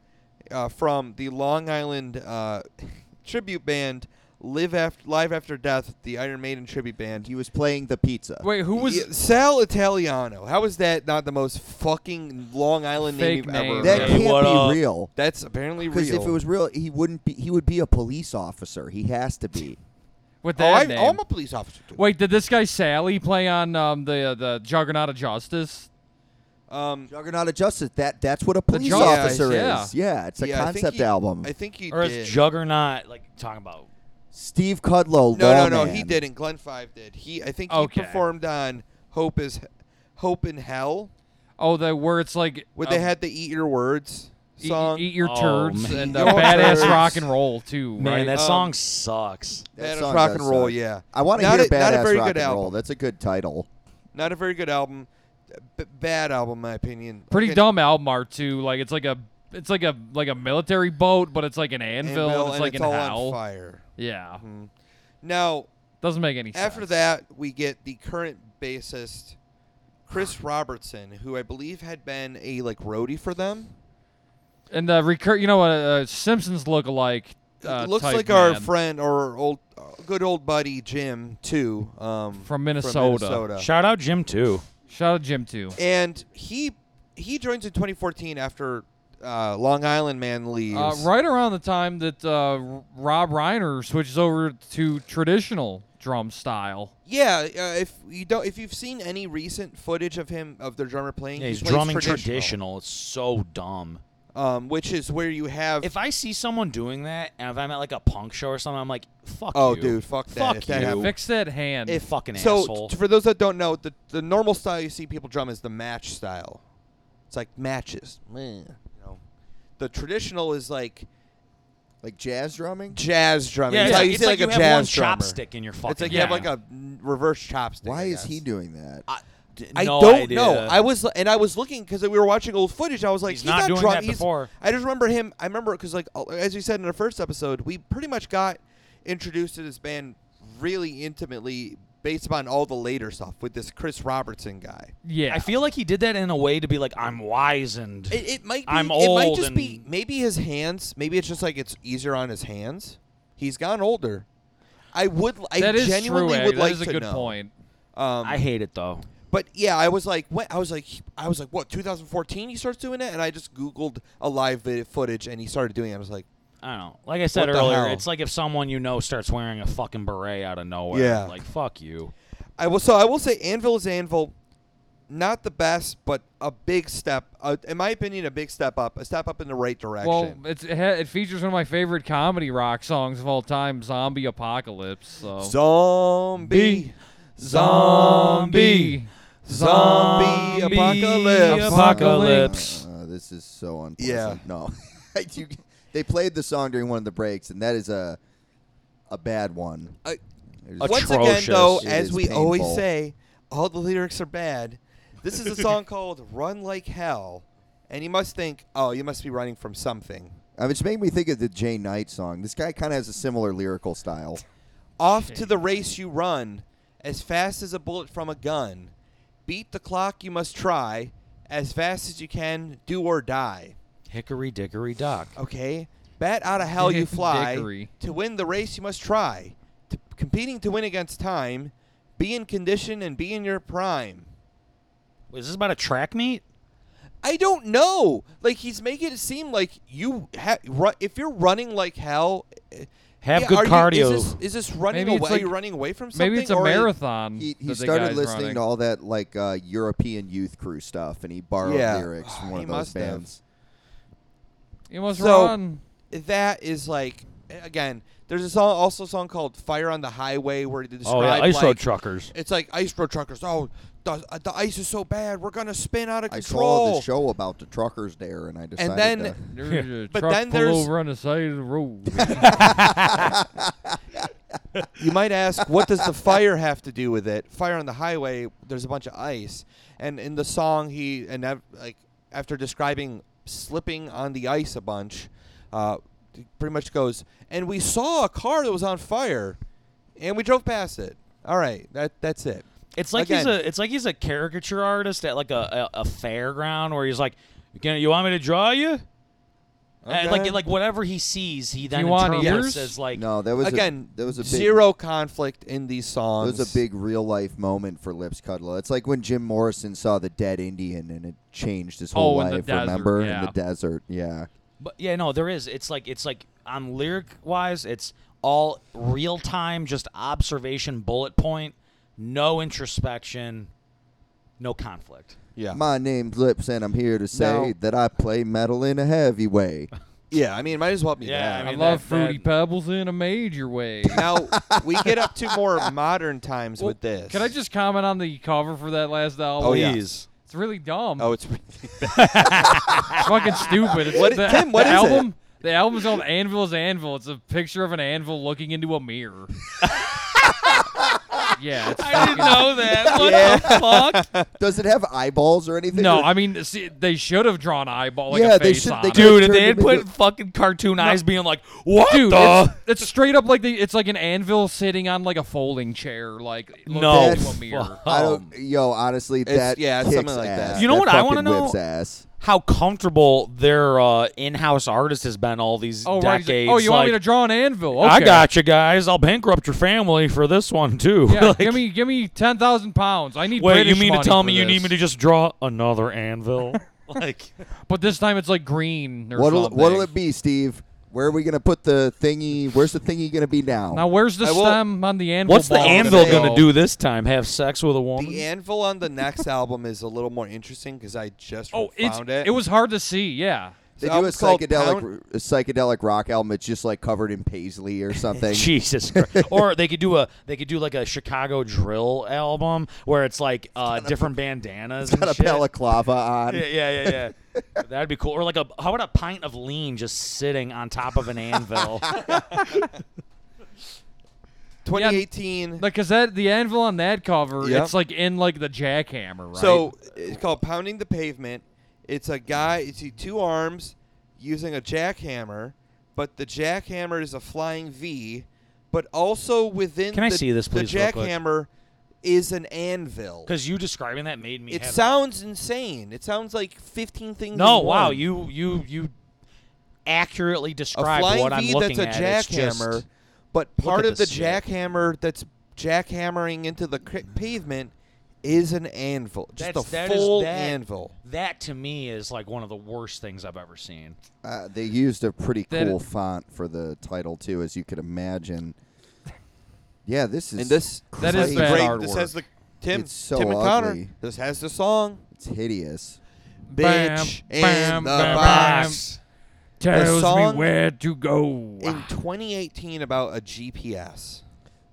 uh, from the Long Island uh, <laughs> tribute band Live After Live After Death, the Iron Maiden tribute band. He was playing the pizza. Wait, who was? Yeah, Sal Italiano. How is that not the most fucking Long Island Fake name you've name. ever that heard? Hey, can't what be up? real. That's apparently Because real. if it was real, he wouldn't be. He would be a police officer. He has to be. With oh, that I'm, name. I'm a police officer. Too. Wait, did this guy Sally play on um, the uh, the Juggernaut of Justice? um, Juggernaut of Justice. That that's what a police Juggernaut, officer yeah. is. Yeah, it's a yeah, I think concept he- album. I think he Or did. is Juggernaut like talking about? Steve Kudlow. no, no, no. lawman. He didn't. Glenn Five did. He. I think he Okay. performed on Hope is Hope in Hell. Oh, the where it's like Where uh, Um, they had the Eat Your Words eat, song. eat your Oh, turds man. and Your uh, badass turds. rock and roll too. Man, right? that um, song sucks. That Badass song rock does and roll. suck. Yeah. I want to Not hear a- not a badass very rock good and roll. album. That's a good title. Not a very good album. B- bad album, in my opinion. pretty Fucking dumb album art too. Like it's like a it's like a like a military boat, but it's like an anvil, and it's and like it's an all howl. on fire. Mm-hmm. Yeah, Now, doesn't make any sense. After that, we get the current bassist, Chris Robertson, who I believe had been a like roadie for them. and the recur, you know, a, a Simpsons look-alike. Uh, Looks type like our man friend or old, uh, good old buddy Jim too, um, From Minnesota. Minnesota. Shout out Jim too. Shout out Jim too. And he he joins in 2014 after uh, Long Island Man leaves. Uh, right around the time that uh, R- Rob Reiner switches over to traditional drum style. Yeah, uh, if you don't, if you've seen any recent footage of him of their drummer playing, Yeah, he he's plays drumming traditional, traditional. It's so dumb. um, which is where you have. If I see someone doing that, and if I'm at like a punk show or something, I'm like, fuck oh, you. dude, fuck that! Fuck if that you. happened- Fix that hand. If fucking so asshole. t- for those that don't know, the, the normal style you see people drum is the match style. It's like matches. Meh, You know, the traditional is like Like jazz drumming. jazz drumming. yeah, That's it's how like, you it's see like like, you a have jazz one drummer. chopstick in your fucking. It's like you yeah. have like a n- reverse chopstick. Why I is he guess. doing that? I, d- I no don't idea. know. I was and I was looking because we were watching old footage. I was like, He's not doing drum- that he's- before. I just remember him. I remember because like uh, as we said in the first episode, we pretty much got introduced to this band really intimately based upon all the later stuff with this Chris Robertson guy. yeah, I feel like he did that in a way to be like, I'm wise and It, it might be. I'm It might old just be and- maybe his hands. Maybe it's just like it's easier on his hands. He's gotten older. I would. I that is genuinely true. would Ag. like that is a to good know. point. Um, I hate it though. but yeah, I was like, what? I was like, I was like, what? 2014? He starts doing it, and I just googled a live video footage, and he started doing it. I was like, I don't know. Like I said What the earlier, hell? it's like if someone you know starts wearing a fucking beret out of nowhere. Yeah. Like fuck you. I will. So I will say, Anvil is Anvil. Not the best, but a big step. Uh, in my opinion, a big step up, a step up in the right direction. Well, it's, it, ha- it features one of my favorite comedy rock songs of all time, "Zombie Apocalypse." So Zombie. zombie, Zombie apocalypse. Apocalypse. Uh, this is so unpleasant. Yeah. No. <laughs> You- they played the song during one of the breaks, and that is a a bad one. Uh, There's- Atro- Once again, though, Atrocious. It as is we always painful. say, all the lyrics are bad. This is a song <laughs> called "Run Like Hell," and you must think, "Oh, you must be running from something." I mean, it's making me think of the Jay Knight song. This guy kind of has a similar lyrical style. Off to the race you run, as fast as a bullet from a gun. Beat the clock, you must try. As fast as you can, do or die. Hickory dickory dock. Okay? Bat out of <laughs> hell you fly. Dickory. to win the race, you must try. To, competing to win against time, be in condition and be in your prime. Is this about a track meet? I don't know. Like he's making it seem like you ha- ru- if you're running like hell. eh, Have yeah, good are You, cardio. is, this, is this running Maybe it's away? like- you're running away from something. Maybe it's a or it- marathon. He, he Mm-hmm. that the started guy's listening running. to all that like uh, European youth crew stuff, and he borrowed Yeah. lyrics from one He of those must have. bands. You must So- run. that is like eh, again. There's a song, also a song called "Fire on the Highway," where they describe Oh yeah, ISO like, truckers. It's like ice road truckers. Oh, the, uh, the ice is so bad, we're gonna spin out of I control. saw the show about the truckers there, and I decided. then- to- There's a But truck then pull there's- over on the side of the <laughs> road. you might ask, <laughs> what does the fire have to do with it? Fire on the highway. There's a bunch of ice, and in the song, he and ev- like after describing slipping on the ice a bunch, uh, he pretty much goes, and we saw a car that was on fire, and we drove past it. All right, that that's it. It's like he's Again. a it's like he's a caricature artist at like a, a, a fairground where he's like, Can, you want me to draw you? And like Okay. like whatever he sees, he then you want interprets ears? as like no, that was a- Again, that was a big, zero conflict in these That songs. was a big real life moment for Lips Cuddle. It's like when Jim Morrison saw the dead Indian, and it changed his whole Oh, in the life. desert, remember in yeah. the desert? Yeah. But yeah, no, there is. It's like it's like on lyric wise, it's all real time, just observation, bullet point, no introspection, no conflict. yeah. My name's Lips, and I'm here to say Now- that I play metal in a heavy way. yeah, I mean, it might as well be Yeah, that. I I, mean, love that- fruity that- pebbles in a major way. <laughs> now we get up to more modern times with this. Can I just comment on the cover for that last album? Oh, yeah. Please. It's really dumb. Oh, it's It's fucking stupid. It's What i- the, Tim, what the is it? album, The album's called Anvil is Anvil. It's a picture of an anvil looking into a mirror. <laughs> yeah, it's I didn't know that. What <laughs> the <laughs> fuck? Does it have eyeballs or anything? No, Or- I mean, see, they should have drawn eyeball like Yeah, a they face should- on they it. could- Dude, if they had Turned into- put fucking cartoon eyes being like, What Dude, the it's, it's straight up like the it's like an anvil sitting on like a folding chair, like looking No. into a mirror. I Um, don't, yo, honestly, that yeah, it's kicks something like that. ass. You know what I fucking wanna know? Whips ass. how comfortable their uh, in house artist has been all these Oh, right. decades. he's like, oh, you want me to like, draw an anvil? Okay. I got you guys. I'll bankrupt your family for this one too. <laughs> Yeah, Like, give me give me ten thousand pounds. I need. Wait, British you mean to money tell for me you need this. me to just draw another anvil? like But this time it's like green or What'll, something. what'll it be, Steve? Where are we gonna put the thingy? Where's the thingy gonna be now? Now, where's the I will- stem on the anvil? What's the ball anvil go? gonna do this time? Have sex with a woman? the anvil on the next album is a little more interesting because I just Oh, it's found it. it was hard to see. Yeah. they the do a album's called psychedelic, Pound- a psychedelic rock album. It's just like covered in <laughs> paisley or something. Jesus Christ! or they could do a they could do like a Chicago drill album where it's like uh, different bandanas. Got and a shit. balaclava <laughs> on. Yeah, yeah, yeah, yeah. That'd be cool. Or like a how about a pint of lean just sitting on top of an anvil? 2018. Like, cause that the anvil on that cover, Yeah. it's like in like the jackhammer, right? So it's called Pounding the Pavement. It's a guy. You see two arms using a jackhammer, but the jackhammer is a flying V. But also within Can I the, see this, please, the real quick? jackhammer is an anvil. Because you describing that made me. It have- sounds insane. It sounds like 15 things. No, in wow, one. you you you accurately a described flying what I'm V looking that's a at. It's just- jackhammer, but part at of the this shit. jackhammer that's jackhammering into the cri- pavement is an anvil, just That's- a that is full that. anvil. That to me is like one of the worst things I've ever seen. Uh, they used a pretty That- cool font for the title too, as you could imagine. Yeah, this is And this That is crazy. bad great. artwork. This has the Tim It's so Tim and ugly. Connor. This has the song It's hideous. Bam, "Bitch bam, in the bam, Um, Box" tells song- me where to go. in 2018 about a GPS.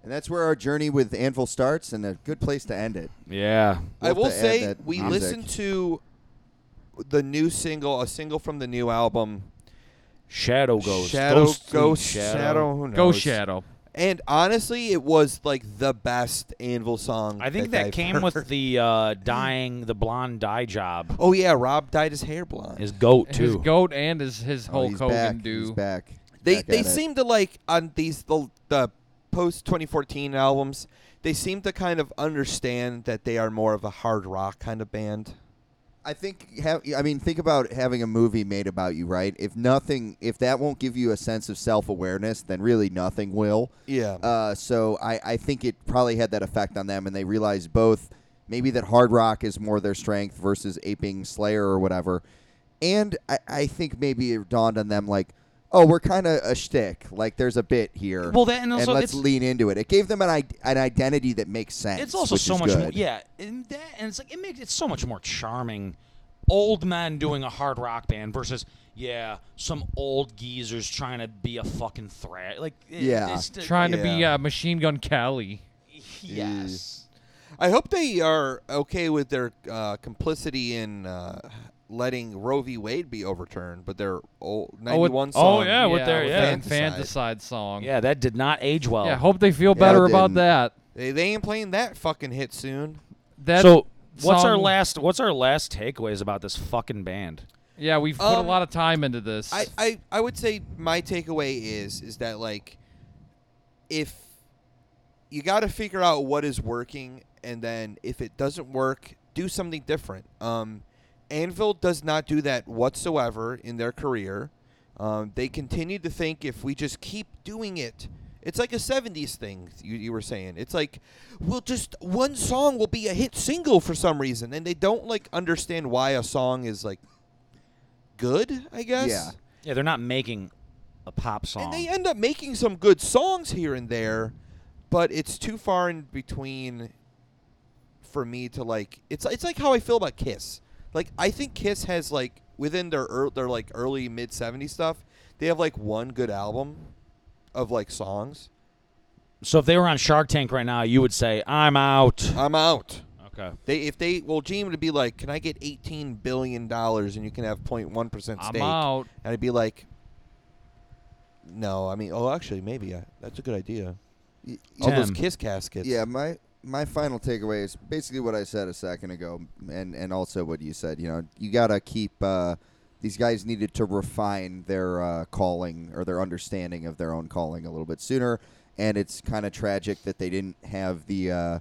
And that's where our journey with Anvil starts, and a good place to end it. Yeah. We'll I have will to add say that we music. listened to the new single, a single from the new album, Shadow Ghost. Shadow Ghost, Shadow. who Go knows? shadow. And honestly, it was like the best Anvil song. I think that, I've came heard. with the uh, dying, the blonde dye job. Oh yeah, Rob dyed his hair blonde. Is goat His too. goat and his his Oh, Hulk he's Hogan back. do. He's back. they Back they at it. seem to like on these the the post 2014 albums, they seem to kind of understand that they are more of a hard rock kind of band. I think have I mean think about having a movie made about you, right? If nothing, if that won't give you a sense of self awareness, then really nothing will. Yeah. Uh, so I I think it probably had that effect on them, and they realized both maybe that hard rock is more their strength versus aping Slayer or whatever, and I I think maybe it dawned on them like. Oh, we're kind of a shtick. Like there's a bit here. Well, that- and also let's it's- lean into it. It gave them an I- an identity that makes sense. It's also which so is much more, good. yeah, and that, and it's like it makes it so much more charming. Old men doing a hard rock band versus yeah, some old geezers trying to be a fucking threat. Like it- Yeah. it's the- Trying to be Yeah. uh, Machine Gun Kelly. Oh, yes, I hope they are okay with their uh, complicity in uh, letting Roe v. Wade be overturned, but their old Oh, with- 91 song. oh, yeah, with their- that yeah. Fantaside song. yeah, that did not age well. Yeah, hope they feel better it about didn't. that. They, they ain't playing that fucking hit soon. That so what's our song- last? What's our last takeaways about this fucking band? Yeah, we've put Um, a lot of time into this. I, I, I would say my takeaway is is that like if you got to figure out what is working and then if it doesn't work do something different um, anvil does not do that whatsoever in their career um, they continue to think if we just keep doing it it's like a 70s thing you, you were saying it's like we'll just one song will be a hit single for some reason and they don't like understand why a song is like good i guess Yeah. Yeah, they're not making a pop song. and they end up making some good songs here and there, but it's too far in between for me to like. It's it's like how I feel about Kiss. Like I think Kiss has like within their ear their like early mid '70s stuff, they have like one good album of like songs. so if they were on Shark Tank right now, you would say I'm out. Uh, I'm out. Okay. They if they well Gene would be like, can I get 18 billion dollars and you can have 0.1 percent I'm stake? out. And I'd be like. No, I mean, oh, actually, maybe I, that's a good idea. Y- All those Tim. kiss caskets. Yeah, my my final takeaway is basically what I said a second ago, and and also what you said. You know, you gotta keep uh, these guys needed to refine their uh, calling or their understanding of their own calling a little bit sooner. And it's kind of tragic that they didn't have the, uh,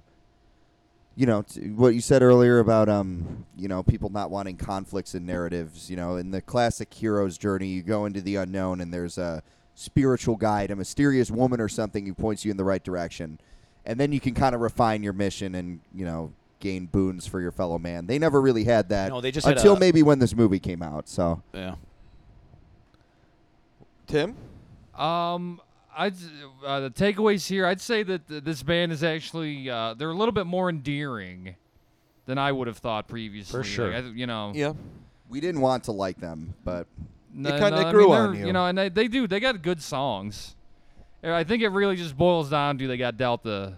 you know, t- what you said earlier about um, you know, people not wanting conflicts and narratives. You know, in the classic hero's journey, you go into the unknown, and there's a spiritual guide, a mysterious woman or something who points you in the right direction and then you can kind of refine your mission and you know gain boons for your fellow man. They never really had that. No, they just had until a- maybe when this movie came out. So Yeah. Tim? Um, I uh, the takeaways here. I'd say that th- this band is actually uh, they're a little bit more endearing than I would have thought previously. Like, sure. I th- you know, Yeah. we didn't want to like them, but no, kinda no, I mean, grew on they're- you. You know, and they, they do. They got good songs. And I think it really just boils down to they got dealt a,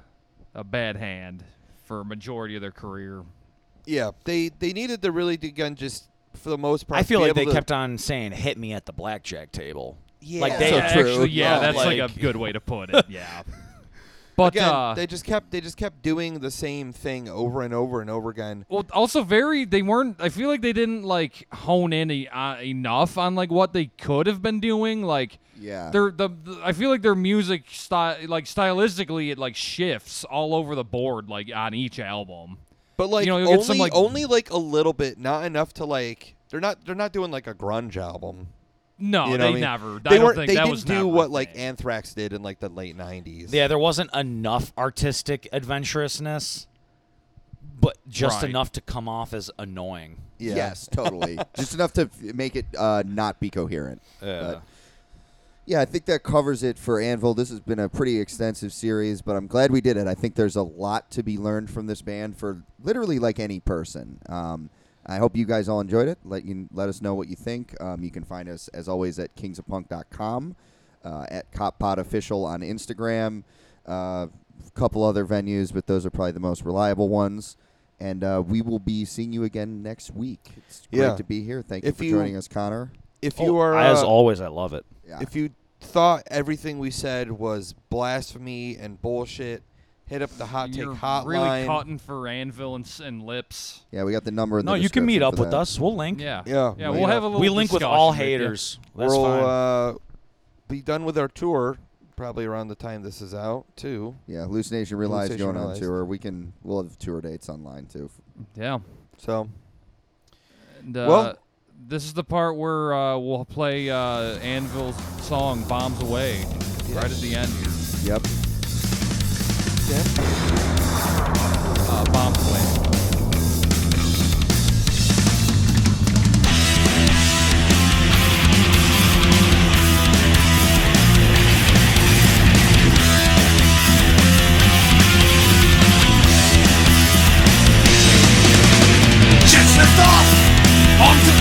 a bad hand for a majority of their career. Yeah. They they needed to really do gun just for the most part. I feel be like they able to- kept on saying, "Hit me at the blackjack table." Yeah. like they- So yeah, true. actually, yeah, Yeah, that's like, like- a good way to put it. <laughs> Yeah. But Again, uh, they just kept they just kept doing the same thing over and over and over again. Well, also very they weren't. I feel like they didn't like hone in e- uh, enough on like what they could have been doing. Like yeah, their the, the I feel like their music style like stylistically it like shifts all over the board like on each album. But like You know, you'll only get some, like- only like a little bit, not enough to like they're not they're not doing like a grunge album. No, You know what I Oh, they mean? never. They I don't weren't think they that didn't was do never a what like thing. Anthrax did in like the late nineties. Yeah, there wasn't enough artistic adventurousness, but just Right. enough to come off as annoying. <laughs> yeah. yes, totally, just enough to f- make it uh, not be coherent. But- yeah, I think that covers it for Anvil. This has been a pretty extensive series, but I'm glad we did it. I think there's a lot to be learned from this band for literally like any person. Um, I hope you guys all enjoyed it. Let you let us know what you think. Um, you can find us as always at kingsofpunk.com, uh, at Cop Pod Official on Instagram, a couple other venues, but those are probably the most reliable ones. And uh, we will be seeing you again next week. It's great Yeah. to be here. Thank you If for you- joining us, Connor. Oh, If you are as uh, always, I love it. Yeah. If you thought everything we said was blasphemy and bullshit, hit up the hot You're take hotline. really cutting for Anvil and, s- and Lips. yeah, we got the number in the No, you can meet description up for with that. us. We'll link. Yeah, Yeah, yeah. we- We'll have a little. we link with all uh, discussion ya. haters. That's we'll fine. uh, be done with our tour probably around the time this is out too. Yeah, hallucination realized Hallucination going Realized. on tour. We can we'll have tour dates online too. Yeah. So And, uh, Well- this is the part where uh, we'll play uh, Anvil's song "Bombs Away" right at the end here. Yep. Uh, "Bombs Away." Jets lift off onto